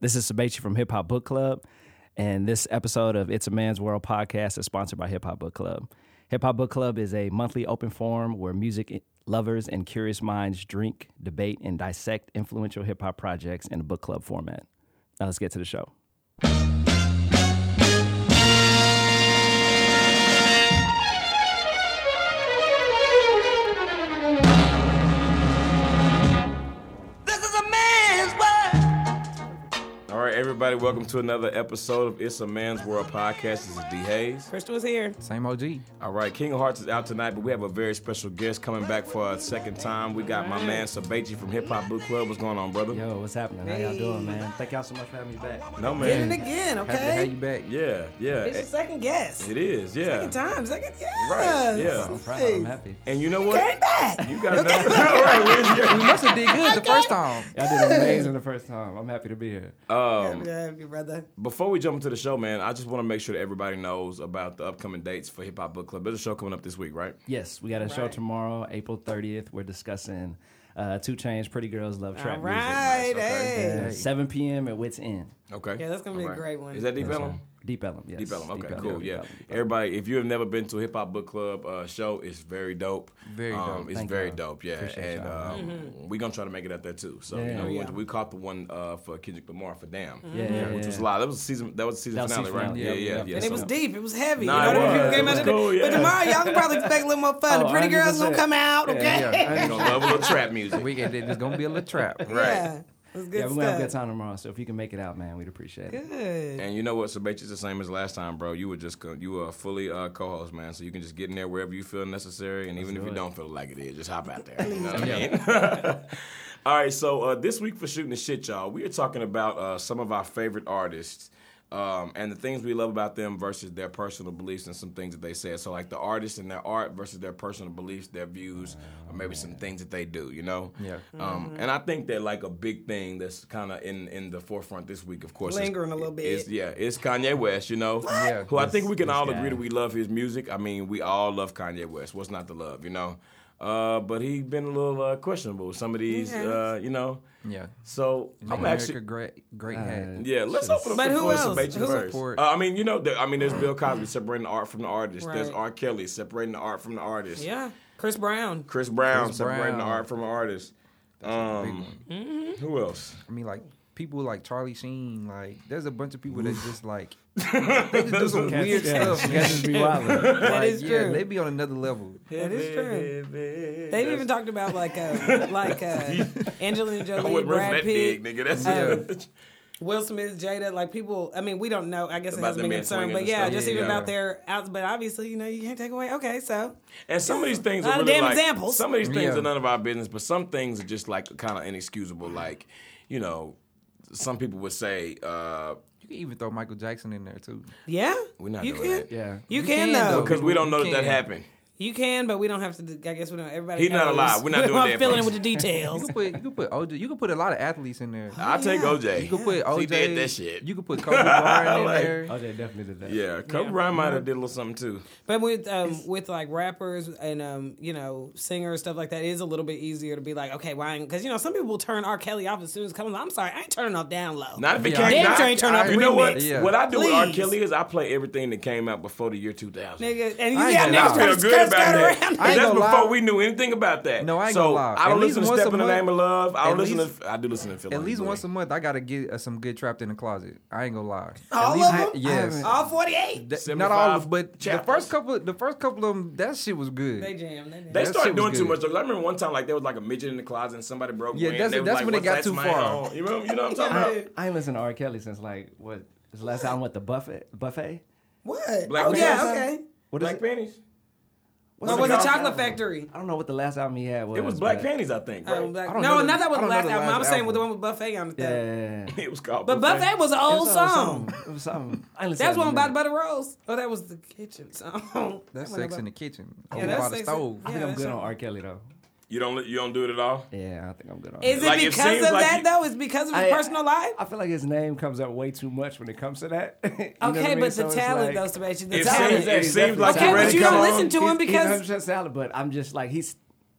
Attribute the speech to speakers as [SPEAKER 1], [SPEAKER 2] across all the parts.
[SPEAKER 1] This is Sabachi from Hip Hop Book Club, and this episode of It's a Man's World podcast is sponsored by Hip Hop Book Club. Hip Hop Book Club is a monthly open forum where music lovers and curious minds drink, debate, and dissect influential hip hop projects in a book club format. Now let's get to the show.
[SPEAKER 2] This is a man's world.
[SPEAKER 3] All right, everybody, welcome to another episode of It's a Man's World podcast. This is D Hayes.
[SPEAKER 2] Crystal is here.
[SPEAKER 4] Same OG.
[SPEAKER 3] All right, King of Hearts is out tonight, but we have a very special guest coming back for a second time. We got my man Sabachi from Hip Hop Book Club. What's going on, brother?
[SPEAKER 1] Yo, what's happening? How y'all doing, man? Thank y'all so much for having me back.
[SPEAKER 3] No
[SPEAKER 2] Did it
[SPEAKER 3] man.
[SPEAKER 2] again,
[SPEAKER 4] Happy to have you
[SPEAKER 2] okay?
[SPEAKER 4] back.
[SPEAKER 3] Yeah, yeah.
[SPEAKER 2] It's your second guess.
[SPEAKER 3] It is, yeah.
[SPEAKER 2] Second time, second yes.
[SPEAKER 3] Right, yeah. I'm
[SPEAKER 1] Proud, I'm happy.
[SPEAKER 3] And you know
[SPEAKER 2] Came
[SPEAKER 3] what?
[SPEAKER 2] back.
[SPEAKER 3] You got another. All right, where's your-
[SPEAKER 4] We must have did good the first time.
[SPEAKER 1] Y'all did amazing the first time. I'm happy to be here.
[SPEAKER 2] Happy to have you, brother.
[SPEAKER 3] Before we jump into the show, man, I just want to make sure that everybody knows about the upcoming dates for Hip Hop Book Club. There's a show coming up this week, right?
[SPEAKER 1] Yes, we got a show
[SPEAKER 2] Right.
[SPEAKER 1] tomorrow, April 30th. We're discussing uh, Two Chainz, Pretty Girls Love Trap
[SPEAKER 2] All
[SPEAKER 1] Music.
[SPEAKER 2] right,
[SPEAKER 3] nice, okay.
[SPEAKER 2] hey.
[SPEAKER 1] Uh, 7 p.m. at Wits End.
[SPEAKER 3] Okay.
[SPEAKER 2] Yeah, that's gonna be a great one.
[SPEAKER 3] Is that Deep
[SPEAKER 1] Yes,
[SPEAKER 3] Ellum?
[SPEAKER 1] sir. Deep Ellum, yes.
[SPEAKER 3] Deep Ellum. Okay,
[SPEAKER 1] Ellum,
[SPEAKER 3] cool. Yeah,
[SPEAKER 1] Deep Ellum, Deep Ellum.
[SPEAKER 3] everybody, if you have never been to a hip hop book club uh, show, it's very dope. Um,
[SPEAKER 4] Very dope.
[SPEAKER 3] It's
[SPEAKER 1] Thank
[SPEAKER 3] very
[SPEAKER 1] y'all.
[SPEAKER 3] dope. Yeah,
[SPEAKER 1] Appreciate
[SPEAKER 3] and
[SPEAKER 1] y'all.
[SPEAKER 3] um,
[SPEAKER 2] Mm-hmm.
[SPEAKER 3] we're gonna try to make it out there too. So you
[SPEAKER 1] Yeah.
[SPEAKER 3] know, we,
[SPEAKER 2] Yeah.
[SPEAKER 3] went- we caught the one uh, for Kendrick Lamar for Damn.
[SPEAKER 1] Yeah, yeah,
[SPEAKER 3] which was
[SPEAKER 1] yeah.
[SPEAKER 3] live. That was season. That was season
[SPEAKER 1] That was
[SPEAKER 3] finale,
[SPEAKER 1] season
[SPEAKER 3] right?
[SPEAKER 1] finale.
[SPEAKER 3] Yeah,
[SPEAKER 1] Yeah,
[SPEAKER 3] yeah,
[SPEAKER 1] yeah.
[SPEAKER 3] yeah.
[SPEAKER 2] And it
[SPEAKER 3] so-
[SPEAKER 2] was deep. It was heavy.
[SPEAKER 3] Nah, it
[SPEAKER 2] you know, them people
[SPEAKER 3] was.
[SPEAKER 2] came
[SPEAKER 3] It
[SPEAKER 2] out
[SPEAKER 3] was
[SPEAKER 2] of the-
[SPEAKER 3] cool, yeah.
[SPEAKER 2] But tomorrow, y'all can probably expect a little more fun. the
[SPEAKER 1] Oh,
[SPEAKER 2] pretty girls gonna
[SPEAKER 1] 100%.
[SPEAKER 2] come out, okay?
[SPEAKER 1] Yeah, yeah.
[SPEAKER 3] You're gonna love a little trap music.
[SPEAKER 4] We it, it's gonna be a little trap.
[SPEAKER 3] Right.
[SPEAKER 2] It was good
[SPEAKER 1] Yeah, we're
[SPEAKER 2] stuff.
[SPEAKER 1] gonna have a good time tomorrow. So if you can make it out, man, we'd appreciate it.
[SPEAKER 2] uh, Good.
[SPEAKER 3] And you know what, Sabachi's the same as last time, bro. You were just co- you were a fully uh, co-host, man. So you can just get in there wherever you feel necessary, and even if
[SPEAKER 1] do
[SPEAKER 3] you
[SPEAKER 1] it.
[SPEAKER 3] don't feel like it is, just hop out there. You know what I mean? All right, so uh, this week for shooting the shit, y'all, we are talking about uh, some of our favorite artists. Um, and the things we love about them versus their personal beliefs and some things that they said. So like the artists and their art versus their personal beliefs, their views, or maybe some things that they do. You know.
[SPEAKER 4] Yeah.
[SPEAKER 2] Mm-hmm.
[SPEAKER 3] Um, and I think that like a big thing that's kind of in in the forefront this week, of course, is-
[SPEAKER 2] Lingering a little bit.
[SPEAKER 3] is yeah, it's Kanye West, you know,
[SPEAKER 4] Yeah,
[SPEAKER 3] who I
[SPEAKER 4] this-
[SPEAKER 3] think we can
[SPEAKER 4] this
[SPEAKER 3] all
[SPEAKER 4] guy.
[SPEAKER 3] agree that we love his music. I mean, we all love Kanye West. What's not to love, you know? Uh, but he's been a little uh, questionable. Some of these,
[SPEAKER 2] Yes.
[SPEAKER 3] uh, you know.
[SPEAKER 4] Yeah.
[SPEAKER 3] So
[SPEAKER 4] Make
[SPEAKER 3] I'm
[SPEAKER 4] America
[SPEAKER 3] actually. Uh,
[SPEAKER 4] great, great hat.
[SPEAKER 3] Yeah, let's open up
[SPEAKER 2] But
[SPEAKER 3] the
[SPEAKER 2] who
[SPEAKER 3] floor to
[SPEAKER 2] else?
[SPEAKER 3] Sabachi
[SPEAKER 2] Who-
[SPEAKER 3] first.
[SPEAKER 4] Support.
[SPEAKER 3] Uh, I mean, you know, there, I mean, there's Bill Cosby separating the art from the artist. There's
[SPEAKER 2] Right.
[SPEAKER 3] R. Kelly separating the art from the artist.
[SPEAKER 2] Yeah. Chris Brown.
[SPEAKER 3] Chris Brown
[SPEAKER 4] Chris
[SPEAKER 3] separating
[SPEAKER 4] Brown.
[SPEAKER 3] the art from the artist.
[SPEAKER 4] Big
[SPEAKER 3] Um,
[SPEAKER 4] one.
[SPEAKER 2] Mm-hmm.
[SPEAKER 3] who else?
[SPEAKER 4] I mean, like people like Charlie Sheen. Like, there's a bunch of people that just like they just do some
[SPEAKER 1] Cats-
[SPEAKER 4] weird
[SPEAKER 1] yeah,
[SPEAKER 4] stuff.
[SPEAKER 1] you guys just be wildin'.
[SPEAKER 2] That
[SPEAKER 4] Like,
[SPEAKER 2] is
[SPEAKER 4] yeah,
[SPEAKER 2] true.
[SPEAKER 4] they be on another level.
[SPEAKER 2] That is true. They
[SPEAKER 3] They
[SPEAKER 2] have even talked about like uh, like uh, Angelina
[SPEAKER 3] I
[SPEAKER 2] Jolie,
[SPEAKER 3] wouldn't run
[SPEAKER 2] Brad
[SPEAKER 3] that
[SPEAKER 2] Pitt,
[SPEAKER 3] big, nigga. That's
[SPEAKER 2] Um, Will Smith, Jada, like people. I mean, we don't know. I guess it
[SPEAKER 3] About
[SPEAKER 2] hasn't
[SPEAKER 3] them
[SPEAKER 2] been
[SPEAKER 3] men
[SPEAKER 2] confirmed,
[SPEAKER 3] swinging
[SPEAKER 2] but
[SPEAKER 3] and
[SPEAKER 2] yeah,
[SPEAKER 3] stuff.
[SPEAKER 2] just
[SPEAKER 3] Yeah,
[SPEAKER 2] even
[SPEAKER 3] yeah.
[SPEAKER 2] about their outs. But obviously, you know, you can't take away. Okay, so
[SPEAKER 3] And some of these things
[SPEAKER 2] Not
[SPEAKER 3] are
[SPEAKER 2] a
[SPEAKER 3] really
[SPEAKER 2] damn
[SPEAKER 3] like,
[SPEAKER 2] examples.
[SPEAKER 3] Some of these things
[SPEAKER 4] Yeah.
[SPEAKER 3] are none of our business, but some things are just like kind of inexcusable. Like, you know, some people would say uh,
[SPEAKER 4] You can even throw Michael Jackson in there too.
[SPEAKER 2] yeah,
[SPEAKER 3] we're not
[SPEAKER 2] you
[SPEAKER 3] doing
[SPEAKER 2] can,
[SPEAKER 3] that.
[SPEAKER 1] Yeah.
[SPEAKER 2] you,
[SPEAKER 4] You
[SPEAKER 2] can,
[SPEAKER 4] can,
[SPEAKER 2] though.
[SPEAKER 4] though.
[SPEAKER 3] because we don't know that
[SPEAKER 4] You
[SPEAKER 3] that
[SPEAKER 4] can.
[SPEAKER 3] happened.
[SPEAKER 2] You can, but we don't have to. do- I guess we don't. Everybody,
[SPEAKER 3] He's not
[SPEAKER 2] knows.
[SPEAKER 3] alive. We're not
[SPEAKER 2] We
[SPEAKER 3] doing
[SPEAKER 2] don't
[SPEAKER 3] that
[SPEAKER 2] fill in
[SPEAKER 3] first.
[SPEAKER 2] with the details.
[SPEAKER 4] You can put you can put OJ. You can put a lot of athletes in there.
[SPEAKER 3] I'll take
[SPEAKER 2] yeah.
[SPEAKER 3] OJ.
[SPEAKER 4] You can put OJ.
[SPEAKER 3] She did that shit.
[SPEAKER 4] You can put Kobe Bryant in
[SPEAKER 3] Like-
[SPEAKER 4] there.
[SPEAKER 1] Oh, they definitely did that.
[SPEAKER 3] yeah, Kobe Bryant might have did a little something too.
[SPEAKER 2] But with um, with like rappers and um, you know singers stuff like that, it is a little bit easier to be like, okay, why? Because you know some people will turn R. Kelly off as soon as it comes. I'm sorry, I ain't turning off down low.
[SPEAKER 3] Not if it
[SPEAKER 4] Yeah.
[SPEAKER 3] came
[SPEAKER 4] Damn
[SPEAKER 3] not-
[SPEAKER 2] sure ain't turned off
[SPEAKER 3] You know what?
[SPEAKER 2] remix.
[SPEAKER 4] Yeah.
[SPEAKER 3] What I do with R.
[SPEAKER 2] Please.
[SPEAKER 3] Kelly is I play everything that came out before the year 2000.
[SPEAKER 2] Nigga, and you
[SPEAKER 4] I
[SPEAKER 2] got
[SPEAKER 4] ain't gonna
[SPEAKER 2] niggas
[SPEAKER 3] I
[SPEAKER 4] lie.
[SPEAKER 2] trying
[SPEAKER 3] feel
[SPEAKER 2] to
[SPEAKER 3] good
[SPEAKER 2] skirt,
[SPEAKER 3] about
[SPEAKER 2] skirt
[SPEAKER 3] that.
[SPEAKER 2] around.
[SPEAKER 4] I ain't
[SPEAKER 3] And that's
[SPEAKER 4] gonna
[SPEAKER 3] before
[SPEAKER 4] lie.
[SPEAKER 3] we knew anything about that.
[SPEAKER 4] No, I ain't
[SPEAKER 3] so,
[SPEAKER 4] gonna lie.
[SPEAKER 3] I don't
[SPEAKER 4] At
[SPEAKER 3] listen
[SPEAKER 4] least
[SPEAKER 3] to
[SPEAKER 4] once
[SPEAKER 3] Step
[SPEAKER 4] a
[SPEAKER 3] in the
[SPEAKER 4] month-
[SPEAKER 3] Name of Love. I
[SPEAKER 4] at
[SPEAKER 3] don't listen
[SPEAKER 4] least-
[SPEAKER 3] to. I do listen to. Phil
[SPEAKER 4] At least
[SPEAKER 3] Angelou.
[SPEAKER 4] once a month, I gotta get uh, some good trapped in the closet. I ain't gonna lie.
[SPEAKER 2] All
[SPEAKER 4] At least,
[SPEAKER 2] of 'em?
[SPEAKER 4] yes.
[SPEAKER 2] All 48.
[SPEAKER 4] Th- not all,
[SPEAKER 3] 75
[SPEAKER 4] but the
[SPEAKER 3] chapters.
[SPEAKER 4] first couple, the first couple of them, that shit was good.
[SPEAKER 2] They jam. They jam.
[SPEAKER 3] They
[SPEAKER 4] That
[SPEAKER 3] started
[SPEAKER 4] shit was
[SPEAKER 3] doing too much.
[SPEAKER 4] good.
[SPEAKER 3] Like, I remember one time, like there was like a midget in the closet, and somebody broke.
[SPEAKER 4] Yeah,
[SPEAKER 3] wind.
[SPEAKER 4] that's-
[SPEAKER 3] They was
[SPEAKER 4] that's
[SPEAKER 3] like,
[SPEAKER 4] when it
[SPEAKER 3] "What's
[SPEAKER 4] got
[SPEAKER 3] that's
[SPEAKER 4] too
[SPEAKER 3] my
[SPEAKER 4] far."
[SPEAKER 3] own?" You know, you know what I'm talking
[SPEAKER 1] I,
[SPEAKER 3] about?
[SPEAKER 1] I ain't listened to R. Kelly since like what his last album with the buffet buffet.
[SPEAKER 2] what?
[SPEAKER 3] Black
[SPEAKER 2] oh yeah,
[SPEAKER 3] Panther?
[SPEAKER 2] okay.
[SPEAKER 1] What is
[SPEAKER 3] Black
[SPEAKER 1] it?
[SPEAKER 3] panties.
[SPEAKER 1] What's
[SPEAKER 2] Or was it
[SPEAKER 3] Black
[SPEAKER 2] Chocolate
[SPEAKER 3] Panther?
[SPEAKER 2] Factory?
[SPEAKER 1] I don't know what the last album he had
[SPEAKER 4] Oh,
[SPEAKER 1] was.
[SPEAKER 3] It was black
[SPEAKER 1] but-
[SPEAKER 3] panties, I think. Right?
[SPEAKER 2] Um, Black-
[SPEAKER 4] I
[SPEAKER 2] no,
[SPEAKER 4] don't know the-
[SPEAKER 2] not that was the
[SPEAKER 4] I don't know
[SPEAKER 2] last
[SPEAKER 4] the
[SPEAKER 2] album. I
[SPEAKER 4] last
[SPEAKER 2] was saying with the one
[SPEAKER 4] album.
[SPEAKER 2] with Buffet on it.
[SPEAKER 1] Yeah,
[SPEAKER 2] though.
[SPEAKER 1] yeah, yeah.
[SPEAKER 3] it was called.
[SPEAKER 2] But Buffet was an old
[SPEAKER 1] It was
[SPEAKER 2] song.
[SPEAKER 1] It was something. I ain't listened
[SPEAKER 2] That was
[SPEAKER 1] to
[SPEAKER 2] one
[SPEAKER 1] it.
[SPEAKER 2] about Butter Rose. Oh, that was the kitchen song.
[SPEAKER 4] That's
[SPEAKER 2] That wasn't
[SPEAKER 4] sex in the
[SPEAKER 2] about-
[SPEAKER 4] kitchen.
[SPEAKER 2] Yeah,
[SPEAKER 4] Over
[SPEAKER 2] that's
[SPEAKER 4] by the
[SPEAKER 2] sex in-
[SPEAKER 1] I
[SPEAKER 4] stove.
[SPEAKER 2] Yeah,
[SPEAKER 1] think I'm
[SPEAKER 2] that's
[SPEAKER 1] good
[SPEAKER 2] right.
[SPEAKER 1] on R. Kelly though.
[SPEAKER 3] You don't. li- You don't do it at all.
[SPEAKER 1] Yeah, I think I'm good on.
[SPEAKER 2] Is it
[SPEAKER 3] Like, it
[SPEAKER 2] because
[SPEAKER 3] seems
[SPEAKER 2] of
[SPEAKER 3] like
[SPEAKER 2] that
[SPEAKER 3] you-
[SPEAKER 2] though? Is because of his
[SPEAKER 1] I-
[SPEAKER 2] personal life?
[SPEAKER 1] I feel like his name comes up way too much when it comes to that. You know what I
[SPEAKER 2] okay,
[SPEAKER 1] mean?
[SPEAKER 2] but
[SPEAKER 1] So
[SPEAKER 2] the
[SPEAKER 1] it's
[SPEAKER 2] talent
[SPEAKER 1] like-
[SPEAKER 2] though, Sebastian. The
[SPEAKER 3] It
[SPEAKER 2] talent.
[SPEAKER 3] seems. It
[SPEAKER 1] He's
[SPEAKER 3] seems like
[SPEAKER 1] definitely
[SPEAKER 3] you're
[SPEAKER 2] okay,
[SPEAKER 3] ready
[SPEAKER 2] but
[SPEAKER 3] to
[SPEAKER 2] you
[SPEAKER 3] come
[SPEAKER 2] don't
[SPEAKER 3] on.
[SPEAKER 2] listen to
[SPEAKER 1] He's-
[SPEAKER 2] him because
[SPEAKER 1] he's 100% salad, but I'm just like he's.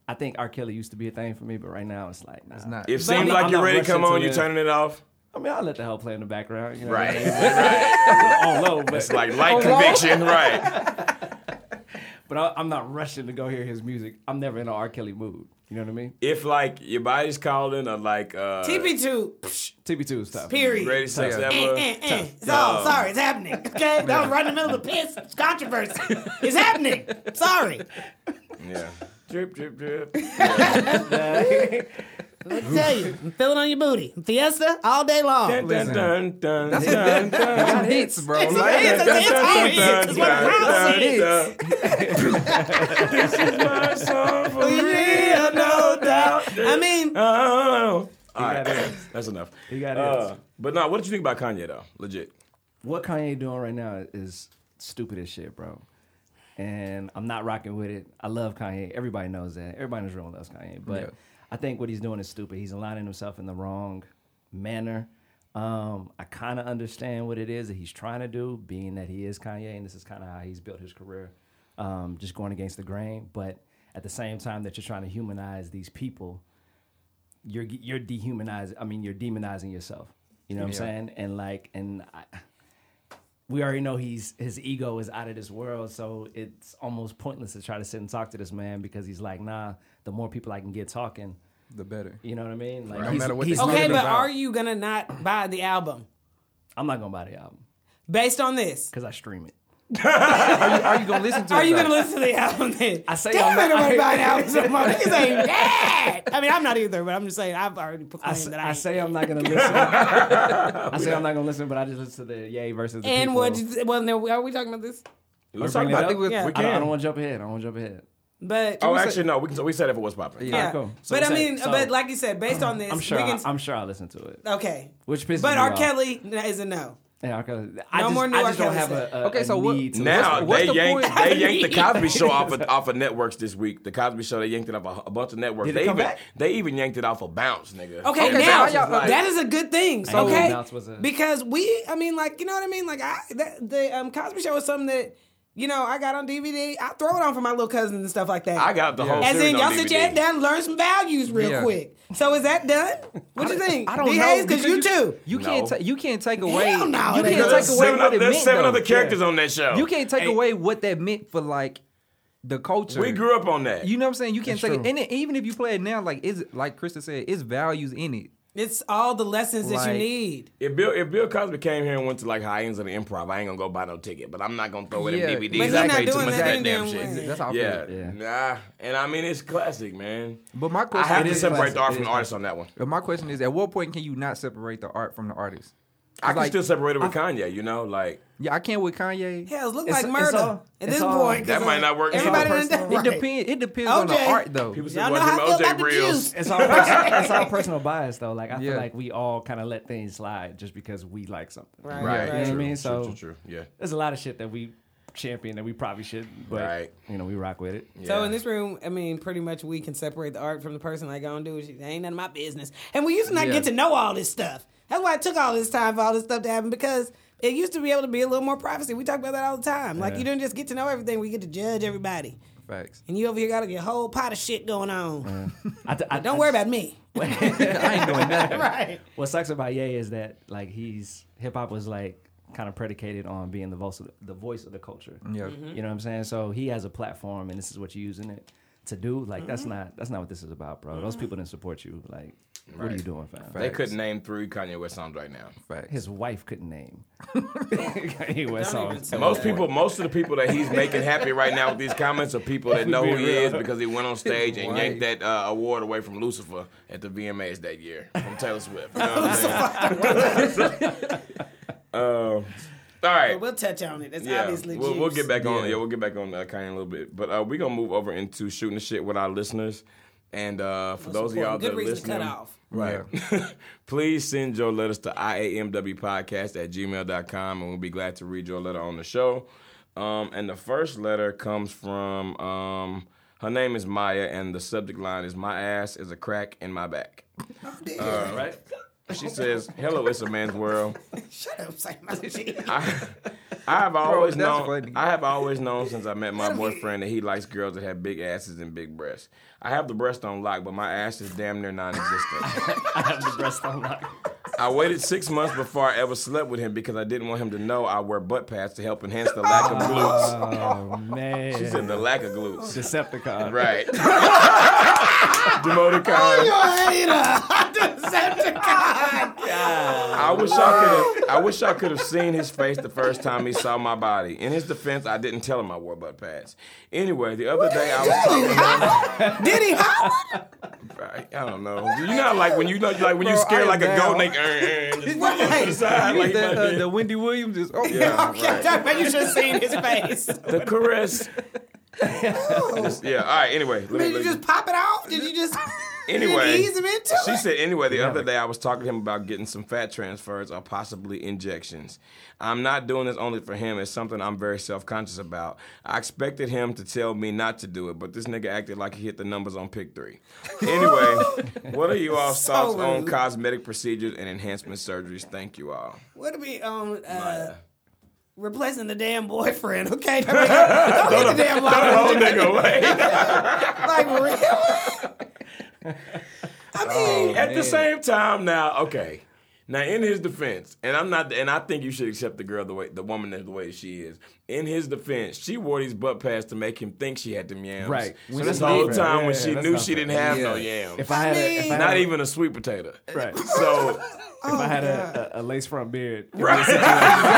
[SPEAKER 1] I think R. Kelly used to be a thing for me, but right now it's like nah.
[SPEAKER 4] It's not.
[SPEAKER 3] It
[SPEAKER 2] I'm
[SPEAKER 3] seems
[SPEAKER 2] not-
[SPEAKER 3] like
[SPEAKER 1] I'm
[SPEAKER 3] you're
[SPEAKER 1] not
[SPEAKER 3] ready to
[SPEAKER 1] rushing
[SPEAKER 3] come on.
[SPEAKER 1] to
[SPEAKER 3] You're
[SPEAKER 1] it.
[SPEAKER 3] turning it off.
[SPEAKER 1] I mean, I'll let the hell play in the background. You know
[SPEAKER 3] Right.
[SPEAKER 1] What I mean? oh, no, but,
[SPEAKER 3] It's like light conviction, right?
[SPEAKER 1] but I, I'm not rushing to go hear his music. I'm never in an R. Kelly mood. You know what I mean?
[SPEAKER 3] If like your body's calling or like uh,
[SPEAKER 2] TP2, psh,
[SPEAKER 1] TB2 is tough.
[SPEAKER 2] period.
[SPEAKER 3] greatest sex
[SPEAKER 2] Eh,
[SPEAKER 3] ever,
[SPEAKER 2] eh, eh. It's all, sorry, it's happening. Okay, that was right in the middle of the piss It's controversy. It's happening. Sorry.
[SPEAKER 3] yeah, drip drip drip.
[SPEAKER 2] Let me tell you, I'm feeling on your booty. Fiesta all day long.
[SPEAKER 3] dun, dun, dun, dun, dun,
[SPEAKER 4] Got hits, bro.
[SPEAKER 2] It's
[SPEAKER 4] Like,
[SPEAKER 2] hits,
[SPEAKER 4] that-
[SPEAKER 2] it's hits,
[SPEAKER 4] that's-
[SPEAKER 2] it's what I'm proud of.
[SPEAKER 4] Hits.
[SPEAKER 3] This is my song for
[SPEAKER 2] real, no
[SPEAKER 3] doubt.
[SPEAKER 2] I mean,
[SPEAKER 3] Oh. All right,
[SPEAKER 1] got it.
[SPEAKER 3] that's enough.
[SPEAKER 1] He got
[SPEAKER 3] Uh,
[SPEAKER 1] it.
[SPEAKER 3] but no, what did you think about Kanye though? Legit.
[SPEAKER 1] What Kanye doing right now is stupid as shit, bro. And I'm not rocking with it. I love Kanye. Everybody knows that. Everybody in this room loves Kanye. But
[SPEAKER 4] Yeah.
[SPEAKER 1] I think what he's doing is stupid. He's aligning himself in the wrong manner. Um, I kind of understand what it is that he's trying to do, being that he is Kanye, and this is kind of how he's built his career, um, just going against the grain. But at the same time that you're trying to humanize these people, you're you're dehumanizing. I mean, you're demonizing yourself. You know what
[SPEAKER 4] Yeah.
[SPEAKER 1] I'm saying? And like, and I, we already know he's his ego is out of this world, so it's almost pointless to try to sit and talk to this man because he's like, nah. The more people I can get talking,
[SPEAKER 4] The better.
[SPEAKER 1] you know what I mean? Like,
[SPEAKER 4] No
[SPEAKER 1] he's-
[SPEAKER 4] matter what
[SPEAKER 1] he's-
[SPEAKER 4] the
[SPEAKER 2] okay,
[SPEAKER 4] It's
[SPEAKER 2] but
[SPEAKER 4] about-
[SPEAKER 2] are you gonna not buy the album
[SPEAKER 1] I'm not gonna buy the album
[SPEAKER 2] based on this?
[SPEAKER 1] because I stream it.
[SPEAKER 4] Are you, are you gonna listen to?
[SPEAKER 2] Are
[SPEAKER 4] it,
[SPEAKER 2] you
[SPEAKER 4] though?
[SPEAKER 2] gonna listen to the album then? I
[SPEAKER 1] say
[SPEAKER 2] Damn
[SPEAKER 1] I'm
[SPEAKER 2] it,
[SPEAKER 1] not-
[SPEAKER 2] I'm buying albums so much. Niggas ain't that. I mean, I'm not either, but I'm just saying I've already
[SPEAKER 1] I,
[SPEAKER 2] proclaimed
[SPEAKER 1] s-
[SPEAKER 2] that
[SPEAKER 1] I
[SPEAKER 2] I.
[SPEAKER 1] say I'm not gonna listen. I say I'm not gonna listen, but I just listen to the Yay versus the
[SPEAKER 2] and
[SPEAKER 1] people.
[SPEAKER 2] what? you- Well, no, are we talking about this?
[SPEAKER 3] Let's
[SPEAKER 1] bringing it
[SPEAKER 3] I think
[SPEAKER 1] up?
[SPEAKER 3] we,
[SPEAKER 2] Yeah.
[SPEAKER 3] we
[SPEAKER 1] I
[SPEAKER 3] can.
[SPEAKER 1] don't, I don't want to jump ahead. I don't want to jump ahead.
[SPEAKER 2] But
[SPEAKER 3] oh, actually, no. We can. We said if it was popping.
[SPEAKER 2] yeah.
[SPEAKER 1] Alright, cool. So
[SPEAKER 2] but
[SPEAKER 1] we
[SPEAKER 2] I
[SPEAKER 1] said-
[SPEAKER 2] mean,
[SPEAKER 1] so-
[SPEAKER 2] but like you said, based on this,
[SPEAKER 1] I'm sure.
[SPEAKER 2] we can.
[SPEAKER 1] I, am sure I'll listen to it.
[SPEAKER 2] okay.
[SPEAKER 1] Which pisses
[SPEAKER 2] But
[SPEAKER 1] me
[SPEAKER 2] R.
[SPEAKER 1] off.
[SPEAKER 2] Kelly is a no.
[SPEAKER 1] Yeah, R. Kelly. I
[SPEAKER 2] No
[SPEAKER 1] just,
[SPEAKER 2] more new
[SPEAKER 1] I
[SPEAKER 2] R.
[SPEAKER 1] just don't
[SPEAKER 2] Kelly
[SPEAKER 1] have a,
[SPEAKER 2] shit.
[SPEAKER 1] a,
[SPEAKER 4] Okay,
[SPEAKER 1] a
[SPEAKER 4] so what-
[SPEAKER 1] need to
[SPEAKER 3] Now
[SPEAKER 1] listen.
[SPEAKER 4] what's
[SPEAKER 3] they
[SPEAKER 4] the
[SPEAKER 3] yanked
[SPEAKER 4] point?
[SPEAKER 3] they yanked the Cosby Show off of, off of networks this week. The Cosby Show they yanked it off a, a bunch of networks.
[SPEAKER 1] Did it
[SPEAKER 3] they
[SPEAKER 1] come
[SPEAKER 3] even
[SPEAKER 1] back?
[SPEAKER 3] they even yanked it off a bounce, nigga.
[SPEAKER 2] Okay,
[SPEAKER 4] Okay, so
[SPEAKER 2] now
[SPEAKER 4] how y'all-
[SPEAKER 3] like-
[SPEAKER 2] that is a good thing.
[SPEAKER 1] know
[SPEAKER 2] okay,
[SPEAKER 1] Bounce was a-
[SPEAKER 2] because we, I mean, like you know what I mean. Like I, that, the um, Cosby Show was something that you know I got on DVD. I throw it on for my little cousins and stuff like that.
[SPEAKER 3] I got the whole.
[SPEAKER 2] As
[SPEAKER 3] series
[SPEAKER 2] in,
[SPEAKER 3] on
[SPEAKER 2] y'all sit
[SPEAKER 3] DVD.
[SPEAKER 2] your ass down, and learn some values real
[SPEAKER 4] Yeah.
[SPEAKER 2] quick. So is that done? What you think?
[SPEAKER 4] I don't
[SPEAKER 2] D.
[SPEAKER 4] know.
[SPEAKER 2] Hayes, because you, too.
[SPEAKER 4] You
[SPEAKER 3] No.
[SPEAKER 4] can't. ta- you can't take away.
[SPEAKER 2] Hell no,
[SPEAKER 4] you
[SPEAKER 2] nigga.
[SPEAKER 4] can't
[SPEAKER 3] There's
[SPEAKER 4] take away
[SPEAKER 3] seven,
[SPEAKER 4] what
[SPEAKER 3] other,
[SPEAKER 4] it
[SPEAKER 3] there's
[SPEAKER 4] meant,
[SPEAKER 3] seven
[SPEAKER 4] though.
[SPEAKER 3] other characters on that show.
[SPEAKER 4] You can't take
[SPEAKER 3] Hey,
[SPEAKER 4] away what that meant for like the culture.
[SPEAKER 3] We grew up on that.
[SPEAKER 4] You know what I'm saying? You can't
[SPEAKER 1] That's
[SPEAKER 4] take it.
[SPEAKER 1] true.
[SPEAKER 4] And then even if you play it now, like it's like Krista said, it's values in it.
[SPEAKER 2] It's all the lessons that you
[SPEAKER 4] Like-
[SPEAKER 2] need.
[SPEAKER 3] If Bill if Bill Cosby came here and went to like high ends of the improv, I ain't gonna go buy no ticket. But I'm not gonna throw it
[SPEAKER 4] Yeah,
[SPEAKER 3] in DVDs.
[SPEAKER 4] but he
[SPEAKER 3] I
[SPEAKER 4] not
[SPEAKER 3] pay too
[SPEAKER 4] doing
[SPEAKER 3] much for
[SPEAKER 4] that
[SPEAKER 3] that
[SPEAKER 4] in
[SPEAKER 3] damn
[SPEAKER 2] no
[SPEAKER 3] shit.
[SPEAKER 2] way.
[SPEAKER 4] That's how I
[SPEAKER 3] Yeah,
[SPEAKER 4] feel.
[SPEAKER 1] Yeah.
[SPEAKER 3] nah. And I mean, it's classic, man.
[SPEAKER 4] But my
[SPEAKER 3] I
[SPEAKER 4] question
[SPEAKER 3] have to
[SPEAKER 4] is,
[SPEAKER 3] separate the
[SPEAKER 4] like,
[SPEAKER 3] art from the artist on that one.
[SPEAKER 4] but my question is, at what point can you not separate the art from the artist?
[SPEAKER 3] I can
[SPEAKER 4] Like-
[SPEAKER 3] still separate it with Kanye. You know, like
[SPEAKER 4] Yeah, I can't with Kanye.
[SPEAKER 2] Hell, it look
[SPEAKER 1] It's-
[SPEAKER 2] like
[SPEAKER 1] it's
[SPEAKER 2] murder
[SPEAKER 1] all-
[SPEAKER 2] at
[SPEAKER 1] it's
[SPEAKER 2] this
[SPEAKER 1] all-
[SPEAKER 2] point. 'cause,
[SPEAKER 3] That
[SPEAKER 2] uh,
[SPEAKER 3] might not work either.
[SPEAKER 2] Everybody done
[SPEAKER 1] Personal.
[SPEAKER 2] that.
[SPEAKER 4] It
[SPEAKER 2] Right.
[SPEAKER 4] depends. It depends on the
[SPEAKER 2] OJ.
[SPEAKER 4] art though.
[SPEAKER 3] people say,
[SPEAKER 2] Y'all know
[SPEAKER 3] "Was him
[SPEAKER 2] how I feel
[SPEAKER 3] OJ
[SPEAKER 2] about the
[SPEAKER 3] Reels?"
[SPEAKER 2] juice.
[SPEAKER 1] It's all personal, it's all personal bias though. Like I
[SPEAKER 4] Yeah.
[SPEAKER 1] feel like we all kind of let things slide just because we like something.
[SPEAKER 2] Right,
[SPEAKER 3] Right.
[SPEAKER 1] You
[SPEAKER 2] right.
[SPEAKER 1] know what I
[SPEAKER 3] True,
[SPEAKER 1] mean?
[SPEAKER 3] true,
[SPEAKER 1] So
[SPEAKER 3] true, true. Yeah.
[SPEAKER 1] there's a lot of shit that we champion that we probably shouldn't, but
[SPEAKER 3] Right.
[SPEAKER 1] you know we rock with it.
[SPEAKER 2] So
[SPEAKER 3] Yeah.
[SPEAKER 2] in this room, I mean, pretty much we can separate the art from the person. Like I don't do it. It ain't none of my business. And we used to not
[SPEAKER 4] Yeah.
[SPEAKER 2] get to know all this stuff. That's why it took all this time for all this stuff to happen because it used to be able to be a little more privacy. We talk about that all the time. Like
[SPEAKER 1] Yeah.
[SPEAKER 2] you didn't just get to know everything. We get to judge everybody.
[SPEAKER 4] Facts.
[SPEAKER 2] And you over here got a whole pot of shit going on.
[SPEAKER 3] Mm.
[SPEAKER 1] I, th- I,
[SPEAKER 2] Don't
[SPEAKER 1] I
[SPEAKER 2] worry
[SPEAKER 1] just-
[SPEAKER 2] about me.
[SPEAKER 4] I ain't doing nothing.
[SPEAKER 2] right.
[SPEAKER 1] What sucks about Ye is that like he's hip hop was like kind of predicated on being the voice of the, the voice of the culture.
[SPEAKER 3] Mm-hmm.
[SPEAKER 4] Yeah.
[SPEAKER 2] Mm-hmm.
[SPEAKER 1] You know what I'm saying? So he has a platform, and this is what you're using it to do. Like
[SPEAKER 2] Mm-hmm.
[SPEAKER 1] that's not that's not what this is about, bro. Those people didn't support you. Like, what are you doing, fam?
[SPEAKER 3] They couldn't name three Kanye West songs right now.
[SPEAKER 4] Facts.
[SPEAKER 1] His wife couldn't name. Kanye West
[SPEAKER 2] Don't even
[SPEAKER 1] songs.
[SPEAKER 2] say
[SPEAKER 3] Most people, most of the people that he's making happy right now with these comments are people that know who he is because he went on stage and yanked that uh, award away from Lucifer at the VMAs that year from Taylor Swift. You know what I'm saying? Um, all right.
[SPEAKER 2] But we'll touch on it. It's
[SPEAKER 3] Yeah,
[SPEAKER 2] obviously
[SPEAKER 3] we'll, we'll
[SPEAKER 2] juice.
[SPEAKER 3] get back on. Yeah,
[SPEAKER 4] Yeah.
[SPEAKER 3] we'll get back on uh, Kanye a little bit, but uh, we're gonna move over into shooting the shit with our listeners. And uh, for
[SPEAKER 2] Most
[SPEAKER 3] those of y'all
[SPEAKER 2] important.
[SPEAKER 3] that are
[SPEAKER 2] Good reason to
[SPEAKER 3] listening,
[SPEAKER 2] cut off.
[SPEAKER 3] Right. Please send your letters to IAMWpodcast at gmail.com and we'll be glad to read your letter on the show. Um, and the first letter comes from um, her name is Maya, and the subject line is My ass is a crack in my back.
[SPEAKER 1] Right?
[SPEAKER 3] She says, Hello, it's a man's world.
[SPEAKER 2] Shut up, say my shit.
[SPEAKER 3] I, I have always
[SPEAKER 4] that's
[SPEAKER 3] known.
[SPEAKER 4] funny.
[SPEAKER 3] I have always known since I met my boyfriend that he likes girls that have big asses and big breasts. I have the breast on lock, but my ass is damn near non-existent.
[SPEAKER 1] I have the breast on lock.
[SPEAKER 3] I waited six months before I ever slept with him because I didn't want him to know I wear butt pads to help enhance the lack of glutes.
[SPEAKER 5] Oh man.
[SPEAKER 3] She said the lack of glutes.
[SPEAKER 5] Decepticon.
[SPEAKER 3] Right. Demoticon. I wish y'all could have. I wish y'all could have seen his face the first time he saw my body. In his defense, I didn't tell him I wore butt pads. Anyway, the other day I was talking.
[SPEAKER 2] Did he holler?
[SPEAKER 3] I, I don't know. You know, how, like when you know, like when you scared
[SPEAKER 4] I
[SPEAKER 3] like a
[SPEAKER 4] am
[SPEAKER 3] goat,
[SPEAKER 4] down.
[SPEAKER 3] and they, uh, uh, just
[SPEAKER 2] Right.
[SPEAKER 3] to the side, like,
[SPEAKER 4] the, uh,
[SPEAKER 3] yeah.
[SPEAKER 4] the Wendy Williams is oh yeah.
[SPEAKER 3] Yeah,
[SPEAKER 2] Okay,
[SPEAKER 3] right.
[SPEAKER 2] right. you should have seen his face.
[SPEAKER 3] the caress. Just- yeah. All right. Anyway, let me-
[SPEAKER 2] Did you
[SPEAKER 3] let me-
[SPEAKER 2] just pop it off? Did you just
[SPEAKER 3] Anyway,
[SPEAKER 2] did you ease him into
[SPEAKER 3] she
[SPEAKER 2] it?
[SPEAKER 3] said, anyway, the other day I was talking to him about getting some fat transfers or possibly injections. I'm not doing this only for him. It's something I'm very self conscious about. I expected him to tell me not to do it, but this nigga acted like he hit the numbers on pick three. Anyway, what are you all's
[SPEAKER 2] So
[SPEAKER 3] thoughts on
[SPEAKER 2] rude.
[SPEAKER 3] cosmetic procedures and enhancement surgeries? Thank you all.
[SPEAKER 2] What do we on uh, replacing the damn boyfriend? Okay, don't hit the damn
[SPEAKER 3] Oh,
[SPEAKER 2] line.
[SPEAKER 3] nigga, wait.
[SPEAKER 2] Like really? I
[SPEAKER 4] Oh,
[SPEAKER 2] mean,
[SPEAKER 3] At the same time, now, okay. Now, in his defense, and I'm not, and I think you should accept the girl the way, the woman that the way she is. In his defense, she wore these butt pads to make him think she had them yams.
[SPEAKER 5] Right.
[SPEAKER 3] So
[SPEAKER 5] Which
[SPEAKER 3] this
[SPEAKER 5] is
[SPEAKER 3] whole
[SPEAKER 5] different.
[SPEAKER 3] time
[SPEAKER 5] Yeah,
[SPEAKER 3] when she
[SPEAKER 5] that's
[SPEAKER 3] knew
[SPEAKER 5] not
[SPEAKER 3] she
[SPEAKER 5] fair.
[SPEAKER 3] didn't have no
[SPEAKER 4] Yeah.
[SPEAKER 3] yams.
[SPEAKER 5] If I had, a, if I had
[SPEAKER 3] not
[SPEAKER 5] a-
[SPEAKER 3] even a sweet potato.
[SPEAKER 5] right. If
[SPEAKER 3] So,
[SPEAKER 4] Oh,
[SPEAKER 5] I had a, a, a lace front beard, if
[SPEAKER 3] right.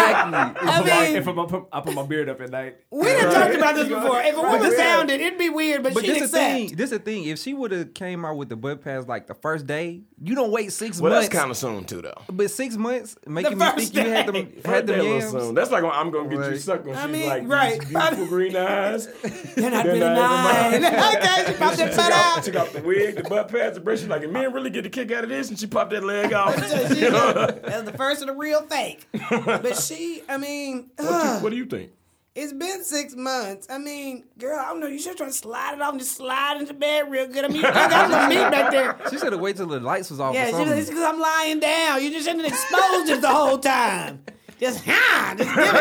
[SPEAKER 4] exactly.
[SPEAKER 5] I,
[SPEAKER 2] I
[SPEAKER 5] put my-
[SPEAKER 2] mean,
[SPEAKER 5] if I'm, I put, I put my beard up at night,
[SPEAKER 2] we done talked about this before. If a woman
[SPEAKER 4] Yeah.
[SPEAKER 2] sounded, it'd be weird, but,
[SPEAKER 4] But
[SPEAKER 2] she'd
[SPEAKER 4] this the thing.
[SPEAKER 2] accept.
[SPEAKER 4] This the thing. If she would have came out with the butt pads like the first day, you don't wait six
[SPEAKER 3] well, that's
[SPEAKER 4] months.
[SPEAKER 3] kind of soon too, though.
[SPEAKER 4] but six months making me
[SPEAKER 2] first
[SPEAKER 4] think you had them had
[SPEAKER 3] That
[SPEAKER 4] them
[SPEAKER 3] little
[SPEAKER 4] yams.
[SPEAKER 3] soon. That's like when I'm gonna get you
[SPEAKER 4] Right.
[SPEAKER 3] sucked when
[SPEAKER 2] I
[SPEAKER 3] she's
[SPEAKER 2] mean,
[SPEAKER 3] like these
[SPEAKER 2] right.
[SPEAKER 3] beautiful green eyes.
[SPEAKER 2] You're not
[SPEAKER 3] They're
[SPEAKER 2] really
[SPEAKER 3] not
[SPEAKER 2] mine.
[SPEAKER 3] even
[SPEAKER 2] okay, she popped that butt out.
[SPEAKER 3] Took off the wig, the butt pads, the bracelet. Like, men really get a kick out of this, and she popped that leg
[SPEAKER 2] So
[SPEAKER 3] off.
[SPEAKER 2] she- That's the first of the real fake. But she, I mean,
[SPEAKER 3] What
[SPEAKER 2] ugh,
[SPEAKER 3] you- what do you think?
[SPEAKER 2] it's been six months. I mean, girl, I don't know. You should try to slide it off and just slide into bed real good. I mean, you got some meat back there.
[SPEAKER 4] She should have waited till the lights was off.
[SPEAKER 2] Yeah,
[SPEAKER 4] or
[SPEAKER 2] she-
[SPEAKER 4] something.
[SPEAKER 2] it's because I'm lying down. You just shouldn't have exposed it the whole time. Just, ha, just give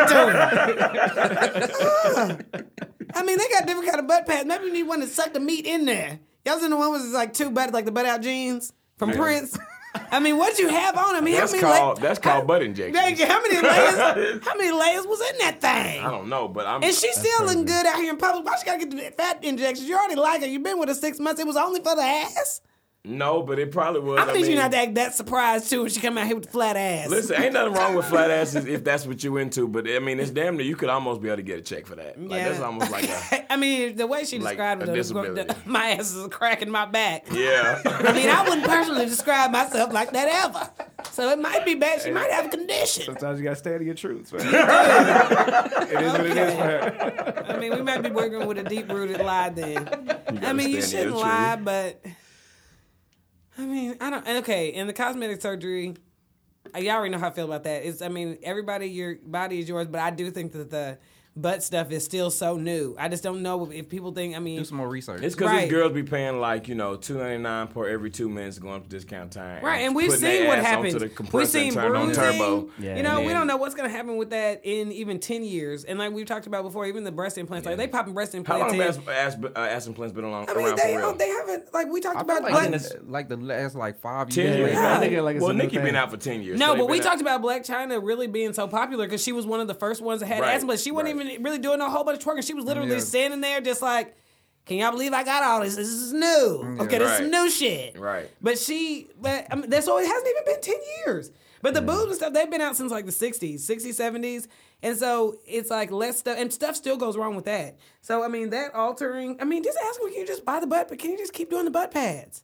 [SPEAKER 2] it to him. I mean, they got different kind of butt pads. Maybe you need one that sucked the meat in there. Y'all seen the one was like two butt, like the butt out jeans from Prince. I mean, what you have on? I mean,
[SPEAKER 3] That's
[SPEAKER 2] how many
[SPEAKER 3] called that's called butt injection.
[SPEAKER 2] Dang, how many layers? how many layers was in that thing?
[SPEAKER 3] I don't know, but I'm.
[SPEAKER 2] And she's still looking good out here in public. Why she gotta get the fat injections? You already like her. You've been with her six months. It was only for the ass.
[SPEAKER 3] no, but it probably was.
[SPEAKER 2] I
[SPEAKER 3] I
[SPEAKER 2] think
[SPEAKER 3] mean,
[SPEAKER 2] you not to act that surprised too when she come out here with the flat ass.
[SPEAKER 3] Listen, ain't nothing wrong with flat asses if that's what you into, but I mean, it's damn near you could almost be able to get a check for that. Like that's almost like a
[SPEAKER 2] I mean, the way she
[SPEAKER 3] like
[SPEAKER 2] described
[SPEAKER 3] a
[SPEAKER 2] it, was-
[SPEAKER 3] disability.
[SPEAKER 2] my ass is a crack in my back. I
[SPEAKER 3] yeah.
[SPEAKER 2] mean, I wouldn't personally describe myself like that ever. So it might be bad. She might have a condition.
[SPEAKER 5] sometimes you gotta stand to your truths, man. it is what it is for her.
[SPEAKER 2] I mean, we might be working with a deep rooted lie then. I mean, you
[SPEAKER 3] stand
[SPEAKER 2] shouldn't
[SPEAKER 3] your
[SPEAKER 2] lie, but I mean, I don't. Okay, in the cosmetic surgery, uh, y'all already know how I feel about that. It's, I mean, everybody, your body is yours, but I do think that the butt stuff is still so new. I just don't know if people think. I mean,
[SPEAKER 4] do some more research.
[SPEAKER 3] It's because
[SPEAKER 2] Right.
[SPEAKER 3] these girls be paying like you know two ninety nine per every two minutes going up to discount time.
[SPEAKER 2] Right, and we've
[SPEAKER 3] putting their
[SPEAKER 2] seen what
[SPEAKER 3] ass
[SPEAKER 2] happens.
[SPEAKER 3] Onto the
[SPEAKER 2] We've
[SPEAKER 3] compressor
[SPEAKER 2] seen
[SPEAKER 3] and turned on
[SPEAKER 2] bruising.
[SPEAKER 3] turbo.
[SPEAKER 5] Yeah.
[SPEAKER 2] You know, we
[SPEAKER 3] And-
[SPEAKER 2] don't know what's going to happen with that in even ten years. And like we've talked about before, even the breast implants, like they popping breast
[SPEAKER 3] How
[SPEAKER 2] implants.
[SPEAKER 3] long
[SPEAKER 2] in.
[SPEAKER 3] has ass, ass, uh, ass implants been along,
[SPEAKER 2] I mean,
[SPEAKER 3] around
[SPEAKER 2] they
[SPEAKER 3] for real?
[SPEAKER 2] don't, they haven't like we talked
[SPEAKER 4] I
[SPEAKER 2] about
[SPEAKER 4] feel like,
[SPEAKER 2] black-
[SPEAKER 4] in this- like the last like five
[SPEAKER 3] ten
[SPEAKER 4] years.
[SPEAKER 3] years.
[SPEAKER 4] later.
[SPEAKER 5] I think it like it's
[SPEAKER 3] well,
[SPEAKER 5] a new
[SPEAKER 3] Nikki
[SPEAKER 5] thing.
[SPEAKER 3] been out for ten years.
[SPEAKER 2] No,
[SPEAKER 3] so they
[SPEAKER 2] but we
[SPEAKER 3] been out-
[SPEAKER 2] talked about Black China really being so popular because she was one of the first ones that had
[SPEAKER 3] Right.
[SPEAKER 2] asthma. She
[SPEAKER 3] Right.
[SPEAKER 2] wasn't even really doing a whole bunch of twerking. She was literally
[SPEAKER 4] Yeah.
[SPEAKER 2] standing there just like, can y'all believe I got all this? This is new. Okay, this
[SPEAKER 3] Right.
[SPEAKER 2] is new shit.
[SPEAKER 3] Right.
[SPEAKER 2] But she, but I mean, that's all, it hasn't even been 10 years. But
[SPEAKER 3] Mm.
[SPEAKER 2] the boobs and stuff, they've been out since like the 60s, 60s, 70s. And so it's like less stuff, and stuff still goes wrong with that. So, I mean, that altering, I mean, just ask them, can you just buy the butt, but can you just keep doing the butt pads?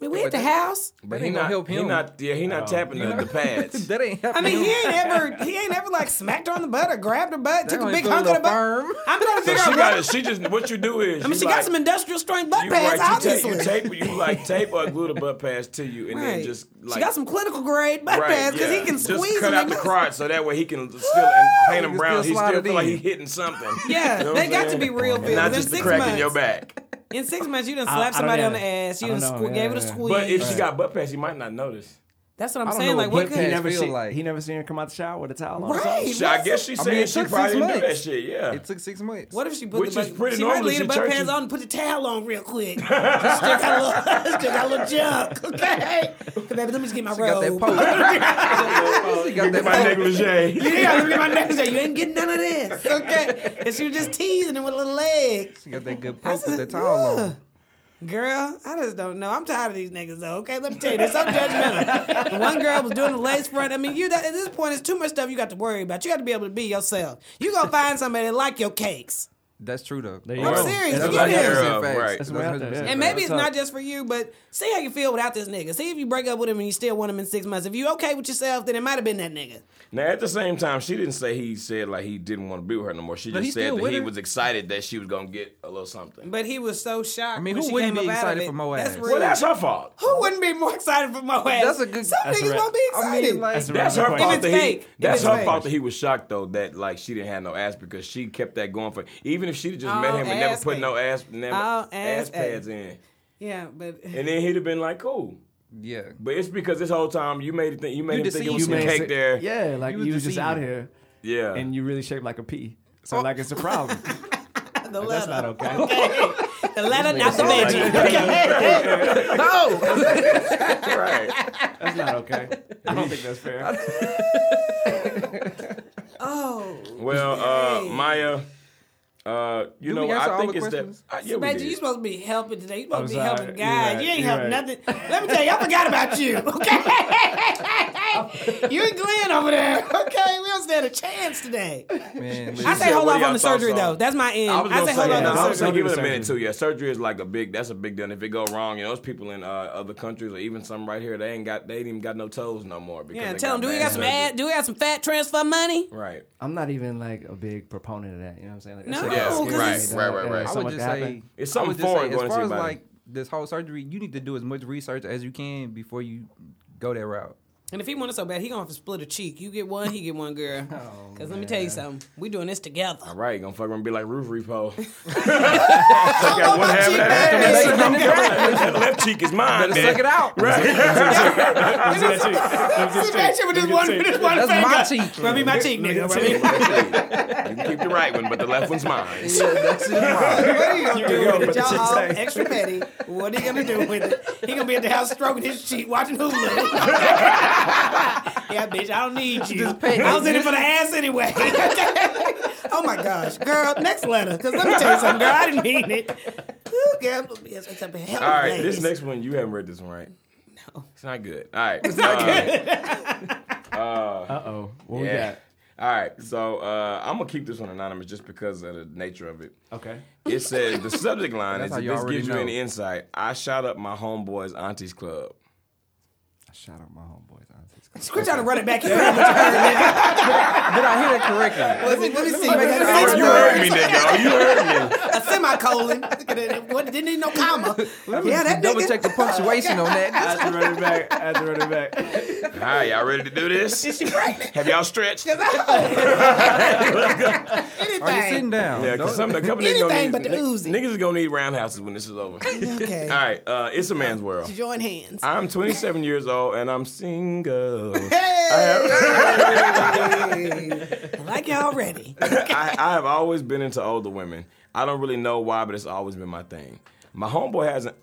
[SPEAKER 2] I mean, we at the
[SPEAKER 4] but that-
[SPEAKER 2] house.
[SPEAKER 3] But
[SPEAKER 4] That
[SPEAKER 3] he
[SPEAKER 4] ain't gonna
[SPEAKER 3] not,
[SPEAKER 4] help
[SPEAKER 3] he
[SPEAKER 4] him.
[SPEAKER 3] not, yeah, he
[SPEAKER 2] Oh,
[SPEAKER 3] not tapping the, the pads.
[SPEAKER 4] that ain't
[SPEAKER 2] I
[SPEAKER 4] happening.
[SPEAKER 2] mean, he ain't ever he ain't ever like smacked her on the butt or grabbed her butt, took a
[SPEAKER 4] don't
[SPEAKER 2] big
[SPEAKER 4] feel
[SPEAKER 2] hunk of
[SPEAKER 4] no
[SPEAKER 2] the butt.
[SPEAKER 4] firm.
[SPEAKER 2] I'm trying to
[SPEAKER 3] So
[SPEAKER 2] figure
[SPEAKER 3] she
[SPEAKER 2] out.
[SPEAKER 3] got
[SPEAKER 2] Got
[SPEAKER 3] it. She just what you do is.
[SPEAKER 2] I mean, she got some industrial strength butt
[SPEAKER 3] you,
[SPEAKER 2] pads,
[SPEAKER 3] right, you, tape,
[SPEAKER 2] obviously.
[SPEAKER 3] you tape you like tape or glue the butt pads to you, and
[SPEAKER 2] Right.
[SPEAKER 3] then just like
[SPEAKER 2] she got some clinical grade butt
[SPEAKER 3] right,
[SPEAKER 2] pads because
[SPEAKER 3] yeah.
[SPEAKER 2] he can squeeze
[SPEAKER 3] Just cut
[SPEAKER 2] them
[SPEAKER 3] out the
[SPEAKER 2] like this.
[SPEAKER 3] crotch so that way he can still and paint him
[SPEAKER 4] can
[SPEAKER 3] brown.
[SPEAKER 4] still
[SPEAKER 3] He
[SPEAKER 4] slide
[SPEAKER 3] still
[SPEAKER 4] it
[SPEAKER 3] feel like
[SPEAKER 4] in.
[SPEAKER 3] he hitting something.
[SPEAKER 2] Yeah,
[SPEAKER 3] You know what
[SPEAKER 2] they
[SPEAKER 3] I'm
[SPEAKER 2] got to
[SPEAKER 3] saying?
[SPEAKER 2] be real
[SPEAKER 3] And not
[SPEAKER 2] bills. In
[SPEAKER 3] just the
[SPEAKER 2] six
[SPEAKER 3] crack
[SPEAKER 2] months,
[SPEAKER 3] in your back.
[SPEAKER 2] in six months, you done
[SPEAKER 5] I- I
[SPEAKER 2] slapped
[SPEAKER 5] don't
[SPEAKER 2] somebody on
[SPEAKER 5] know.
[SPEAKER 2] the ass. You
[SPEAKER 5] I
[SPEAKER 2] done
[SPEAKER 5] don't know,
[SPEAKER 2] squ-
[SPEAKER 5] yeah,
[SPEAKER 2] gave it a
[SPEAKER 5] yeah.
[SPEAKER 2] squeeze.
[SPEAKER 3] But if she got butt pads, he might not notice.
[SPEAKER 2] That's what I'm
[SPEAKER 4] I don't
[SPEAKER 2] saying.
[SPEAKER 4] know
[SPEAKER 2] Like,
[SPEAKER 4] what
[SPEAKER 2] what
[SPEAKER 4] Butt
[SPEAKER 2] could
[SPEAKER 5] He
[SPEAKER 4] Pants
[SPEAKER 5] never
[SPEAKER 4] feel
[SPEAKER 5] seen,
[SPEAKER 4] like-
[SPEAKER 5] he never seen her come out the shower with a towel on.
[SPEAKER 2] right?
[SPEAKER 3] Shit, I
[SPEAKER 2] that's-
[SPEAKER 3] guess she
[SPEAKER 4] I
[SPEAKER 3] said
[SPEAKER 4] mean, it
[SPEAKER 3] she
[SPEAKER 4] took
[SPEAKER 3] probably
[SPEAKER 4] six
[SPEAKER 3] didn't do that
[SPEAKER 4] months.
[SPEAKER 3] shit. Yeah.
[SPEAKER 4] It took six months.
[SPEAKER 2] What if she put
[SPEAKER 3] Which
[SPEAKER 2] the
[SPEAKER 3] is
[SPEAKER 2] butt,
[SPEAKER 3] pretty
[SPEAKER 2] she
[SPEAKER 3] normal
[SPEAKER 2] might leave
[SPEAKER 3] that
[SPEAKER 2] the butt
[SPEAKER 3] churches-
[SPEAKER 2] pants on and put the towel on real quick. still, got a little, still got a little junk. Okay, Come baby, let me just get my
[SPEAKER 4] She got that
[SPEAKER 2] robe.
[SPEAKER 4] pole. She got
[SPEAKER 3] Get
[SPEAKER 4] that
[SPEAKER 3] my
[SPEAKER 4] pole.
[SPEAKER 3] negligee.
[SPEAKER 2] yeah, look at my neck. You ain't getting none of this. Okay, and she was just teasing him with a little leg.
[SPEAKER 4] She got that good
[SPEAKER 2] I
[SPEAKER 4] poke with
[SPEAKER 2] said,
[SPEAKER 4] that towel
[SPEAKER 2] "Ugh."
[SPEAKER 4] on.
[SPEAKER 2] Girl, I just don't know. I'm tired of these niggas though. Okay, let me tell you this. I'm judgmental. The one girl was doing the lace front. I mean, you at this point, it's too much stuff you got to worry about. You got to be able to be yourself. You gonna find somebody that like your cakes.
[SPEAKER 4] That's true though.
[SPEAKER 5] There you
[SPEAKER 2] I'm
[SPEAKER 5] go.
[SPEAKER 2] serious.
[SPEAKER 5] That's
[SPEAKER 2] You
[SPEAKER 5] what I
[SPEAKER 2] did.
[SPEAKER 5] heard.
[SPEAKER 3] Yeah,
[SPEAKER 4] 100% facts.
[SPEAKER 3] right.
[SPEAKER 4] That's
[SPEAKER 5] That's what happened.
[SPEAKER 4] 100%
[SPEAKER 5] Yeah.
[SPEAKER 2] And
[SPEAKER 4] facts.
[SPEAKER 2] maybe it's not just for you, but see how you feel without this nigga. See if you break up with him and you still want him in six months. If you okay with yourself, then it might have been that nigga.
[SPEAKER 3] Now at the same time, she didn't say he said like he didn't want to be with her no more. She
[SPEAKER 4] No,
[SPEAKER 3] just
[SPEAKER 4] he's
[SPEAKER 3] said
[SPEAKER 4] still
[SPEAKER 3] that
[SPEAKER 4] with
[SPEAKER 3] he
[SPEAKER 4] her.
[SPEAKER 3] was excited that she was gonna get a little something.
[SPEAKER 2] But he was so shocked.
[SPEAKER 4] I mean,
[SPEAKER 2] when
[SPEAKER 4] who
[SPEAKER 2] she
[SPEAKER 4] wouldn't
[SPEAKER 2] came
[SPEAKER 4] be
[SPEAKER 2] up out of
[SPEAKER 4] excited
[SPEAKER 2] it.
[SPEAKER 4] for Mo
[SPEAKER 2] That's
[SPEAKER 4] ass?
[SPEAKER 2] real.
[SPEAKER 3] Well, that's her fault.
[SPEAKER 2] who wouldn't be more excited for Mo ass?
[SPEAKER 4] That's a good-
[SPEAKER 2] Some
[SPEAKER 4] that's
[SPEAKER 5] a
[SPEAKER 2] niggas
[SPEAKER 5] rap.
[SPEAKER 2] gonna be
[SPEAKER 4] I mean,
[SPEAKER 2] excited.
[SPEAKER 4] like-
[SPEAKER 5] That's a
[SPEAKER 3] That's her
[SPEAKER 5] Right.
[SPEAKER 3] fault.
[SPEAKER 2] If
[SPEAKER 3] That
[SPEAKER 2] it's
[SPEAKER 3] he,
[SPEAKER 2] fake, if
[SPEAKER 3] that's
[SPEAKER 2] it's
[SPEAKER 3] her
[SPEAKER 2] fake.
[SPEAKER 3] fault that he was shocked though that like she didn't have no ass because she kept that going for even if she'd have just met
[SPEAKER 2] All
[SPEAKER 3] him and never
[SPEAKER 2] ass
[SPEAKER 3] put
[SPEAKER 2] ate.
[SPEAKER 3] no ass never
[SPEAKER 2] All
[SPEAKER 3] ass,
[SPEAKER 2] ass ate.
[SPEAKER 3] pads in,
[SPEAKER 2] yeah, but
[SPEAKER 3] and then he'd have been like cool.
[SPEAKER 4] Yeah.
[SPEAKER 3] But it's because this whole time you made it think you made
[SPEAKER 4] You
[SPEAKER 3] him think it
[SPEAKER 4] deceived
[SPEAKER 3] was some
[SPEAKER 4] him. You made
[SPEAKER 3] cake
[SPEAKER 4] it-
[SPEAKER 3] there.
[SPEAKER 5] Yeah, like
[SPEAKER 4] You
[SPEAKER 5] you,
[SPEAKER 4] was
[SPEAKER 5] was just
[SPEAKER 4] deceiving.
[SPEAKER 5] out here,
[SPEAKER 3] Yeah. Oh.
[SPEAKER 5] and you really shaped like a pea. So like it's a problem.
[SPEAKER 2] the
[SPEAKER 5] That's not
[SPEAKER 2] letter,
[SPEAKER 5] okay.
[SPEAKER 2] the letter, not the veggie. Okay. no,
[SPEAKER 3] right.
[SPEAKER 5] That's not okay. I don't think that's fair.
[SPEAKER 2] oh,
[SPEAKER 3] Well, uh, Maya, uh, you
[SPEAKER 4] Did
[SPEAKER 3] know,
[SPEAKER 4] we answer
[SPEAKER 3] I
[SPEAKER 4] all
[SPEAKER 3] think
[SPEAKER 4] the
[SPEAKER 3] it's that.
[SPEAKER 4] questions?
[SPEAKER 3] Uh, yeah, we
[SPEAKER 2] Imagine you
[SPEAKER 3] did.
[SPEAKER 2] supposed to be helping today. You supposed
[SPEAKER 5] I'm
[SPEAKER 2] to be
[SPEAKER 5] sorry.
[SPEAKER 2] helping
[SPEAKER 5] You're
[SPEAKER 2] God.
[SPEAKER 5] right.
[SPEAKER 2] You ain't
[SPEAKER 5] You're
[SPEAKER 2] helping
[SPEAKER 5] right.
[SPEAKER 2] nothing. Let me tell you, I forgot about you. Okay, you and Glenn over there. Okay, we don't stand a chance today.
[SPEAKER 4] Man,
[SPEAKER 2] I
[SPEAKER 4] listen.
[SPEAKER 2] say hold
[SPEAKER 3] what
[SPEAKER 2] off
[SPEAKER 3] y'all
[SPEAKER 2] on the
[SPEAKER 3] thoughts
[SPEAKER 2] surgery
[SPEAKER 3] on-
[SPEAKER 2] though. That's my end.
[SPEAKER 3] I was
[SPEAKER 2] I,
[SPEAKER 3] gonna
[SPEAKER 2] say
[SPEAKER 3] say,
[SPEAKER 2] hold on
[SPEAKER 3] yeah, I
[SPEAKER 2] to
[SPEAKER 3] was
[SPEAKER 2] the surgery.
[SPEAKER 3] gonna give it a
[SPEAKER 5] Surgery.
[SPEAKER 3] minute too. Yeah, surgery is like a big. That's a big deal. And if it go wrong, you know, it's people in uh, other countries or even some right here. They ain't got. They ain't even got no toes no more. Because
[SPEAKER 2] Yeah,
[SPEAKER 3] they
[SPEAKER 2] tell them. Do we
[SPEAKER 3] bad
[SPEAKER 2] got some
[SPEAKER 3] surgery.
[SPEAKER 2] ad? Do we got some fat transfer money?
[SPEAKER 3] Right.
[SPEAKER 5] I'm not even like a big proponent of that. You know what I'm saying? Like, that's
[SPEAKER 2] No,
[SPEAKER 5] like-
[SPEAKER 2] Yeah, 'cause
[SPEAKER 5] Yeah,
[SPEAKER 2] it's-
[SPEAKER 3] right, right,
[SPEAKER 5] yeah,
[SPEAKER 3] right.
[SPEAKER 5] so
[SPEAKER 4] I would
[SPEAKER 5] much
[SPEAKER 4] just
[SPEAKER 5] uh, could
[SPEAKER 4] say
[SPEAKER 5] happen.
[SPEAKER 3] It's
[SPEAKER 4] I would
[SPEAKER 3] something
[SPEAKER 4] just
[SPEAKER 3] foreign
[SPEAKER 4] say,
[SPEAKER 3] going
[SPEAKER 4] as
[SPEAKER 3] into
[SPEAKER 4] far
[SPEAKER 3] your
[SPEAKER 4] as
[SPEAKER 3] body.
[SPEAKER 4] like this whole surgery, you need to do as much research as you can before you go that route.
[SPEAKER 2] And if he want it so bad, he gonna have to split a cheek. You get one, he get one, girl. Because let me tell you something, we doing this together.
[SPEAKER 3] All right, gonna fuck around and be like roof repo.
[SPEAKER 2] I don't want my cheek back.
[SPEAKER 3] that left cheek is mine.
[SPEAKER 4] Better
[SPEAKER 3] man.
[SPEAKER 4] suck it out.
[SPEAKER 2] Sit back here with this one, this one
[SPEAKER 4] That's
[SPEAKER 2] finger.
[SPEAKER 4] my cheek.
[SPEAKER 2] Rub me my cheek, nigga. Rub me-
[SPEAKER 3] you can keep the right one, but the left one's mine.
[SPEAKER 4] Yeah, that's his mind.
[SPEAKER 2] What are you gonna do with it?
[SPEAKER 5] but
[SPEAKER 2] Y'all
[SPEAKER 5] she
[SPEAKER 2] all
[SPEAKER 5] say-
[SPEAKER 2] extra petty. What are you gonna do with it? He gonna be at the house stroking his cheek, watching Hulu. yeah, bitch, I don't need you. I was in it for the ass anyway. oh my gosh, girl, next letter. Cause let me tell you something, girl, I didn't mean it. Ooh, girl, yes, it's a hell of a
[SPEAKER 3] All right,
[SPEAKER 2] ladies.
[SPEAKER 3] this next one you haven't read this one, right? No, it's not good. All right, it's
[SPEAKER 2] not
[SPEAKER 3] good.
[SPEAKER 5] Uh oh. What we
[SPEAKER 3] Yeah.
[SPEAKER 5] got?
[SPEAKER 3] All right, so uh, I'm gonna keep this one anonymous just because of the nature of it.
[SPEAKER 5] Okay.
[SPEAKER 3] It says the subject line is if
[SPEAKER 4] That's how you
[SPEAKER 3] this
[SPEAKER 4] already
[SPEAKER 3] gives you
[SPEAKER 4] know.
[SPEAKER 3] any insight. I shot up my homeboy's auntie's club.
[SPEAKER 5] Shout out my homeboys. honestly.
[SPEAKER 2] Quit trying to run it back here. Let
[SPEAKER 4] Did I hear that
[SPEAKER 2] me,
[SPEAKER 4] correctly?
[SPEAKER 2] let me see.
[SPEAKER 3] Oh, you heard me, nigga. You heard me.
[SPEAKER 2] a semicolon. Look at it. What, didn't need no comma. yeah, that
[SPEAKER 4] Double
[SPEAKER 2] nigga.
[SPEAKER 4] check the punctuation on
[SPEAKER 5] I
[SPEAKER 4] that.
[SPEAKER 5] had to run it back. I had to run it back.
[SPEAKER 3] All right, y'all ready to do this? Have y'all stretched? Yeah,
[SPEAKER 4] Are you sitting down?
[SPEAKER 3] because some a couple niggas
[SPEAKER 2] Anything
[SPEAKER 3] gonna
[SPEAKER 2] but
[SPEAKER 3] need
[SPEAKER 2] the
[SPEAKER 3] niggas,
[SPEAKER 2] Uzi.
[SPEAKER 3] niggas is gonna need roundhouses when this is over.
[SPEAKER 2] Okay.
[SPEAKER 3] All right, uh, it's a man's world.
[SPEAKER 2] Join hands.
[SPEAKER 3] I'm 27 years old and I'm single.
[SPEAKER 2] I like y'all ready.
[SPEAKER 3] I, I have always been into older women. I don't really know why, but it's always been my thing. My homeboy hasn't.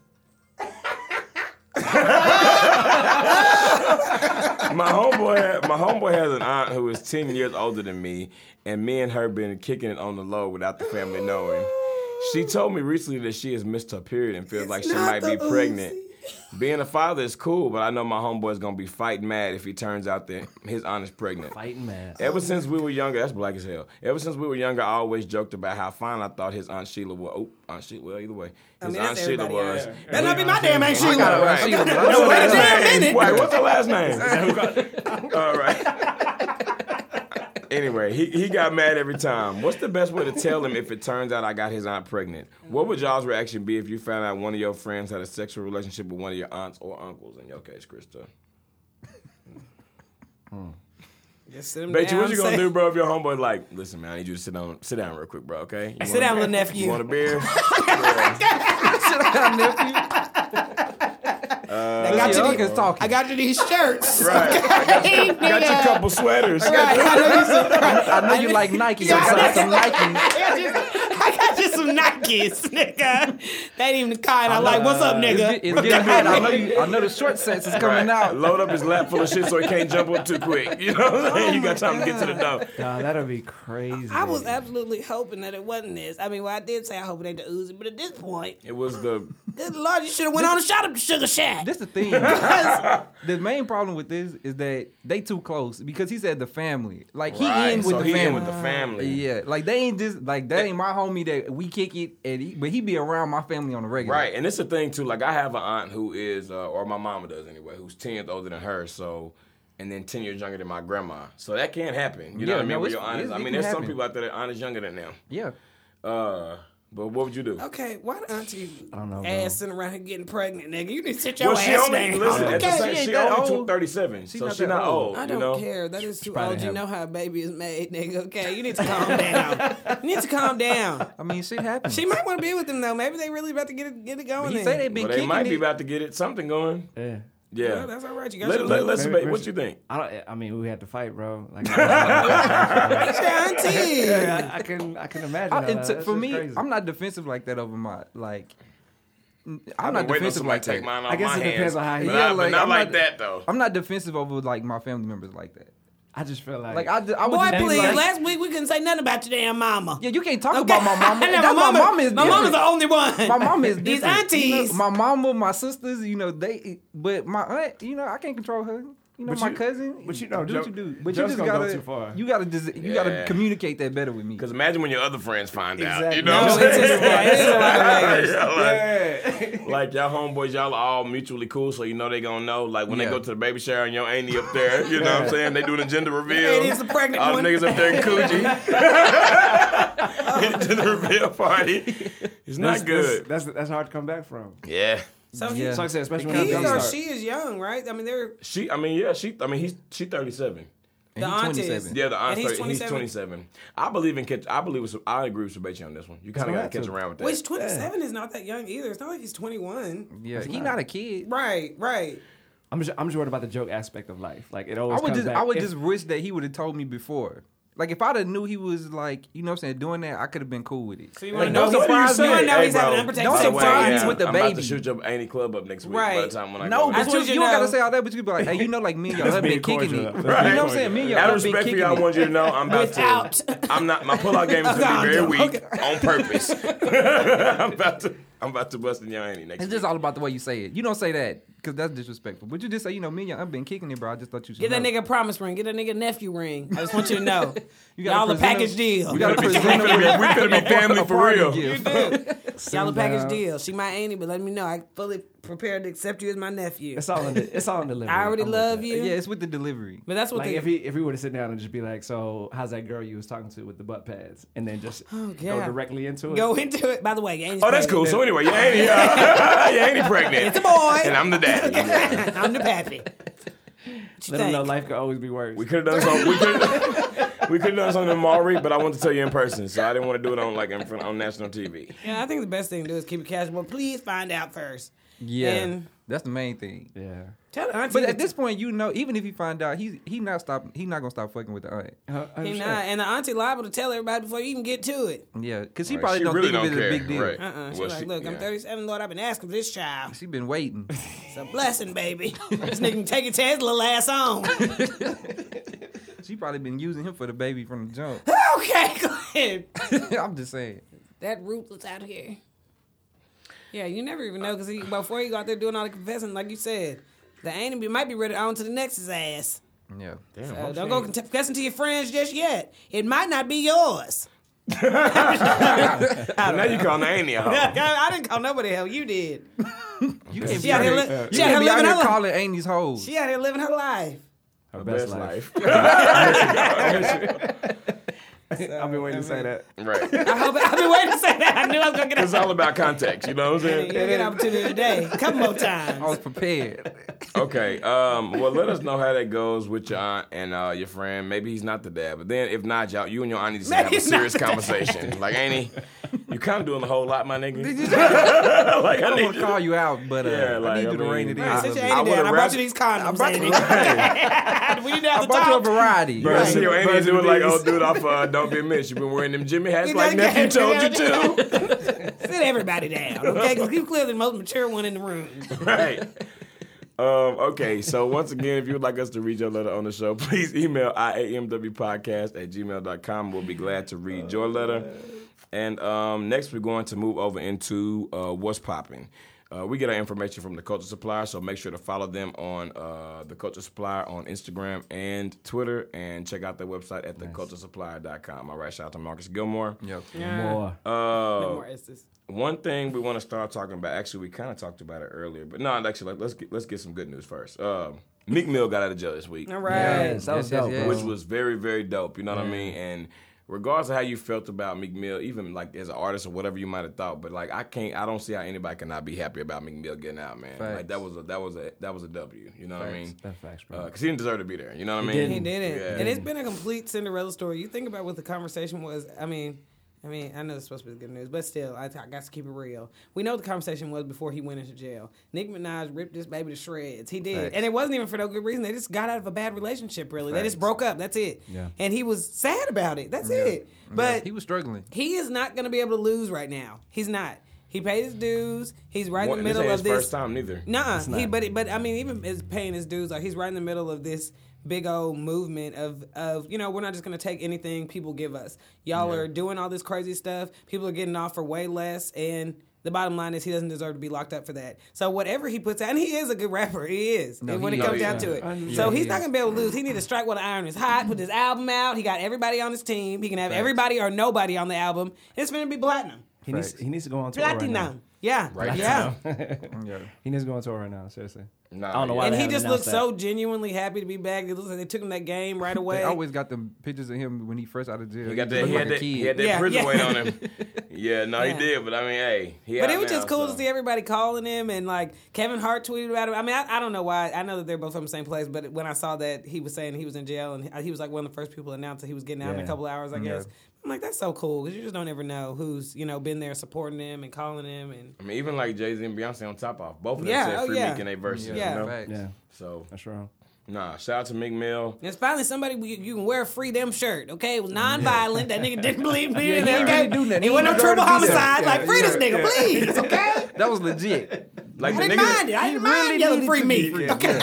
[SPEAKER 3] my homeboy, my homeboy has an aunt who is 10 years older than me, and me and her been kicking it on the low without the family knowing. She told me recently that she has missed her period and feels like she
[SPEAKER 2] not
[SPEAKER 3] might be
[SPEAKER 2] the
[SPEAKER 3] pregnant. Being a father is cool, but I know my homeboy is gonna be fighting mad if he turns out that his aunt is pregnant.
[SPEAKER 5] Fighting man.
[SPEAKER 3] Ever since we were younger, that's black as hell. Ever since we were younger, I always joked about how fine I thought his aunt Sheila was. Oh, aunt Sheila. Well, either way, his
[SPEAKER 2] mean,
[SPEAKER 3] aunt
[SPEAKER 2] that's
[SPEAKER 3] Sheila
[SPEAKER 2] everybody out
[SPEAKER 3] was.
[SPEAKER 2] here. Better not be my damn Aunt Sheila.
[SPEAKER 3] All right.
[SPEAKER 4] Sheila.
[SPEAKER 3] No, wait a
[SPEAKER 2] Wait a damn
[SPEAKER 3] minute.
[SPEAKER 2] minute.
[SPEAKER 3] Wait, what's her last name? All right. Anyway, he, he got mad every time. What's the best way to tell him if it turns out I got his aunt pregnant? What would y'all's reaction be if you found out one of your friends had a sexual relationship with one of your aunts or uncles? In your case, Krista.
[SPEAKER 2] Just sit him
[SPEAKER 3] Bet you
[SPEAKER 2] down,
[SPEAKER 3] what you gonna
[SPEAKER 2] say-
[SPEAKER 3] do, bro? If your homeboy like, listen, man, I need you to sit down, sit down real quick, bro. Okay, You
[SPEAKER 2] Sit
[SPEAKER 3] wanna-
[SPEAKER 2] down, little
[SPEAKER 3] You want a
[SPEAKER 2] nephew.
[SPEAKER 3] beer?
[SPEAKER 4] Sit down, nephew.
[SPEAKER 2] That got you
[SPEAKER 4] y'all
[SPEAKER 2] these,
[SPEAKER 4] niggas talking.
[SPEAKER 2] I got you these shirts.
[SPEAKER 3] Right. I got,
[SPEAKER 2] Okay,
[SPEAKER 3] I got you a
[SPEAKER 2] nigga.
[SPEAKER 3] couple sweaters.
[SPEAKER 2] Right, I know you some-
[SPEAKER 4] I know you like Nike, so
[SPEAKER 2] Yeah, I
[SPEAKER 4] some,
[SPEAKER 2] know.
[SPEAKER 4] some Nike.
[SPEAKER 2] I got you some Nikes, nigga. That ain't even the kind I like. What's up,
[SPEAKER 4] It's,
[SPEAKER 2] nigga?
[SPEAKER 4] get- it's getting hot. I know you. I know the short sets is coming out.
[SPEAKER 3] Load up his lap full of shit so he can't jump up too quick. You know what I'm saying?
[SPEAKER 4] Oh
[SPEAKER 3] you got time to get to the dough.
[SPEAKER 1] God, that'll be crazy.
[SPEAKER 2] I was absolutely hoping that it wasn't this. I mean, well, I did say I hope it ain't the Uzi, but at this point,
[SPEAKER 3] It was the
[SPEAKER 2] good lord, you should have went on and shot up the Sugar Shack.
[SPEAKER 4] That's the thing. the main problem with this is that they too close because he said the family. Like he
[SPEAKER 3] Right,
[SPEAKER 4] in with
[SPEAKER 3] so
[SPEAKER 4] the
[SPEAKER 3] he
[SPEAKER 4] family.
[SPEAKER 3] in with the family.
[SPEAKER 4] Yeah, like they ain't just like that ain't my homie that we kick it and he, but he be around my family on the regular.
[SPEAKER 3] Right, and it's a thing too. Like I have an aunt who is, uh, or my mama does anyway, who's ten years older than her. So, and then ten years younger than my grandma. So that can't happen. You know
[SPEAKER 4] Yeah,
[SPEAKER 3] what I mean?
[SPEAKER 4] no,
[SPEAKER 3] Where
[SPEAKER 4] it's-
[SPEAKER 3] your aunt is-
[SPEAKER 4] it-
[SPEAKER 3] I
[SPEAKER 4] it
[SPEAKER 3] mean,
[SPEAKER 4] can
[SPEAKER 3] there's some
[SPEAKER 4] happen.
[SPEAKER 3] people out there that aunt is younger than them.
[SPEAKER 4] Yeah.
[SPEAKER 3] Uh, but what would you do?
[SPEAKER 2] Okay, why the auntie
[SPEAKER 5] know, bro.
[SPEAKER 2] ass sitting around here getting pregnant, nigga? You need to sit your
[SPEAKER 3] Well,
[SPEAKER 2] ass
[SPEAKER 3] she only
[SPEAKER 2] down.
[SPEAKER 3] listen.
[SPEAKER 2] okay.
[SPEAKER 3] at the same,
[SPEAKER 4] she
[SPEAKER 3] she,
[SPEAKER 4] ain't that
[SPEAKER 3] only
[SPEAKER 4] old.
[SPEAKER 3] 37, so
[SPEAKER 4] not
[SPEAKER 3] she's
[SPEAKER 4] that
[SPEAKER 3] not
[SPEAKER 4] old.
[SPEAKER 3] old.
[SPEAKER 2] I
[SPEAKER 3] you
[SPEAKER 2] don't
[SPEAKER 3] know?
[SPEAKER 2] care. That is too
[SPEAKER 5] probably
[SPEAKER 2] old. You
[SPEAKER 5] have-
[SPEAKER 2] know how a baby is made, nigga. Okay, you need to calm down. You need to calm down.
[SPEAKER 4] I mean, shit happens.
[SPEAKER 2] She might want to be with him though. Maybe they really about to get it, get it going.
[SPEAKER 4] he
[SPEAKER 2] then.
[SPEAKER 4] say they been
[SPEAKER 3] Well, they
[SPEAKER 4] kicking
[SPEAKER 3] might
[SPEAKER 4] it.
[SPEAKER 3] be about to get it something going.
[SPEAKER 1] Yeah.
[SPEAKER 3] Yeah,
[SPEAKER 2] Well, that's all right. You got
[SPEAKER 3] let,
[SPEAKER 2] your
[SPEAKER 3] let,
[SPEAKER 2] little-
[SPEAKER 3] let's
[SPEAKER 1] Very
[SPEAKER 3] debate. What
[SPEAKER 1] Christian.
[SPEAKER 3] you think?
[SPEAKER 1] I don't. I mean, we had to fight, bro. Like, I,
[SPEAKER 2] That's your auntie.
[SPEAKER 1] I can. I can imagine.
[SPEAKER 4] I-
[SPEAKER 1] all
[SPEAKER 4] and
[SPEAKER 1] that.
[SPEAKER 4] to-
[SPEAKER 1] That's
[SPEAKER 4] for
[SPEAKER 1] just
[SPEAKER 4] me,
[SPEAKER 1] crazy.
[SPEAKER 4] I'm not defensive like that over my like. I'm
[SPEAKER 3] I've
[SPEAKER 4] not
[SPEAKER 3] been waiting on
[SPEAKER 4] defensive
[SPEAKER 3] somebody
[SPEAKER 4] like
[SPEAKER 3] to
[SPEAKER 4] that.
[SPEAKER 3] take mine
[SPEAKER 1] I
[SPEAKER 3] off
[SPEAKER 1] guess
[SPEAKER 3] my
[SPEAKER 1] it depends
[SPEAKER 3] hands.
[SPEAKER 1] on how he-
[SPEAKER 3] But
[SPEAKER 4] Yeah,
[SPEAKER 3] I- but
[SPEAKER 4] like,
[SPEAKER 3] not
[SPEAKER 4] I'm
[SPEAKER 3] like
[SPEAKER 4] not-
[SPEAKER 3] that though.
[SPEAKER 4] I'm not defensive over like my family members like that.
[SPEAKER 1] I just feel like.
[SPEAKER 4] Like I, d- I would
[SPEAKER 2] Boy,
[SPEAKER 4] just be
[SPEAKER 2] please.
[SPEAKER 4] like-
[SPEAKER 2] Last week we couldn't say nothing about your damn mama.
[SPEAKER 4] yeah, you can't talk about my mama.
[SPEAKER 2] I know,
[SPEAKER 4] That's
[SPEAKER 2] my mama,
[SPEAKER 4] my mama is
[SPEAKER 2] my mama's
[SPEAKER 4] different.
[SPEAKER 2] the only one.
[SPEAKER 4] my mom is
[SPEAKER 2] These
[SPEAKER 4] different. You know,
[SPEAKER 2] aunties.
[SPEAKER 4] my mama, my sisters, you know, they but my aunt, you know, I can't control her. You know,
[SPEAKER 1] But
[SPEAKER 4] my
[SPEAKER 1] you-
[SPEAKER 4] cousin.
[SPEAKER 1] but you know,
[SPEAKER 4] do
[SPEAKER 1] Joe-
[SPEAKER 4] what you do. But you
[SPEAKER 1] Joe's
[SPEAKER 4] just
[SPEAKER 1] gonna go
[SPEAKER 4] gotta
[SPEAKER 1] too far.
[SPEAKER 4] You gotta just you
[SPEAKER 3] Yeah.
[SPEAKER 4] gotta communicate that better with me.
[SPEAKER 3] Because imagine when your other friends find out. You
[SPEAKER 1] Exactly.
[SPEAKER 3] know what
[SPEAKER 2] No,
[SPEAKER 3] I'm saying?
[SPEAKER 2] it's just- yeah, it's just
[SPEAKER 3] Yeah,
[SPEAKER 2] like-
[SPEAKER 3] like, like, y'all homeboys, y'all are all mutually cool, so you know they gonna know. Like when
[SPEAKER 4] Yeah.
[SPEAKER 3] they go to the baby shower and your auntie up there, you know what I'm saying? They doing the gender reveal.
[SPEAKER 2] And it's the pregnant
[SPEAKER 3] all
[SPEAKER 2] one.
[SPEAKER 3] the niggas up there in coochie. In the gender reveal party.
[SPEAKER 1] that's,
[SPEAKER 3] It's not good.
[SPEAKER 1] That's, that's that's hard to come back from.
[SPEAKER 3] Yeah.
[SPEAKER 2] so
[SPEAKER 4] Yeah.
[SPEAKER 2] he,
[SPEAKER 1] So like I said, especially when
[SPEAKER 2] he
[SPEAKER 1] I'm
[SPEAKER 2] or
[SPEAKER 1] young.
[SPEAKER 2] she is young, right? I mean, they're
[SPEAKER 3] She, I mean, yeah, she, I mean, he's, she 37.
[SPEAKER 2] the
[SPEAKER 4] he's
[SPEAKER 2] aunties.
[SPEAKER 4] 27.
[SPEAKER 3] Yeah, the aunt's
[SPEAKER 2] And he's
[SPEAKER 3] 30 he's
[SPEAKER 2] 27?
[SPEAKER 3] 27. I believe in catch. I believe with, I agree with Sabachi on this one. You kind
[SPEAKER 1] Don't
[SPEAKER 3] of got to
[SPEAKER 1] have
[SPEAKER 3] catch
[SPEAKER 1] to.
[SPEAKER 3] around with that.
[SPEAKER 2] Which 27 is not that young either. It's not like he's 21.
[SPEAKER 4] yeah, he not a kid.
[SPEAKER 2] Right, right.
[SPEAKER 1] I'm just, I'm just worried about the joke aspect of life. Like it
[SPEAKER 4] I
[SPEAKER 1] always.
[SPEAKER 4] would
[SPEAKER 1] comes
[SPEAKER 4] just
[SPEAKER 1] back.
[SPEAKER 4] I would
[SPEAKER 1] If-
[SPEAKER 4] just wish that he would have told me before. Like if I'd have knew he was like, you know what I'm saying, doing that, I could have been cool with it.
[SPEAKER 2] So you want to
[SPEAKER 4] Like, don't
[SPEAKER 2] know
[SPEAKER 4] surprise me.
[SPEAKER 2] Now
[SPEAKER 3] Hey,
[SPEAKER 2] he's having
[SPEAKER 3] bro,
[SPEAKER 2] unprotected
[SPEAKER 4] don't
[SPEAKER 3] by the way,
[SPEAKER 4] surprise me
[SPEAKER 3] yeah,
[SPEAKER 4] with the
[SPEAKER 3] I'm about to
[SPEAKER 4] baby.
[SPEAKER 3] shoot your auntie club up next week. By
[SPEAKER 2] Right.
[SPEAKER 3] the time when I
[SPEAKER 4] No,
[SPEAKER 3] go
[SPEAKER 4] but
[SPEAKER 2] I
[SPEAKER 4] you,
[SPEAKER 2] want you
[SPEAKER 4] you
[SPEAKER 2] to
[SPEAKER 4] don't gotta
[SPEAKER 2] know.
[SPEAKER 4] say all that, but you could be like, hey, you know, like me and your husband
[SPEAKER 1] being
[SPEAKER 4] been kicking
[SPEAKER 1] cordial.
[SPEAKER 4] it.
[SPEAKER 1] That's
[SPEAKER 4] You
[SPEAKER 3] Right.
[SPEAKER 4] know what I'm saying? Me and your
[SPEAKER 3] Out of
[SPEAKER 4] husband
[SPEAKER 3] respect
[SPEAKER 4] been
[SPEAKER 3] for
[SPEAKER 4] kicking
[SPEAKER 3] y'all, I
[SPEAKER 4] it.
[SPEAKER 3] want you to know I'm about
[SPEAKER 2] Without.
[SPEAKER 3] to. I'm not. My pullout game is gonna be very weak
[SPEAKER 2] Okay.
[SPEAKER 3] on purpose. I'm about to. I'm about to bust in your auntie next.
[SPEAKER 4] It's
[SPEAKER 3] week.
[SPEAKER 4] just all about the way you say it. You don't say that because that's disrespectful. But you just say, you know, me and your aunt been kicking it, bro. I just thought you should
[SPEAKER 2] Get that
[SPEAKER 4] know.
[SPEAKER 2] nigga a promise ring. Get that nigga nephew ring. I just want you to know.
[SPEAKER 4] You gotta
[SPEAKER 2] Y'all a
[SPEAKER 4] present
[SPEAKER 2] package
[SPEAKER 4] him-
[SPEAKER 2] deal.
[SPEAKER 4] You gotta
[SPEAKER 3] We
[SPEAKER 4] present him with
[SPEAKER 3] finna be, we
[SPEAKER 4] a-
[SPEAKER 3] finna be family
[SPEAKER 4] a
[SPEAKER 3] for
[SPEAKER 4] party
[SPEAKER 3] real.
[SPEAKER 4] gift.
[SPEAKER 2] Y'all a
[SPEAKER 1] Sitting
[SPEAKER 2] package
[SPEAKER 1] down.
[SPEAKER 2] deal. She my auntie, but let me know. I fully prepared to accept you as my nephew.
[SPEAKER 1] It's all in the, it's all in the delivery.
[SPEAKER 2] I already
[SPEAKER 1] I'm with
[SPEAKER 2] love
[SPEAKER 1] that.
[SPEAKER 2] you.
[SPEAKER 4] Yeah, it's with the delivery.
[SPEAKER 2] But that's what
[SPEAKER 1] Like
[SPEAKER 2] they.
[SPEAKER 1] if he if he would have sit down and just be like, so how's that girl you was talking to with the butt pads, and then just
[SPEAKER 4] Oh,
[SPEAKER 1] go
[SPEAKER 2] God.
[SPEAKER 1] directly into it.
[SPEAKER 2] go into it. By the way, Angie's
[SPEAKER 3] Oh, that's
[SPEAKER 2] pregnant.
[SPEAKER 3] cool. So anyway, your auntie, uh, your auntie pregnant.
[SPEAKER 2] It's a boy.
[SPEAKER 3] and I'm the dad.
[SPEAKER 2] I'm the pappy. What you
[SPEAKER 1] Let him know
[SPEAKER 2] think?
[SPEAKER 1] life could always be worse.
[SPEAKER 3] We could have done something. We could. We could have done something in Maury, but I want to tell you in person, so I didn't want to do it on like in front on national TV.
[SPEAKER 2] Yeah, I think the best thing to do is keep it casual. Please find out first.
[SPEAKER 4] Yeah,
[SPEAKER 2] And-
[SPEAKER 4] that's the main thing.
[SPEAKER 1] yeah.
[SPEAKER 2] Tell the auntie.
[SPEAKER 4] But
[SPEAKER 2] that-
[SPEAKER 4] at this point, you know, even if he find out, he's he not stop. He not gonna stop fucking with the aunt.
[SPEAKER 1] Uh, uh,
[SPEAKER 2] he
[SPEAKER 1] shit.
[SPEAKER 2] not, and the auntie liable to tell everybody before you even get to it.
[SPEAKER 4] Yeah, because she
[SPEAKER 3] Right,
[SPEAKER 4] probably
[SPEAKER 3] she
[SPEAKER 4] don't
[SPEAKER 3] really
[SPEAKER 4] think
[SPEAKER 3] don't
[SPEAKER 4] of it as
[SPEAKER 3] care,
[SPEAKER 4] a big deal.
[SPEAKER 3] right.
[SPEAKER 2] Uh-uh. She's
[SPEAKER 3] Well,
[SPEAKER 2] like,
[SPEAKER 3] she-
[SPEAKER 2] look, I'm
[SPEAKER 3] yeah.
[SPEAKER 2] 37, Lord. I've been asking for this child.
[SPEAKER 4] She been waiting.
[SPEAKER 2] It's a blessing, baby. this nigga can take his Tesla last on.
[SPEAKER 4] she probably been using him for the baby from the jump.
[SPEAKER 2] okay, go ahead.
[SPEAKER 4] I'm just saying.
[SPEAKER 2] That ruthless out here. Yeah, you never even know because he, before he go out there doing all the confessing, like you said, the auntie be- might be ready on to the next his ass.
[SPEAKER 4] Yeah.
[SPEAKER 2] Uh, don't go cont- confessing to your friends just yet. It might not be yours.
[SPEAKER 3] So now you calling the auntie a hoe.
[SPEAKER 2] I didn't call nobody hell. You did.
[SPEAKER 4] You can't
[SPEAKER 2] She
[SPEAKER 4] be
[SPEAKER 2] out
[SPEAKER 4] out
[SPEAKER 2] here, li-
[SPEAKER 4] here, you
[SPEAKER 2] she out here
[SPEAKER 4] can't be out
[SPEAKER 2] living her
[SPEAKER 4] here
[SPEAKER 2] life.
[SPEAKER 4] calling Amy's hoes.
[SPEAKER 2] She out here living her life.
[SPEAKER 1] her
[SPEAKER 3] Best
[SPEAKER 1] best, life.
[SPEAKER 3] life.
[SPEAKER 1] I've been waiting to say that.
[SPEAKER 3] Right.
[SPEAKER 2] Oh, I hope I've been waiting to say that. I knew I was gonna get
[SPEAKER 3] It's all about context, you know what I'm
[SPEAKER 2] you
[SPEAKER 3] saying?
[SPEAKER 2] get an opportunity today. A couple more
[SPEAKER 4] I
[SPEAKER 2] times.
[SPEAKER 4] was prepared.
[SPEAKER 3] Okay. Um, well, let us know how that goes with your aunt and uh, your friend. Maybe he's not the dad, but then if not, y'all, you and your aunt need to
[SPEAKER 2] Maybe
[SPEAKER 3] have a
[SPEAKER 2] he's not
[SPEAKER 3] serious
[SPEAKER 2] the dad.
[SPEAKER 3] conversation. Like, Annie, you kind of doing a whole lot, my nigga.
[SPEAKER 4] I
[SPEAKER 3] like I
[SPEAKER 4] don't
[SPEAKER 3] need
[SPEAKER 4] want to
[SPEAKER 3] you.
[SPEAKER 4] call you out, but uh,
[SPEAKER 3] Yeah, like,
[SPEAKER 4] I need
[SPEAKER 3] I
[SPEAKER 4] you to rein it in.
[SPEAKER 3] mean,
[SPEAKER 4] a
[SPEAKER 2] Sit your
[SPEAKER 4] little bit.
[SPEAKER 3] I
[SPEAKER 2] Andy down.
[SPEAKER 3] would've
[SPEAKER 2] I brought
[SPEAKER 3] wrapped-
[SPEAKER 2] you these condoms.
[SPEAKER 4] brought
[SPEAKER 2] Andy.
[SPEAKER 4] you-
[SPEAKER 2] we didn't have
[SPEAKER 4] I
[SPEAKER 2] to
[SPEAKER 4] brought you a
[SPEAKER 2] talk.
[SPEAKER 4] variety.
[SPEAKER 3] Bro, see your Andy
[SPEAKER 4] Birds
[SPEAKER 3] doing
[SPEAKER 4] and
[SPEAKER 3] like
[SPEAKER 4] bees.
[SPEAKER 3] old dude off uh, Don't Be a Mitch. You've been wearing them Jimmy hats
[SPEAKER 2] You
[SPEAKER 3] like
[SPEAKER 2] done
[SPEAKER 3] nephew
[SPEAKER 2] got
[SPEAKER 3] told you
[SPEAKER 2] it.
[SPEAKER 3] to.
[SPEAKER 2] Sit everybody down, okay? Because he's clearly the most mature one in the room.
[SPEAKER 3] right. Um, okay, so once again, if you would like us to read your letter on the show, please email iamwpodcast at gmail.com. We'll be glad to read your letter. And um, next, we're going to move over into uh, What's Popping. Uh, we get our information from the Culture Supplier, so make sure to follow them on uh, the Culture Supplier on Instagram and Twitter, and check out their website at theculturesupplier.com. All right, shout out to Marcus Gilmore.
[SPEAKER 4] Yep.
[SPEAKER 5] More.
[SPEAKER 2] No more S's.
[SPEAKER 3] One thing we want to start talking about. Actually, we kind of talked about it earlier, but no, actually, let, us get, let's get some good news first. Um, Meek Mill got out of jail this week,
[SPEAKER 2] All right.
[SPEAKER 5] Yes, that was
[SPEAKER 4] Yes, yes,
[SPEAKER 5] dope,
[SPEAKER 4] yes.
[SPEAKER 5] bro.
[SPEAKER 3] which was very very dope. You know what I mean? And regardless of how you felt about Meek Mill, even like as an artist or whatever you might have thought, but like I can't, I don't see how anybody cannot be happy about Meek Mill getting out, man. Like
[SPEAKER 4] Facts.
[SPEAKER 3] that was a that was a that was a W. You know what I mean?
[SPEAKER 5] That's facts, bro.
[SPEAKER 3] Because he didn't deserve to be there. You know what I mean?
[SPEAKER 5] didn't.
[SPEAKER 2] He did it,
[SPEAKER 3] Yeah.
[SPEAKER 2] and it's been a complete Cinderella story. You think about what the conversation was. I mean, I mean, I know it's supposed to be good news, but still, I, I got to keep it real. We know what the conversation was before he went into jail. Nick Minaj ripped this baby to shreds. He did,
[SPEAKER 4] Facts.
[SPEAKER 2] and it wasn't even for no good reason. They just got out of a bad relationship. Really, they just broke up. That's it.
[SPEAKER 5] Yeah.
[SPEAKER 2] And he was sad about it. That's it.
[SPEAKER 4] Yeah,
[SPEAKER 2] But
[SPEAKER 4] he was struggling.
[SPEAKER 2] he is not going to be able to lose right now. He's not. He paid his dues. He's right
[SPEAKER 3] One-
[SPEAKER 2] in the
[SPEAKER 3] this
[SPEAKER 2] middle
[SPEAKER 3] ain't
[SPEAKER 2] of
[SPEAKER 3] his
[SPEAKER 2] this.
[SPEAKER 3] first time neither.
[SPEAKER 2] Nah, he but but I mean even is paying his dues like he's right in the middle of this big old movement of of you know we're not just gonna take anything people give us. Y'all are doing all this crazy stuff. People are getting off for way less and. The bottom line is he doesn't deserve to be locked up for that. So whatever he puts out, and he is a good rapper, he is. when
[SPEAKER 4] he
[SPEAKER 2] it
[SPEAKER 4] is.
[SPEAKER 2] comes down to it, so
[SPEAKER 4] he
[SPEAKER 2] he's not
[SPEAKER 4] is.
[SPEAKER 2] gonna be able to lose. He need to strike while the iron is hot. Put his album out. He got everybody on his team. He can have everybody or nobody on the album. It's gonna be platinum.
[SPEAKER 5] He needs, he needs to go on tour right
[SPEAKER 2] Platinum.
[SPEAKER 5] now.
[SPEAKER 2] yeah.
[SPEAKER 3] Right
[SPEAKER 2] yeah.
[SPEAKER 4] Yeah.
[SPEAKER 5] He needs to go on tour right now, seriously.
[SPEAKER 3] Nah,
[SPEAKER 5] I don't know
[SPEAKER 3] yeah.
[SPEAKER 5] why
[SPEAKER 2] and
[SPEAKER 5] they
[SPEAKER 2] he
[SPEAKER 5] haven't
[SPEAKER 2] just looked
[SPEAKER 5] announced
[SPEAKER 2] so genuinely happy to be back. It looks like they took him that game right away.
[SPEAKER 4] They always got the pictures of him when he first out of jail.
[SPEAKER 3] He got
[SPEAKER 4] just
[SPEAKER 3] that. He had
[SPEAKER 4] looked like
[SPEAKER 3] that,
[SPEAKER 4] a kid.
[SPEAKER 3] he had that
[SPEAKER 2] Yeah,
[SPEAKER 3] prison
[SPEAKER 2] yeah.
[SPEAKER 3] weight on him. Yeah, no,
[SPEAKER 2] Yeah.
[SPEAKER 3] he did. But I mean, hey, he
[SPEAKER 2] but
[SPEAKER 3] out
[SPEAKER 2] it was just
[SPEAKER 3] now,
[SPEAKER 2] cool
[SPEAKER 3] so.
[SPEAKER 2] to see everybody calling him and like Kevin Hart tweeted about him. I mean, I, I don't know why. I know that they're both from the same place, but when I saw that he was saying he was in jail and he, he was like one of the first people to announce that he was getting out in
[SPEAKER 5] Yeah.
[SPEAKER 2] a couple hours, I
[SPEAKER 4] Mm-hmm.
[SPEAKER 2] guess. I'm like, that's so cool because you just don't ever know who's you know been there supporting him and calling him and
[SPEAKER 3] I mean, even like Jay Z and Beyonce on top off, both of them
[SPEAKER 2] Yeah,
[SPEAKER 3] said
[SPEAKER 2] oh,
[SPEAKER 3] free
[SPEAKER 2] yeah.
[SPEAKER 3] Meek in their verses.
[SPEAKER 2] Yeah.
[SPEAKER 3] You know?
[SPEAKER 4] Facts.
[SPEAKER 5] Yeah,
[SPEAKER 3] So
[SPEAKER 5] that's wrong.
[SPEAKER 3] nah, shout out to Meek Mill.
[SPEAKER 2] And it's finally somebody we- you can wear a free damn shirt, okay? It was non-violent. That nigga didn't believe me.
[SPEAKER 4] he ain't
[SPEAKER 2] okay?
[SPEAKER 4] really do nothing.
[SPEAKER 2] He
[SPEAKER 4] He
[SPEAKER 2] wasn't no
[SPEAKER 4] ain't really
[SPEAKER 2] triple
[SPEAKER 4] do nothing.
[SPEAKER 2] homicide.
[SPEAKER 4] Yeah,
[SPEAKER 2] like, free this
[SPEAKER 4] yeah,
[SPEAKER 2] nigga, please, okay?
[SPEAKER 4] That was legit.
[SPEAKER 3] Like
[SPEAKER 2] I
[SPEAKER 3] the
[SPEAKER 2] didn't
[SPEAKER 3] niggas
[SPEAKER 2] mind it. I didn't
[SPEAKER 4] you
[SPEAKER 2] mind
[SPEAKER 4] really
[SPEAKER 2] yelling
[SPEAKER 4] need
[SPEAKER 2] free
[SPEAKER 4] to
[SPEAKER 2] me.
[SPEAKER 4] be free.
[SPEAKER 2] Okay.
[SPEAKER 3] in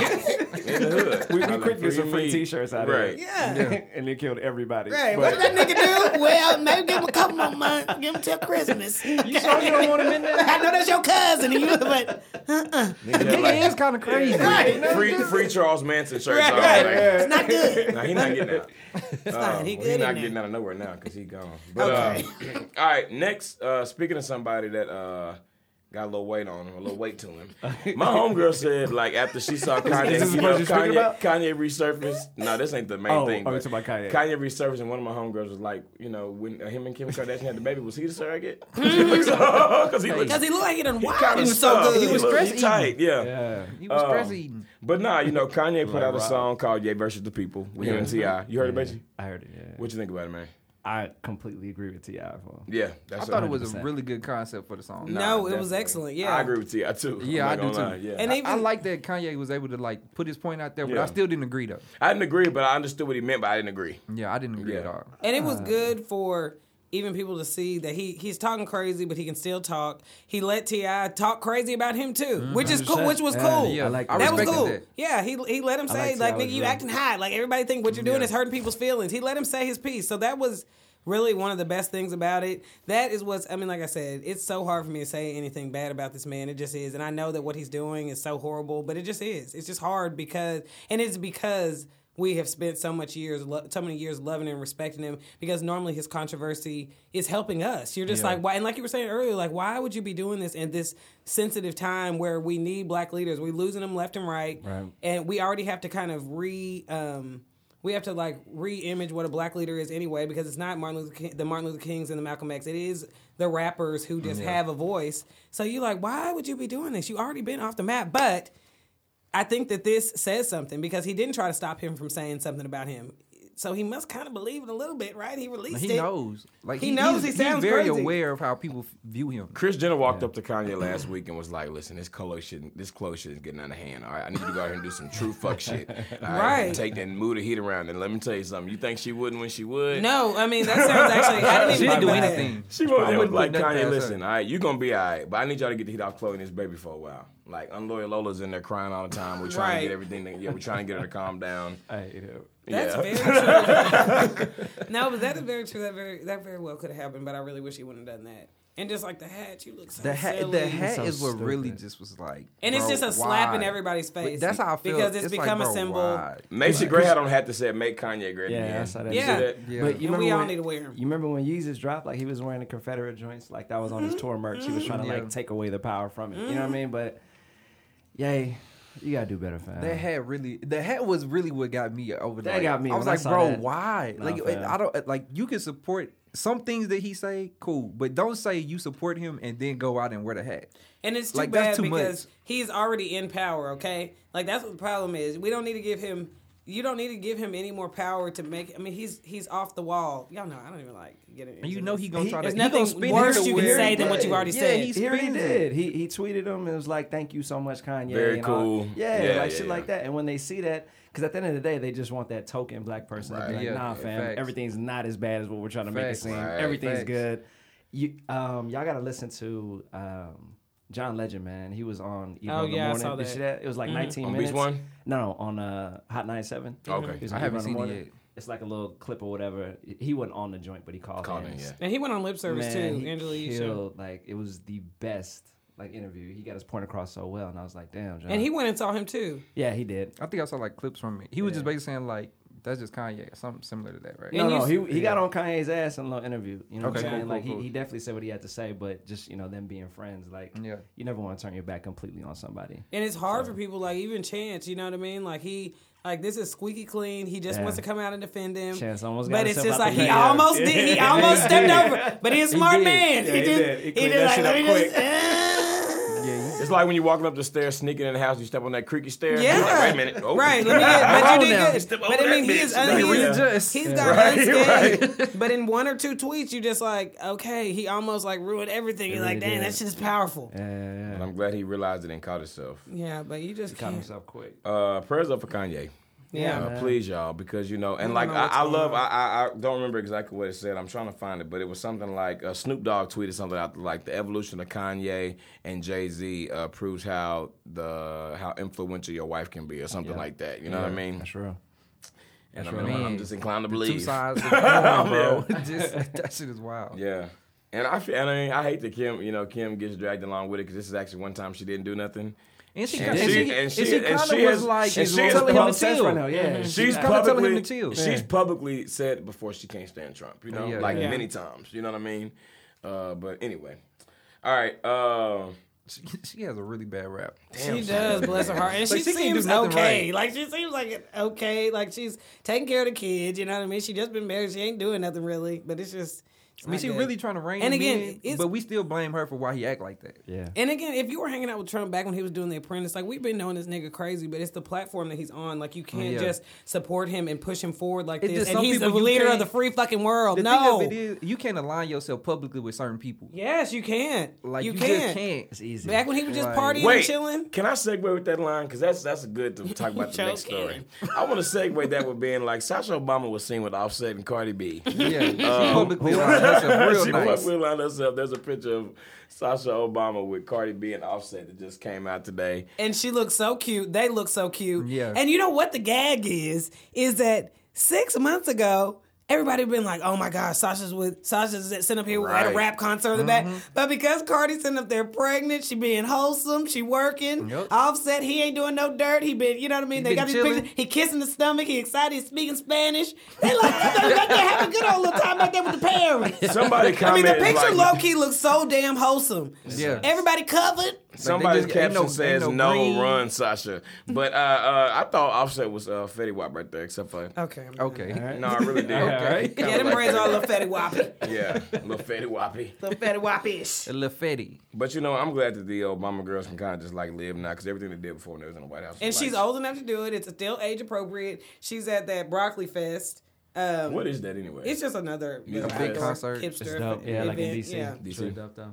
[SPEAKER 3] the hood.
[SPEAKER 1] We,
[SPEAKER 3] I
[SPEAKER 1] we
[SPEAKER 3] like
[SPEAKER 1] quick get some free
[SPEAKER 3] Meek.
[SPEAKER 1] T-shirts out of
[SPEAKER 3] Right.
[SPEAKER 1] it,
[SPEAKER 2] Yeah.
[SPEAKER 1] and they killed everybody.
[SPEAKER 2] Right.
[SPEAKER 1] But-
[SPEAKER 2] What did that nigga do? Well, maybe give him a couple more months. Give him till Christmas.
[SPEAKER 1] you sure you don't want him in there?
[SPEAKER 2] I know that's your cousin, and you, but
[SPEAKER 3] Niggas had,
[SPEAKER 4] It
[SPEAKER 3] like,
[SPEAKER 4] is kind of crazy.
[SPEAKER 3] Free, free Charles Manson shirts
[SPEAKER 2] Right,
[SPEAKER 3] on.
[SPEAKER 2] right.
[SPEAKER 3] like,
[SPEAKER 2] it's not good.
[SPEAKER 3] Nah, he not getting out.
[SPEAKER 2] It's fine. He
[SPEAKER 3] Well,
[SPEAKER 2] good
[SPEAKER 3] not
[SPEAKER 2] in
[SPEAKER 3] getting
[SPEAKER 2] there.
[SPEAKER 3] out of nowhere now because he gone. But uh, all right, next. Uh, speaking of somebody that uh, got a little weight on him, a little weight to him. My homegirl said like after she saw Kanye,
[SPEAKER 1] is this the
[SPEAKER 3] you know,
[SPEAKER 1] person you're speaking
[SPEAKER 3] Kanye,
[SPEAKER 1] about?
[SPEAKER 3] Kanye resurfaced. No, this ain't the main
[SPEAKER 1] Oh,
[SPEAKER 3] thing.
[SPEAKER 1] oh, you're
[SPEAKER 3] but
[SPEAKER 1] talking about Kanye.
[SPEAKER 3] resurfaced, and one of my homegirls was like, you know, when uh, him and Kim Kardashian had the baby, was he the surrogate? Because he
[SPEAKER 2] Mm. Because
[SPEAKER 3] was.
[SPEAKER 2] he looked like he done
[SPEAKER 3] He
[SPEAKER 2] wild.
[SPEAKER 3] kind
[SPEAKER 2] He
[SPEAKER 3] of
[SPEAKER 2] was so good.
[SPEAKER 3] He was
[SPEAKER 4] stress
[SPEAKER 3] stressed
[SPEAKER 4] eating.
[SPEAKER 3] tight.
[SPEAKER 1] Yeah.
[SPEAKER 4] He was
[SPEAKER 3] Um,
[SPEAKER 4] stress eating.
[SPEAKER 3] But nah, you know, Kanye put out a
[SPEAKER 1] Rob.
[SPEAKER 3] song called "Ye versus the People" with him and Ti. You heard about it, Benji?
[SPEAKER 5] I heard it. Yeah.
[SPEAKER 3] What you think about it, man?
[SPEAKER 5] I completely agree with Ti. for-
[SPEAKER 3] Yeah, that's
[SPEAKER 4] I thought it was a
[SPEAKER 5] 100%.
[SPEAKER 4] really good concept for the song.
[SPEAKER 3] Nah,
[SPEAKER 2] No, it was
[SPEAKER 3] definitely.
[SPEAKER 2] excellent. Yeah.
[SPEAKER 3] I agree with Ti too.
[SPEAKER 4] Yeah,
[SPEAKER 3] I'm
[SPEAKER 4] I
[SPEAKER 3] not
[SPEAKER 4] do too.
[SPEAKER 3] gonna lie, Yeah.
[SPEAKER 2] And
[SPEAKER 4] I,
[SPEAKER 2] even,
[SPEAKER 4] I like that Kanye was able to like put his point out there, but
[SPEAKER 3] Yeah.
[SPEAKER 4] I still didn't agree though.
[SPEAKER 3] I didn't agree, but I understood what he meant. But I didn't agree.
[SPEAKER 4] Yeah, I didn't agree
[SPEAKER 3] Yeah.
[SPEAKER 4] at all.
[SPEAKER 2] And it was good for even people to see that he he's talking crazy, but he can still talk. He let Ti talk crazy about him too, which is cool. Which was
[SPEAKER 5] Yeah,
[SPEAKER 2] cool.
[SPEAKER 5] yeah, I like
[SPEAKER 4] I
[SPEAKER 2] that was
[SPEAKER 4] respected
[SPEAKER 2] cool.
[SPEAKER 4] that.
[SPEAKER 2] Yeah, he he let him say
[SPEAKER 5] like
[SPEAKER 2] like,
[SPEAKER 5] Ti, I
[SPEAKER 2] nigga, you
[SPEAKER 5] agree.
[SPEAKER 2] acting high. Like everybody think what you're doing is hurting people's feelings. He let him say his piece. So that was. Really, one of the best things about it. That is what's, I mean, like I said, it's so hard for me to say anything bad about this man. It just is. And I know that what he's doing is so horrible, but it just is. It's just hard because, and it's because we have spent so much years, lo- so many years loving and respecting him because normally his controversy is helping us. You're just like, why? And like you were saying earlier, like, why would you be doing this in this sensitive time where we need black leaders? We're losing them left and right,
[SPEAKER 5] Right.
[SPEAKER 2] and we already have to kind of re. Um, we have to like re-image what a black leader is anyway because it's not Martin Luther King, the Martin Luther Kings and the Malcolm X. It is the rappers who just have a voice. So you're like, why would you be doing this? You already been off the map, but I think that this says something because he didn't try to stop him from saying something about him. So he must kind of believe it a little bit, right? He released
[SPEAKER 4] He
[SPEAKER 2] it.
[SPEAKER 4] knows. Like
[SPEAKER 2] He knows
[SPEAKER 4] he's-
[SPEAKER 2] he
[SPEAKER 4] he's
[SPEAKER 2] sounds
[SPEAKER 4] very
[SPEAKER 2] crazy.
[SPEAKER 4] aware of how people f- view him.
[SPEAKER 3] Chris Jenner walked up to Kanye last week and was like, "Listen, this Chloe shit, this Chloe shit is getting out of hand. All right, I need you to go out here and do some true fuck shit. All right,
[SPEAKER 2] Right.
[SPEAKER 3] take that and move the heat around. And let me tell you something. You think she wouldn't when she would?
[SPEAKER 2] No, I mean that sounds actually. I didn't even
[SPEAKER 4] She didn't
[SPEAKER 2] think
[SPEAKER 4] do
[SPEAKER 2] about that.
[SPEAKER 4] anything.
[SPEAKER 3] She wrote
[SPEAKER 4] I
[SPEAKER 3] him
[SPEAKER 4] wouldn't
[SPEAKER 3] like
[SPEAKER 4] put nothing
[SPEAKER 3] Kanye.
[SPEAKER 4] past
[SPEAKER 3] Listen,
[SPEAKER 4] her.
[SPEAKER 3] all right, you're gonna be all right, but I need y'all to get the heat off Chloe and this baby for a while. Like Unloyal Lola's in there crying all the time. We're trying
[SPEAKER 2] Right.
[SPEAKER 3] to get everything. To, yeah, we're trying to get her to calm down.
[SPEAKER 1] Hey, you know,
[SPEAKER 2] That's
[SPEAKER 3] yeah.
[SPEAKER 2] very true. no, but that is very true. That very that very well could have happened, but I really wish he wouldn't have done that. And just like the hat, you look so
[SPEAKER 4] The hat,
[SPEAKER 2] silly.
[SPEAKER 4] the hat
[SPEAKER 1] So
[SPEAKER 4] is what really
[SPEAKER 1] stupid.
[SPEAKER 4] just was like,
[SPEAKER 2] and it's
[SPEAKER 4] bro,
[SPEAKER 2] just a slap in
[SPEAKER 4] why?
[SPEAKER 2] everybody's
[SPEAKER 4] But
[SPEAKER 2] face.
[SPEAKER 4] That's how I feel
[SPEAKER 2] because it's,
[SPEAKER 4] like,
[SPEAKER 2] become
[SPEAKER 4] bro,
[SPEAKER 2] a symbol.
[SPEAKER 4] why?
[SPEAKER 3] Macy Gray had on a hat that said "Make Kanye Great
[SPEAKER 1] yeah,
[SPEAKER 3] Again."
[SPEAKER 1] I saw that.
[SPEAKER 2] Yeah.
[SPEAKER 1] shit.
[SPEAKER 4] Yeah.
[SPEAKER 1] But you
[SPEAKER 2] And
[SPEAKER 1] remember
[SPEAKER 2] we all
[SPEAKER 1] when,
[SPEAKER 2] need to wear 'em.
[SPEAKER 1] You remember when Yeezus dropped? Like he was wearing the Confederate joints. Like that was on his tour merch. He was trying to
[SPEAKER 4] Yeah.
[SPEAKER 1] like take away the power from it. You know what I mean? But yay, you gotta do better, fam.
[SPEAKER 4] That hat really, the hat was really what got me over.
[SPEAKER 1] That
[SPEAKER 4] like,
[SPEAKER 1] got me
[SPEAKER 4] I was
[SPEAKER 1] when I
[SPEAKER 4] like,
[SPEAKER 1] saw
[SPEAKER 4] bro,
[SPEAKER 1] that.
[SPEAKER 4] why?
[SPEAKER 1] Nah,
[SPEAKER 4] like,
[SPEAKER 1] fam.
[SPEAKER 4] I don't like. You can support some things that he say, cool, but don't say you support him and then go out and wear the hat.
[SPEAKER 2] And it's too
[SPEAKER 4] Like,
[SPEAKER 2] bad
[SPEAKER 4] that's too much.
[SPEAKER 2] because he's already in power, okay? Like that's what the problem is. We don't need to give him you don't need to give him any more power to make I mean he's he's off the wall. Y'all know I don't even like getting
[SPEAKER 4] And you know he gonna try to.
[SPEAKER 2] there's
[SPEAKER 4] he gonna
[SPEAKER 2] nothing
[SPEAKER 4] spin it
[SPEAKER 2] worse
[SPEAKER 4] to
[SPEAKER 2] you can
[SPEAKER 4] where-
[SPEAKER 2] say than what you've already
[SPEAKER 4] yeah,
[SPEAKER 2] said.
[SPEAKER 4] Yeah, he
[SPEAKER 1] Here he
[SPEAKER 4] spins it.
[SPEAKER 1] did. He he tweeted him and was like, "Thank you so much, Kanye."
[SPEAKER 3] Very
[SPEAKER 1] and all-
[SPEAKER 3] cool.
[SPEAKER 1] Yeah,
[SPEAKER 3] Yeah,
[SPEAKER 1] like
[SPEAKER 3] yeah,
[SPEAKER 1] shit
[SPEAKER 3] yeah.
[SPEAKER 1] like that. And when they see that, because at the end of the day, they just want that token black person to
[SPEAKER 3] Right.
[SPEAKER 1] be like,
[SPEAKER 4] Yeah,
[SPEAKER 1] "Nah,
[SPEAKER 4] yeah,
[SPEAKER 1] fam,
[SPEAKER 4] facts.
[SPEAKER 1] everything's not as bad as what we're trying to make it
[SPEAKER 4] Facts.
[SPEAKER 1] seem.
[SPEAKER 3] Right.
[SPEAKER 1] Everything's
[SPEAKER 4] Facts.
[SPEAKER 1] good." You um y'all gotta listen to um John Legend, man. He was on Even
[SPEAKER 2] Oh,
[SPEAKER 1] in the
[SPEAKER 2] yeah, I
[SPEAKER 1] morning.
[SPEAKER 2] saw
[SPEAKER 1] Did you
[SPEAKER 2] that.
[SPEAKER 1] see that? It was like
[SPEAKER 4] Mm-hmm.
[SPEAKER 1] 19
[SPEAKER 3] On Beach
[SPEAKER 1] minutes.
[SPEAKER 3] One?
[SPEAKER 1] No, no, on uh, Hot 97.
[SPEAKER 3] Okay.
[SPEAKER 1] He was
[SPEAKER 4] I
[SPEAKER 1] on Even
[SPEAKER 4] haven't
[SPEAKER 1] in the
[SPEAKER 4] seen it
[SPEAKER 1] morning.
[SPEAKER 4] yet.
[SPEAKER 1] It's like a little clip or whatever. He wasn't on the joint, but he called,
[SPEAKER 3] Called in,
[SPEAKER 1] in.
[SPEAKER 3] yeah.
[SPEAKER 2] and he went on lip service
[SPEAKER 1] Man,
[SPEAKER 2] too,
[SPEAKER 1] he
[SPEAKER 2] Angela Yee
[SPEAKER 1] killed. Like it was the best like interview. He got his point across so well, and I was like, damn, John.
[SPEAKER 2] And he went and saw him too.
[SPEAKER 1] yeah, he did.
[SPEAKER 4] I think I saw like clips from it. He was just basically saying like, that's just Kanye, something similar to that, right?
[SPEAKER 2] And
[SPEAKER 1] no, no,
[SPEAKER 2] you-
[SPEAKER 1] he, he got on Kanye's ass in a little interview. You know what I'm
[SPEAKER 4] Okay,
[SPEAKER 1] saying?
[SPEAKER 4] cool,
[SPEAKER 1] like
[SPEAKER 4] cool,
[SPEAKER 1] he,
[SPEAKER 4] cool.
[SPEAKER 1] he definitely said what he had to say, but just you know them being friends, like
[SPEAKER 4] Yeah.
[SPEAKER 1] you never want to turn your back completely on somebody.
[SPEAKER 2] And it's hard for people like even Chance, you know what I mean? Like he like this is squeaky clean. He just
[SPEAKER 1] Yeah.
[SPEAKER 2] wants to come out and defend him.
[SPEAKER 1] Chance almost got
[SPEAKER 2] But it's
[SPEAKER 1] himself
[SPEAKER 2] just
[SPEAKER 1] out
[SPEAKER 2] like
[SPEAKER 1] the
[SPEAKER 2] he
[SPEAKER 1] way.
[SPEAKER 2] almost did. He almost stepped over. But he's a smart
[SPEAKER 4] did.
[SPEAKER 2] man.
[SPEAKER 3] Yeah,
[SPEAKER 2] he,
[SPEAKER 3] he
[SPEAKER 2] just
[SPEAKER 3] did. He
[SPEAKER 2] he,
[SPEAKER 3] cleaned
[SPEAKER 2] just
[SPEAKER 3] that
[SPEAKER 2] like
[SPEAKER 3] shit
[SPEAKER 2] let
[SPEAKER 3] up
[SPEAKER 2] me
[SPEAKER 3] quick.
[SPEAKER 2] just eh.
[SPEAKER 3] It's like when you walking up the stairs, sneaking in the house, you step on that creaky stair. and
[SPEAKER 2] Yeah.
[SPEAKER 3] you're like, Wait a minute. Oh.
[SPEAKER 2] Right. Let me get, but
[SPEAKER 4] on
[SPEAKER 2] you did
[SPEAKER 4] now.
[SPEAKER 2] good.
[SPEAKER 3] Step
[SPEAKER 2] But
[SPEAKER 3] over
[SPEAKER 2] I mean,
[SPEAKER 3] that
[SPEAKER 2] he is
[SPEAKER 3] bitch.
[SPEAKER 2] un-
[SPEAKER 3] Like,
[SPEAKER 2] he is-
[SPEAKER 4] we're just-
[SPEAKER 2] he's got
[SPEAKER 3] Right,
[SPEAKER 2] unscathed. But in one or two tweets, you just like, okay, he almost like ruined everything. You're like,
[SPEAKER 1] really
[SPEAKER 2] damn,
[SPEAKER 1] did.
[SPEAKER 2] that shit is powerful.
[SPEAKER 1] Yeah, yeah,
[SPEAKER 3] And
[SPEAKER 1] yeah.
[SPEAKER 3] I'm glad he realized it and caught himself.
[SPEAKER 2] Yeah, but you just
[SPEAKER 1] Caught
[SPEAKER 2] can't.
[SPEAKER 1] himself quick.
[SPEAKER 3] Uh, prayers up for Kanye.
[SPEAKER 2] Yeah.
[SPEAKER 3] Uh, please, y'all, because you know, and
[SPEAKER 2] We
[SPEAKER 3] like
[SPEAKER 2] don't know
[SPEAKER 3] I,
[SPEAKER 2] what's
[SPEAKER 3] I
[SPEAKER 2] going
[SPEAKER 3] love,
[SPEAKER 2] on.
[SPEAKER 3] I, I I don't remember exactly what it said. I'm trying to find it, but it was something like uh, Snoop Dogg tweeted something out like the evolution of Kanye and Jay Z uh, proves how the how influential your wife can be, or something like that. You know what I mean?
[SPEAKER 1] That's real.
[SPEAKER 3] And I
[SPEAKER 4] right.
[SPEAKER 3] mean, I'm
[SPEAKER 4] Man.
[SPEAKER 3] just inclined to
[SPEAKER 4] Two
[SPEAKER 3] believe.
[SPEAKER 4] sides, of the coin, bro. just, that shit is wild.
[SPEAKER 3] Yeah. And I, feel, and I mean, I hate that Kim, you know, Kim gets dragged along with it because this is actually one time she didn't do nothing.
[SPEAKER 4] And she,
[SPEAKER 3] And
[SPEAKER 4] and
[SPEAKER 3] she-
[SPEAKER 4] she,
[SPEAKER 3] and
[SPEAKER 4] and
[SPEAKER 3] she-
[SPEAKER 4] she,
[SPEAKER 3] and
[SPEAKER 4] kind of
[SPEAKER 3] she
[SPEAKER 4] was
[SPEAKER 3] is-
[SPEAKER 4] like,
[SPEAKER 3] and
[SPEAKER 4] she's
[SPEAKER 3] she is
[SPEAKER 4] telling him to
[SPEAKER 1] Sense
[SPEAKER 4] chill.
[SPEAKER 1] right now, yeah.
[SPEAKER 3] She's
[SPEAKER 4] kinda telling him
[SPEAKER 3] publicly
[SPEAKER 4] to chill.
[SPEAKER 3] She's publicly said before she can't stand Trump. You know,
[SPEAKER 4] Yeah,
[SPEAKER 3] like
[SPEAKER 4] yeah.
[SPEAKER 3] many times. You know what I mean? Uh, but anyway, all right. Uh,
[SPEAKER 4] She, she has a really bad rap.
[SPEAKER 2] She does, bless her heart. And
[SPEAKER 4] Like,
[SPEAKER 2] she,
[SPEAKER 4] she can't do
[SPEAKER 2] seems
[SPEAKER 4] nothing
[SPEAKER 2] okay.
[SPEAKER 4] right.
[SPEAKER 2] Like, she seems like it- okay. Like, she's taking care of the kids. You know what I mean? She just been married. She ain't doing nothing really. But it's just. it's
[SPEAKER 4] I mean,
[SPEAKER 2] not
[SPEAKER 4] she
[SPEAKER 2] good.
[SPEAKER 4] really trying to rein
[SPEAKER 2] And
[SPEAKER 4] him
[SPEAKER 2] again,
[SPEAKER 4] in,
[SPEAKER 2] it's-
[SPEAKER 4] but we still blame her for why he act like that.
[SPEAKER 1] Yeah.
[SPEAKER 2] And again, if you were hanging out with Trump back when he was doing The Apprentice, like we've been knowing this nigga crazy, but it's the platform that he's on. Like you can't
[SPEAKER 4] Oh, Yeah.
[SPEAKER 2] just support him and push him forward like
[SPEAKER 4] It's
[SPEAKER 2] this.
[SPEAKER 4] just
[SPEAKER 2] And
[SPEAKER 4] some
[SPEAKER 2] he's the
[SPEAKER 4] people you
[SPEAKER 2] leader of
[SPEAKER 4] can't-
[SPEAKER 2] the free fucking world.
[SPEAKER 4] The
[SPEAKER 2] no.
[SPEAKER 4] thing of it is, you can't align yourself publicly with certain people.
[SPEAKER 2] yes, you can't.
[SPEAKER 4] Like you,
[SPEAKER 2] can't.
[SPEAKER 4] just can't.
[SPEAKER 1] It's easy.
[SPEAKER 2] Back when he was just
[SPEAKER 4] Like-
[SPEAKER 2] partying and
[SPEAKER 3] wait,
[SPEAKER 2] chilling.
[SPEAKER 3] can I segue with that line? Because that's that's good to talk about the next story.
[SPEAKER 2] Joking.
[SPEAKER 3] I want to segue that with being like Sasha Obama was seen with Offset and Cardi B.
[SPEAKER 4] Yeah, she publicly aligned herself real
[SPEAKER 3] Uh, she
[SPEAKER 4] nice.
[SPEAKER 3] publicly lined herself. There's a picture of Sasha Obama with Cardi B and Offset that just came out today.
[SPEAKER 2] And she looks so cute. They look so cute.
[SPEAKER 4] Yeah.
[SPEAKER 2] And you know what the gag is? Is that six months ago, everybody been like, oh my gosh, Sasha's with Sasha's sitting up here at
[SPEAKER 3] Right.
[SPEAKER 2] a rap concert in the back.
[SPEAKER 4] Mm-hmm.
[SPEAKER 2] But because Cardi's sitting up there pregnant, she being wholesome, she working,
[SPEAKER 4] Yep.
[SPEAKER 2] offset, he ain't doing no dirt. He been, you know what I mean? they
[SPEAKER 4] been
[SPEAKER 2] got these
[SPEAKER 4] chilling.
[SPEAKER 2] pictures. He kissing the stomach, he excited, he's speaking Spanish. They like, they back there having a good old little time back there with the parents.
[SPEAKER 3] Somebody
[SPEAKER 2] I mean,
[SPEAKER 3] commented
[SPEAKER 2] the picture
[SPEAKER 3] like,
[SPEAKER 2] low key looks so damn wholesome.
[SPEAKER 4] Yeah.
[SPEAKER 2] Everybody covered.
[SPEAKER 3] Somebody's
[SPEAKER 4] just- ain't
[SPEAKER 3] caption
[SPEAKER 4] no- ain't
[SPEAKER 3] says
[SPEAKER 4] no
[SPEAKER 3] no,
[SPEAKER 4] green."
[SPEAKER 3] run, Sasha. But uh, uh, I thought Offset was uh, Fetty Wap right there, except for
[SPEAKER 2] Okay. I'm done.
[SPEAKER 4] Okay.
[SPEAKER 3] no, I really did.
[SPEAKER 4] Okay.
[SPEAKER 3] Kinda
[SPEAKER 2] Yeah, them
[SPEAKER 3] like
[SPEAKER 2] braids
[SPEAKER 3] Fetty
[SPEAKER 2] are a
[SPEAKER 3] Wap.
[SPEAKER 2] little fatty woppy.
[SPEAKER 3] Yeah, little Fetty Wappy.
[SPEAKER 2] Little fatty woppish.
[SPEAKER 4] A little fetty.
[SPEAKER 3] But you know, I'm glad that the Obama girls can kind of just like live now because everything they did before when they was in the White House.
[SPEAKER 2] And
[SPEAKER 3] was
[SPEAKER 2] she's
[SPEAKER 3] like,
[SPEAKER 2] old enough to do it. It's still age appropriate. She's at that broccoli fest. Um,
[SPEAKER 3] What is that anyway?
[SPEAKER 2] It's just another
[SPEAKER 3] Music
[SPEAKER 2] regular
[SPEAKER 3] fest.
[SPEAKER 4] Concert.
[SPEAKER 2] hipster
[SPEAKER 1] It's dope. Yeah, like in
[SPEAKER 2] event,
[SPEAKER 1] DC.
[SPEAKER 2] yeah.
[SPEAKER 1] It's
[SPEAKER 3] DC.
[SPEAKER 1] really dope though.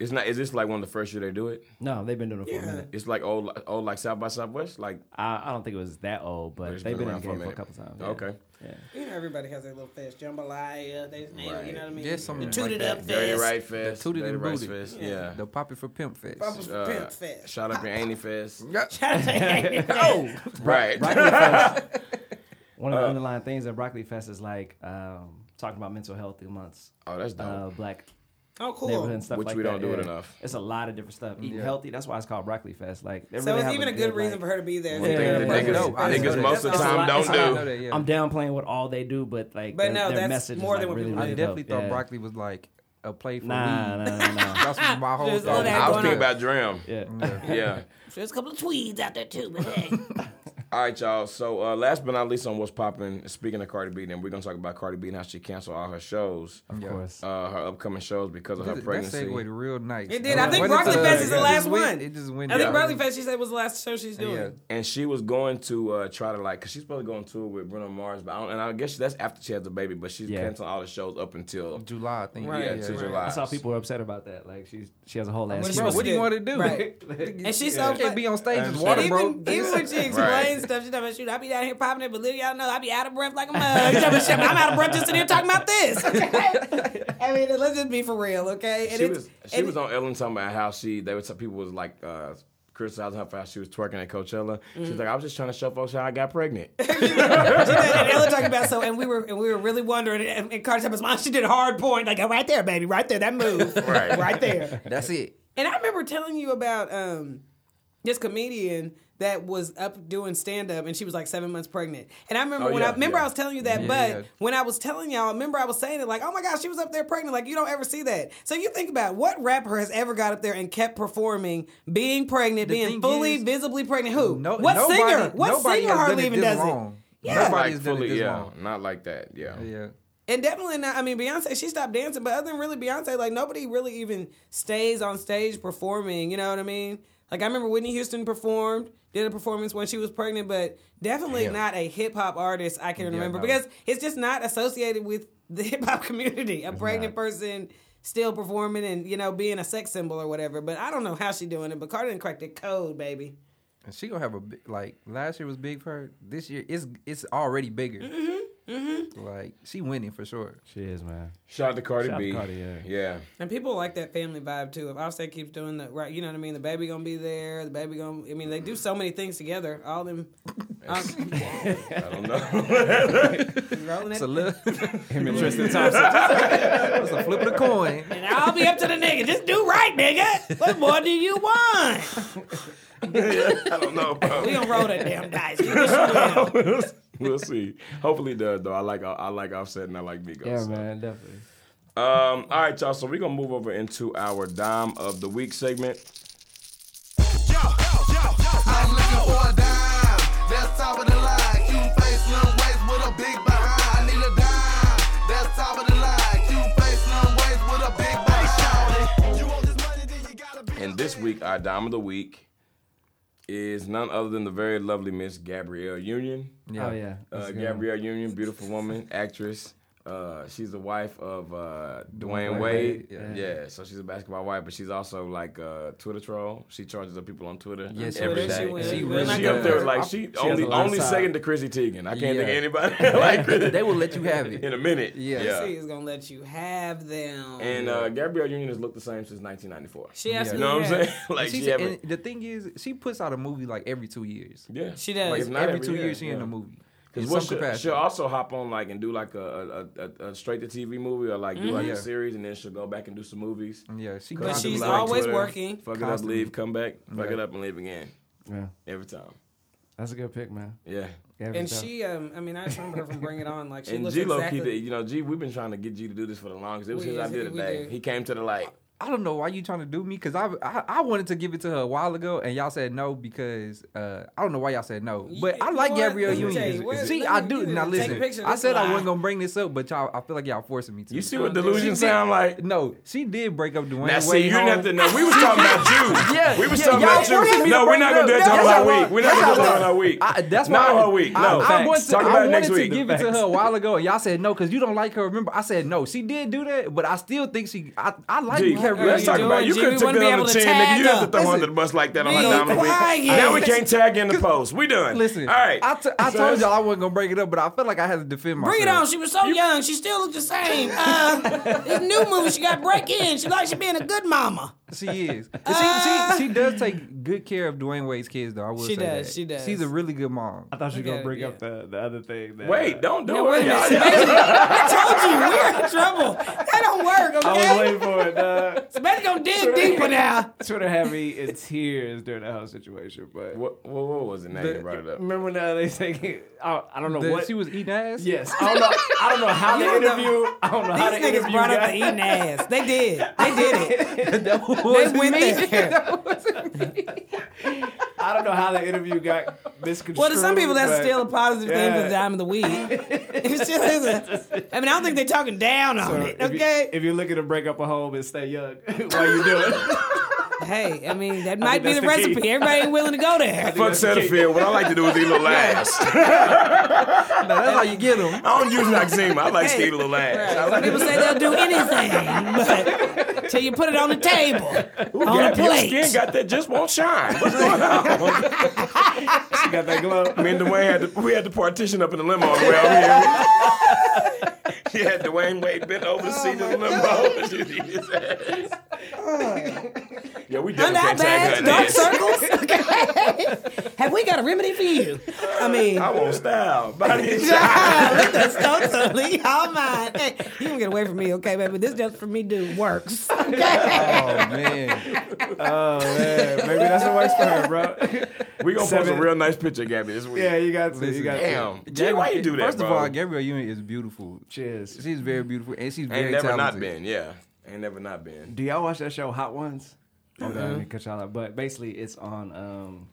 [SPEAKER 3] It's not. Is this like one of the first year they do it?
[SPEAKER 1] No, they've been doing it for
[SPEAKER 2] Yeah.
[SPEAKER 1] a minute.
[SPEAKER 3] It's like old, old like South by Southwest. Like
[SPEAKER 1] I, I don't think it was that old, but
[SPEAKER 3] it's
[SPEAKER 1] Uh, they've been,
[SPEAKER 3] around
[SPEAKER 1] in the game for a
[SPEAKER 3] minute.
[SPEAKER 1] couple times. yeah.
[SPEAKER 3] Okay.
[SPEAKER 1] Yeah.
[SPEAKER 2] You know, everybody has their little fest. Jambalaya, they, they, you
[SPEAKER 3] Right.
[SPEAKER 2] know what I mean?
[SPEAKER 4] There's something
[SPEAKER 2] the tooted
[SPEAKER 4] like that.
[SPEAKER 2] up
[SPEAKER 3] Dirty
[SPEAKER 2] fest.
[SPEAKER 3] Right Fest.
[SPEAKER 4] The Tooted
[SPEAKER 3] Dirty
[SPEAKER 4] and
[SPEAKER 3] Right
[SPEAKER 4] Booted.
[SPEAKER 3] Fest. Yeah.
[SPEAKER 4] The Poppy for Pimp Fest.
[SPEAKER 2] Papa
[SPEAKER 3] Uh,
[SPEAKER 2] Pimp fest.
[SPEAKER 3] Shot up your Annie Fest.
[SPEAKER 4] Yeah.
[SPEAKER 2] oh,
[SPEAKER 3] Right.
[SPEAKER 1] One of the underlying things at Broccoli Fest is like um, talking about mental health amongst
[SPEAKER 3] Oh, that's dope.
[SPEAKER 1] uh, black
[SPEAKER 2] oh,
[SPEAKER 1] neighborhood
[SPEAKER 2] cool.
[SPEAKER 1] and stuff
[SPEAKER 3] Which
[SPEAKER 1] like
[SPEAKER 3] we
[SPEAKER 1] that.
[SPEAKER 3] don't do it
[SPEAKER 1] yeah.
[SPEAKER 3] enough.
[SPEAKER 1] It's a lot of different stuff. Eating healthy, that's why it's called Broccoli Fest. Like, they
[SPEAKER 2] So
[SPEAKER 1] really
[SPEAKER 2] it's
[SPEAKER 1] have
[SPEAKER 2] even a good reason for her to be there.
[SPEAKER 1] Yeah,
[SPEAKER 3] Thing
[SPEAKER 1] yeah,
[SPEAKER 3] that niggas,
[SPEAKER 1] yeah. No, I
[SPEAKER 4] didn't know
[SPEAKER 3] niggas
[SPEAKER 4] that.
[SPEAKER 3] most of the
[SPEAKER 4] That's a
[SPEAKER 3] time
[SPEAKER 4] lot-
[SPEAKER 3] don't
[SPEAKER 4] that's a lot.
[SPEAKER 3] do.
[SPEAKER 4] I know that, yeah.
[SPEAKER 1] I'm downplaying what all they do, but like,
[SPEAKER 2] But
[SPEAKER 1] their,
[SPEAKER 2] no,
[SPEAKER 1] their
[SPEAKER 2] that's
[SPEAKER 1] message is,
[SPEAKER 2] more
[SPEAKER 1] like,
[SPEAKER 2] than what
[SPEAKER 1] really,
[SPEAKER 2] people
[SPEAKER 1] really
[SPEAKER 4] I definitely
[SPEAKER 1] dope.
[SPEAKER 4] thought
[SPEAKER 1] yeah.
[SPEAKER 4] broccoli was like a play for
[SPEAKER 1] Nah,
[SPEAKER 4] weed.
[SPEAKER 1] nah, nah, nah.
[SPEAKER 4] That's what my whole
[SPEAKER 2] Just
[SPEAKER 4] thought.
[SPEAKER 2] let
[SPEAKER 3] I was
[SPEAKER 2] Going
[SPEAKER 3] thinking
[SPEAKER 2] on.
[SPEAKER 3] about Dram.
[SPEAKER 1] Yeah.
[SPEAKER 3] Yeah.
[SPEAKER 2] There's a couple of tweeds out there too, but hey.
[SPEAKER 3] All right, y'all. So uh, last but not least, on what's popping. Speaking of Cardi B, then we're gonna talk about Cardi B and how she canceled all her shows,
[SPEAKER 1] Of course.
[SPEAKER 3] uh, her upcoming shows because of her
[SPEAKER 4] That
[SPEAKER 3] pregnancy.
[SPEAKER 4] segued real nice.
[SPEAKER 2] It did. I think
[SPEAKER 4] When it,
[SPEAKER 2] Broccoli
[SPEAKER 4] uh,
[SPEAKER 2] Fest is
[SPEAKER 4] it
[SPEAKER 2] the
[SPEAKER 4] just
[SPEAKER 2] last
[SPEAKER 4] went-
[SPEAKER 2] one.
[SPEAKER 4] It just went.
[SPEAKER 2] I think
[SPEAKER 4] down.
[SPEAKER 2] Broccoli Fest, she said, was the last show she's doing.
[SPEAKER 4] Yeah.
[SPEAKER 3] and she was going to uh, try to like, cause she's supposed to go on tour with Bruno Mars, but I don't, and I guess that's after she has the baby, but she's
[SPEAKER 1] Yeah.
[SPEAKER 3] canceling all the shows up until
[SPEAKER 4] July, I think.
[SPEAKER 3] yeah,
[SPEAKER 2] Right,
[SPEAKER 3] to
[SPEAKER 2] right.
[SPEAKER 3] July.
[SPEAKER 1] I saw people were upset about that. Like, she's, she has a whole ass.
[SPEAKER 2] Bro,
[SPEAKER 4] Bro,
[SPEAKER 1] kid.
[SPEAKER 4] what do you want to do?
[SPEAKER 2] Right. And she's so
[SPEAKER 4] You can't be on stage
[SPEAKER 3] And
[SPEAKER 4] with
[SPEAKER 3] she-
[SPEAKER 4] water,
[SPEAKER 2] even,
[SPEAKER 4] bro.
[SPEAKER 2] even when she explains
[SPEAKER 3] Right.
[SPEAKER 2] stuff, she's talking about, shoot, I be down here popping it, but little y'all know I be out of breath like a mug. She's talking about, "Shit, I'm out of breath just sitting here talking about this. Okay? I mean, let's just be for real, okay? And
[SPEAKER 3] she
[SPEAKER 2] it's-
[SPEAKER 3] was she
[SPEAKER 2] and
[SPEAKER 3] was on Ellen talking about how she they were some people was like uh, criticizing her for how she was twerking at Coachella. She's like, I was just trying to show folks how I got pregnant.
[SPEAKER 2] and Ella talking about so, and we were and we were really wondering. And, and Cardi Temple's mom, she did a hard point, like "Oh, right there, baby, right there, that move,
[SPEAKER 3] Right.
[SPEAKER 2] right there.
[SPEAKER 4] That's it.
[SPEAKER 2] And I remember telling you about um, this comedian that was up doing stand up, and she was like seven months pregnant. And I remember
[SPEAKER 3] Oh,
[SPEAKER 2] when I
[SPEAKER 3] yeah,
[SPEAKER 2] remember
[SPEAKER 3] yeah.
[SPEAKER 2] I was telling you that,
[SPEAKER 4] Yeah,
[SPEAKER 2] but
[SPEAKER 4] yeah.
[SPEAKER 2] when I was telling y'all, I remember I was saying it like, oh my gosh, she was up there pregnant. Like you don't ever see that. So you think about it, what rapper has ever got up there and kept performing, being pregnant,
[SPEAKER 4] The
[SPEAKER 2] being
[SPEAKER 4] thing
[SPEAKER 2] fully
[SPEAKER 4] is,
[SPEAKER 2] visibly pregnant. Who?
[SPEAKER 4] No,
[SPEAKER 2] what
[SPEAKER 4] nobody,
[SPEAKER 2] singer? What
[SPEAKER 4] nobody
[SPEAKER 2] singer
[SPEAKER 4] has done
[SPEAKER 2] hardly
[SPEAKER 4] it
[SPEAKER 2] even
[SPEAKER 4] this
[SPEAKER 2] does it?
[SPEAKER 4] long.
[SPEAKER 2] Yeah.
[SPEAKER 3] Not
[SPEAKER 4] Nobody
[SPEAKER 3] like
[SPEAKER 4] has done it
[SPEAKER 3] fully,
[SPEAKER 4] this
[SPEAKER 3] yeah,
[SPEAKER 4] long.
[SPEAKER 3] not like that, yeah.
[SPEAKER 4] Yeah.
[SPEAKER 2] And definitely not. I mean, Beyonce, she stopped dancing, but other than really Beyonce, like nobody really even stays on stage performing. You know what I mean? Like I remember Whitney Houston performed, did a performance when she was pregnant, but definitely not a hip hop artist I can remember
[SPEAKER 4] no.
[SPEAKER 2] because it's just not associated with the hip hop community. A pregnant person still performing and you know being a sex symbol or whatever. But I don't know how she doing it. But Cardi done cracked the code, baby.
[SPEAKER 4] And she gonna have a big, like last year was big for her. This year it's it's already bigger. Like she winning for sure.
[SPEAKER 1] She is, man.
[SPEAKER 3] Shout out to Cardi
[SPEAKER 1] Shout out to
[SPEAKER 3] B.
[SPEAKER 1] Cardi, yeah.
[SPEAKER 3] yeah.
[SPEAKER 2] And people like that family vibe too. If Offset keeps doing the right, you know what I mean. The baby gonna be there. The baby gonna. I mean, they do so many things together. All them. all-
[SPEAKER 3] I don't know.
[SPEAKER 2] rolling
[SPEAKER 4] It's
[SPEAKER 2] it.
[SPEAKER 4] a little.
[SPEAKER 1] Him and Tristan Thompson.
[SPEAKER 4] it's a flip of the coin.
[SPEAKER 2] and I'll be up to the nigga. Just do right, nigga. What more do you want?
[SPEAKER 3] I don't know.
[SPEAKER 2] We
[SPEAKER 3] bro.
[SPEAKER 2] don't roll that damn dice. You just will.
[SPEAKER 3] we'll see. Hopefully, it does though. I like I like Offset and I like Migos.
[SPEAKER 1] Yeah,
[SPEAKER 3] so.
[SPEAKER 1] man, definitely.
[SPEAKER 3] Um, all right, y'all. So we're gonna move over into our dime of the week segment.
[SPEAKER 6] Yo, yo, yo, yo. I'm looking for a dime. That's top of the line. Cute face, slim waist with a big behind. I need a dime. That's top of the line. Cute face, slim waist with a big behind. You want this money, then you gotta be.
[SPEAKER 3] And this week, our dime of the week is none other than the very lovely Miss Gabrielle Union.
[SPEAKER 1] Oh, yeah.
[SPEAKER 3] Uh,
[SPEAKER 1] That's good.
[SPEAKER 3] Gabrielle Union, beautiful woman, actress. Uh, she's the wife of uh, Dwayne Wade. Yeah.
[SPEAKER 4] yeah.
[SPEAKER 3] so she's a basketball wife, but she's also like a Twitter troll. She charges up people on Twitter.
[SPEAKER 4] Yes,
[SPEAKER 3] every
[SPEAKER 2] Twitter, she
[SPEAKER 3] day.
[SPEAKER 2] will.
[SPEAKER 3] She,
[SPEAKER 2] She will.
[SPEAKER 3] up there like she,
[SPEAKER 1] has
[SPEAKER 3] only
[SPEAKER 1] a lot of
[SPEAKER 3] only
[SPEAKER 1] time.
[SPEAKER 3] second to Chrissy Teigen. I can't
[SPEAKER 4] Yeah.
[SPEAKER 3] think of anybody like Chrissy
[SPEAKER 4] They will let you have it.
[SPEAKER 3] in a minute.
[SPEAKER 4] Yeah.
[SPEAKER 2] She is gonna let you have them.
[SPEAKER 3] And uh, Gabrielle Union has looked the same since 1994.
[SPEAKER 2] she
[SPEAKER 4] Yeah.
[SPEAKER 3] you
[SPEAKER 2] absolutely.
[SPEAKER 3] know what I'm
[SPEAKER 2] has.
[SPEAKER 3] saying? like
[SPEAKER 4] She's-
[SPEAKER 3] she haven't.
[SPEAKER 4] and the thing is, she puts out a movie like every two years.
[SPEAKER 3] Yeah,
[SPEAKER 2] She does.
[SPEAKER 3] Like, if not
[SPEAKER 4] every, two years, she
[SPEAKER 3] yeah.
[SPEAKER 4] in a movie. In
[SPEAKER 3] Because what
[SPEAKER 4] some
[SPEAKER 3] she'll,
[SPEAKER 4] capacity.
[SPEAKER 3] she'll also hop on like and do like a a, a, a straight to TV movie or like do like
[SPEAKER 4] Mm-hmm. Yeah.
[SPEAKER 3] a series and then she'll go back and do some movies.
[SPEAKER 4] yeah, she.
[SPEAKER 2] But
[SPEAKER 4] constantly,
[SPEAKER 2] she's
[SPEAKER 4] like,
[SPEAKER 2] always working.
[SPEAKER 3] Fuck it up,
[SPEAKER 4] Constantly.
[SPEAKER 3] leave, come back, fuck it up and leave again
[SPEAKER 1] Yeah.
[SPEAKER 3] every time.
[SPEAKER 1] That's a good pick, man.
[SPEAKER 3] Yeah.
[SPEAKER 2] And she, um, I mean, I just remember her from Bring It On. Like she
[SPEAKER 3] and
[SPEAKER 2] looks
[SPEAKER 3] G Lo,
[SPEAKER 2] exactly.
[SPEAKER 3] you know, G, we've been trying to get G to do this for the longest. It was
[SPEAKER 2] We-
[SPEAKER 3] his idea
[SPEAKER 2] we
[SPEAKER 3] today.
[SPEAKER 2] did.
[SPEAKER 3] He came to the light.
[SPEAKER 4] I don't know why you trying to do me because I, I I wanted to give it to her a while ago and y'all said no because uh, I don't know why y'all said no but I
[SPEAKER 2] You
[SPEAKER 4] like
[SPEAKER 2] know what?
[SPEAKER 4] Gabrielle
[SPEAKER 2] Let me tell you,
[SPEAKER 4] Union
[SPEAKER 2] what-
[SPEAKER 4] see
[SPEAKER 2] let
[SPEAKER 4] I
[SPEAKER 2] me
[SPEAKER 4] do
[SPEAKER 2] do
[SPEAKER 4] now
[SPEAKER 2] this. Take a
[SPEAKER 4] listen
[SPEAKER 2] picture of
[SPEAKER 4] I
[SPEAKER 2] this
[SPEAKER 4] said I
[SPEAKER 2] lie.
[SPEAKER 4] wasn't gonna bring this up but y'all I feel like y'all forcing me to
[SPEAKER 3] You see what
[SPEAKER 4] She
[SPEAKER 3] delusion
[SPEAKER 4] did-
[SPEAKER 3] sound like?
[SPEAKER 4] no she did break up Dwayne
[SPEAKER 3] Now,
[SPEAKER 4] Wade
[SPEAKER 3] see, you didn't
[SPEAKER 4] home.
[SPEAKER 3] have to know. We was talking about you.
[SPEAKER 4] Yeah,
[SPEAKER 3] we was
[SPEAKER 4] yeah,
[SPEAKER 3] talking
[SPEAKER 4] y'all
[SPEAKER 3] about
[SPEAKER 4] forcing
[SPEAKER 3] you.
[SPEAKER 4] me to
[SPEAKER 3] No, we're
[SPEAKER 4] bring
[SPEAKER 3] not
[SPEAKER 4] it
[SPEAKER 3] gonna do
[SPEAKER 4] up.
[SPEAKER 3] that. Talk
[SPEAKER 4] That's
[SPEAKER 3] about
[SPEAKER 4] how
[SPEAKER 3] week.
[SPEAKER 4] I-
[SPEAKER 3] We're not
[SPEAKER 4] that's
[SPEAKER 3] gonna
[SPEAKER 4] how
[SPEAKER 3] talk
[SPEAKER 4] I-
[SPEAKER 3] about our week.
[SPEAKER 4] I, that's
[SPEAKER 3] not
[SPEAKER 4] why
[SPEAKER 3] her week.
[SPEAKER 4] I,
[SPEAKER 3] No,
[SPEAKER 4] I, I wanted
[SPEAKER 3] Facts.
[SPEAKER 4] to,
[SPEAKER 3] talk
[SPEAKER 4] I
[SPEAKER 3] about it
[SPEAKER 4] wanted
[SPEAKER 3] next
[SPEAKER 4] to
[SPEAKER 3] week.
[SPEAKER 4] give it to her a while ago, and y'all said no because you don't like her. Remember, I said no. She did do that, but I still think she. I, I like
[SPEAKER 3] Gee,
[SPEAKER 4] Gabrielle.
[SPEAKER 3] let's
[SPEAKER 2] you
[SPEAKER 3] talk
[SPEAKER 2] doing,
[SPEAKER 3] about it. you
[SPEAKER 2] G?
[SPEAKER 3] could
[SPEAKER 2] We
[SPEAKER 3] have took
[SPEAKER 2] wouldn't be
[SPEAKER 3] that on
[SPEAKER 2] able
[SPEAKER 3] the
[SPEAKER 2] to
[SPEAKER 3] chin, nigga.
[SPEAKER 2] tag
[SPEAKER 3] You didn't have to
[SPEAKER 2] up.
[SPEAKER 3] throw her
[SPEAKER 4] Listen,
[SPEAKER 3] under the bus like that on her
[SPEAKER 2] we
[SPEAKER 3] diamond week.
[SPEAKER 2] tagging.
[SPEAKER 3] Now we can't tag in the post. We done.
[SPEAKER 4] Listen,
[SPEAKER 3] all right.
[SPEAKER 4] I, t- I told y'all I wasn't gonna break it up, but I felt like I had to defend myself.
[SPEAKER 2] Bring it on. She was so young. She still looked the same. Uh, this new movie, she got break in. She like she being a good mama.
[SPEAKER 4] She is. And she, she she does take good care of Dwayne Wade's kids, though. I will
[SPEAKER 2] She
[SPEAKER 4] say
[SPEAKER 2] does,
[SPEAKER 4] that.
[SPEAKER 2] she does.
[SPEAKER 4] She's a really good mom.
[SPEAKER 1] I thought you were
[SPEAKER 2] got
[SPEAKER 1] gonna
[SPEAKER 2] it,
[SPEAKER 1] bring
[SPEAKER 2] yeah.
[SPEAKER 1] up the, the other thing. That,
[SPEAKER 3] Wait, don't do
[SPEAKER 2] Now, wait a
[SPEAKER 3] it.
[SPEAKER 2] minute.
[SPEAKER 3] Y'all-
[SPEAKER 2] Sebastian, I told you, we're in trouble. That don't work,
[SPEAKER 1] I was
[SPEAKER 2] okay?
[SPEAKER 1] waiting for it. Dog.
[SPEAKER 2] Sebastian gonna dig deeper now.
[SPEAKER 1] Twitter had me in tears during that whole situation. But
[SPEAKER 3] What, what, what was it? Now you brought it up.
[SPEAKER 1] remember now they say I, I don't know
[SPEAKER 4] The-
[SPEAKER 1] what
[SPEAKER 4] she was eating ass.
[SPEAKER 1] Yes, I don't know. I don't know how
[SPEAKER 2] You
[SPEAKER 1] the
[SPEAKER 2] don't know-
[SPEAKER 1] interview. I don't know how the
[SPEAKER 2] These
[SPEAKER 1] interview.
[SPEAKER 2] niggas brought up the
[SPEAKER 1] got-
[SPEAKER 2] eating ass. They did. They did it. They
[SPEAKER 4] that was
[SPEAKER 2] went
[SPEAKER 4] me.
[SPEAKER 2] there.
[SPEAKER 1] I don't know how the interview got misconstrued.
[SPEAKER 2] Well, to some people, that's
[SPEAKER 1] but-
[SPEAKER 2] still a positive thing for the
[SPEAKER 1] Yeah.
[SPEAKER 2] dime of the week. It still is. A, I mean, I don't think they're talking down on it.
[SPEAKER 1] If you-
[SPEAKER 2] Okay.
[SPEAKER 1] if you're looking to break up a home and stay young while you do it,
[SPEAKER 2] hey, I mean, that might be the,
[SPEAKER 1] that's the key.
[SPEAKER 2] recipe. Everybody ain't willing to go there.
[SPEAKER 3] Fuck Setterfield. What I like to do is eat a little ass.
[SPEAKER 4] No, that's how you get them.
[SPEAKER 3] I don't use Noxema. I like to eat a little ass. I
[SPEAKER 2] Some
[SPEAKER 3] like
[SPEAKER 2] people say they'll do anything, but till you put it on the table, on a
[SPEAKER 3] Goddamn
[SPEAKER 2] plate.
[SPEAKER 3] skin got that just won't shine. What's going on?
[SPEAKER 1] you got that glove.
[SPEAKER 3] Me and Dwayne had to, we had to partition up in the limo on the way out here. She had Dwayne Wade bent over the seat in the limo. She eat his ass. Yeah, we
[SPEAKER 2] Under
[SPEAKER 3] definitely
[SPEAKER 2] our
[SPEAKER 3] can't tag
[SPEAKER 2] bags,
[SPEAKER 3] her
[SPEAKER 2] dark
[SPEAKER 3] ass.
[SPEAKER 2] circles. Okay. Have we got a remedy for you? I mean,
[SPEAKER 3] I want style. Body and
[SPEAKER 2] Oh, Look, that's totally all mine. Hey, you can get away from me, okay, baby? This just for me, dude, works. Okay.
[SPEAKER 4] Oh man,
[SPEAKER 1] Oh man, maybe that's what works for her, bro.
[SPEAKER 3] We gonna post a
[SPEAKER 1] Seven.
[SPEAKER 3] real nice picture, Gabby, this week.
[SPEAKER 1] Yeah, you got to. You got to.
[SPEAKER 3] Damn. Gee, why you do that,
[SPEAKER 4] First
[SPEAKER 3] bro?
[SPEAKER 4] of all, Gabrielle Union is beautiful.
[SPEAKER 1] Cheers.
[SPEAKER 4] She's very beautiful and she's very
[SPEAKER 3] Ain't never not
[SPEAKER 4] talented.
[SPEAKER 3] been, yeah. Ain't never not been.
[SPEAKER 1] Do y'all watch that show, Hot Ones? Oh God, I mean, Coachella. But basically, it's on. um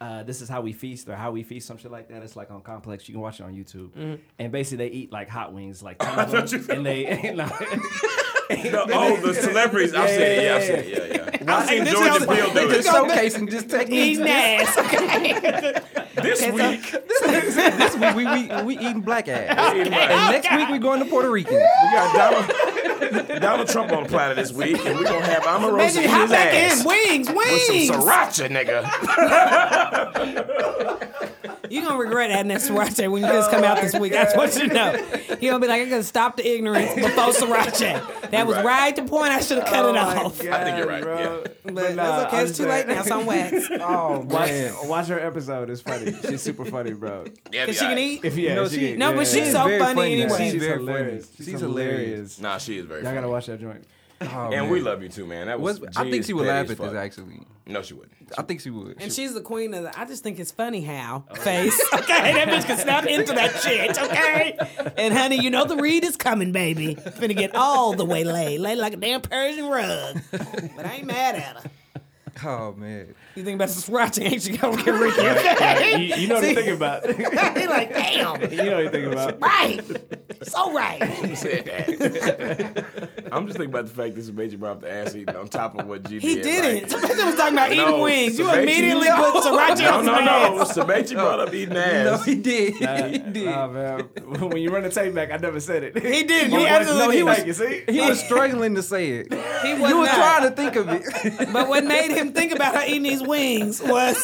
[SPEAKER 1] uh, this is how we feast, or how we feast, some shit like that. It's like on Complex. You can watch it on YouTube. And basically, they eat like hot wings, like ten of
[SPEAKER 3] thought
[SPEAKER 1] them,
[SPEAKER 3] you-
[SPEAKER 1] and they no.
[SPEAKER 3] No, oh, the celebrities. I've seen it. Yeah, I've seen it. Yeah, yeah. I've seen Georgia Bill do
[SPEAKER 4] Just
[SPEAKER 3] it.
[SPEAKER 4] showcasing this technique.
[SPEAKER 2] He's nasty.
[SPEAKER 3] This week,
[SPEAKER 4] this week we, we, we eating black ass.
[SPEAKER 3] we
[SPEAKER 4] And next week we going to Puerto Rican.
[SPEAKER 3] got Donald, Donald Trump on the planet this week, and we're going to have Omarosa
[SPEAKER 2] Imagine
[SPEAKER 3] in
[SPEAKER 2] hop
[SPEAKER 3] his
[SPEAKER 2] back
[SPEAKER 3] ass.
[SPEAKER 2] in. Wings,
[SPEAKER 3] With
[SPEAKER 2] wings.
[SPEAKER 3] some sriracha, nigga.
[SPEAKER 2] You're going to regret adding that sriracha when you just come out this week. That's what you know. You're going to be like, I'm going to stop the ignorance before sriracha. That was
[SPEAKER 3] Right. Oh
[SPEAKER 2] right the point I should have cut it off.
[SPEAKER 3] I think you're right. Yeah.
[SPEAKER 2] But,
[SPEAKER 1] nah,
[SPEAKER 2] that's okay. It's too
[SPEAKER 1] I'm
[SPEAKER 2] late now. It's on wax. Because
[SPEAKER 4] Oh
[SPEAKER 1] Watch,
[SPEAKER 4] man.
[SPEAKER 1] watch her episode. It's funny. She's super funny, bro.
[SPEAKER 3] yeah
[SPEAKER 2] she can
[SPEAKER 3] alright.
[SPEAKER 2] eat.
[SPEAKER 1] If yeah,
[SPEAKER 4] No,
[SPEAKER 1] if
[SPEAKER 4] she-
[SPEAKER 1] can-
[SPEAKER 2] No, but she's so
[SPEAKER 4] very
[SPEAKER 2] funny
[SPEAKER 4] funny.
[SPEAKER 2] anyway.
[SPEAKER 1] she's,
[SPEAKER 4] She's very
[SPEAKER 1] hilarious.
[SPEAKER 4] funny.
[SPEAKER 1] She's,
[SPEAKER 4] She's
[SPEAKER 1] hilarious.
[SPEAKER 3] Nah, she is very
[SPEAKER 1] Y'all gotta
[SPEAKER 3] funny.
[SPEAKER 1] watch that joint.
[SPEAKER 4] Oh,
[SPEAKER 3] And
[SPEAKER 4] man.
[SPEAKER 3] we love you too, man. That was.
[SPEAKER 4] What's- I think she would laugh at
[SPEAKER 3] fuck.
[SPEAKER 4] this actually.
[SPEAKER 3] No, she wouldn't.
[SPEAKER 4] I think she would.
[SPEAKER 2] And she's the queen of the. I just think it's funny how face. Okay, Oh, that bitch can snap into that shit. Okay, and honey, you know the read is coming, baby. Finna get all the way laid, laid like a damn Persian rug. But I ain't mad at her.
[SPEAKER 4] oh man.
[SPEAKER 2] You think about the sriracha? Ain't she gonna get Ricky? Okay,
[SPEAKER 1] You, you know what I'm thinking about. you
[SPEAKER 2] He like damn.
[SPEAKER 1] know what I'm thinking about.
[SPEAKER 2] Right, so right.
[SPEAKER 3] She said that. I'm just thinking about the fact this is Major brought up the ass eating on top of what G
[SPEAKER 2] He
[SPEAKER 3] did. like-
[SPEAKER 2] didn't. Sebastian was talking about
[SPEAKER 3] No,
[SPEAKER 2] eating wings. You
[SPEAKER 3] Sebastian-
[SPEAKER 2] immediately
[SPEAKER 3] No.
[SPEAKER 2] put sriracha
[SPEAKER 3] No,
[SPEAKER 2] on his
[SPEAKER 3] no, no.
[SPEAKER 2] ass.
[SPEAKER 3] Sabachi brought up eating
[SPEAKER 4] No,
[SPEAKER 3] ass.
[SPEAKER 4] he did. he did.
[SPEAKER 1] Nah, man. When you run the tape back, I never said it.
[SPEAKER 2] He did.
[SPEAKER 1] My
[SPEAKER 2] He
[SPEAKER 1] wife-
[SPEAKER 2] absolutely
[SPEAKER 1] no, he
[SPEAKER 2] did.
[SPEAKER 1] was. You see,
[SPEAKER 4] Oh, He was struggling to say it. He
[SPEAKER 2] He
[SPEAKER 4] was
[SPEAKER 2] not.
[SPEAKER 4] trying to think of it.
[SPEAKER 2] But what made him think about her eating these wings was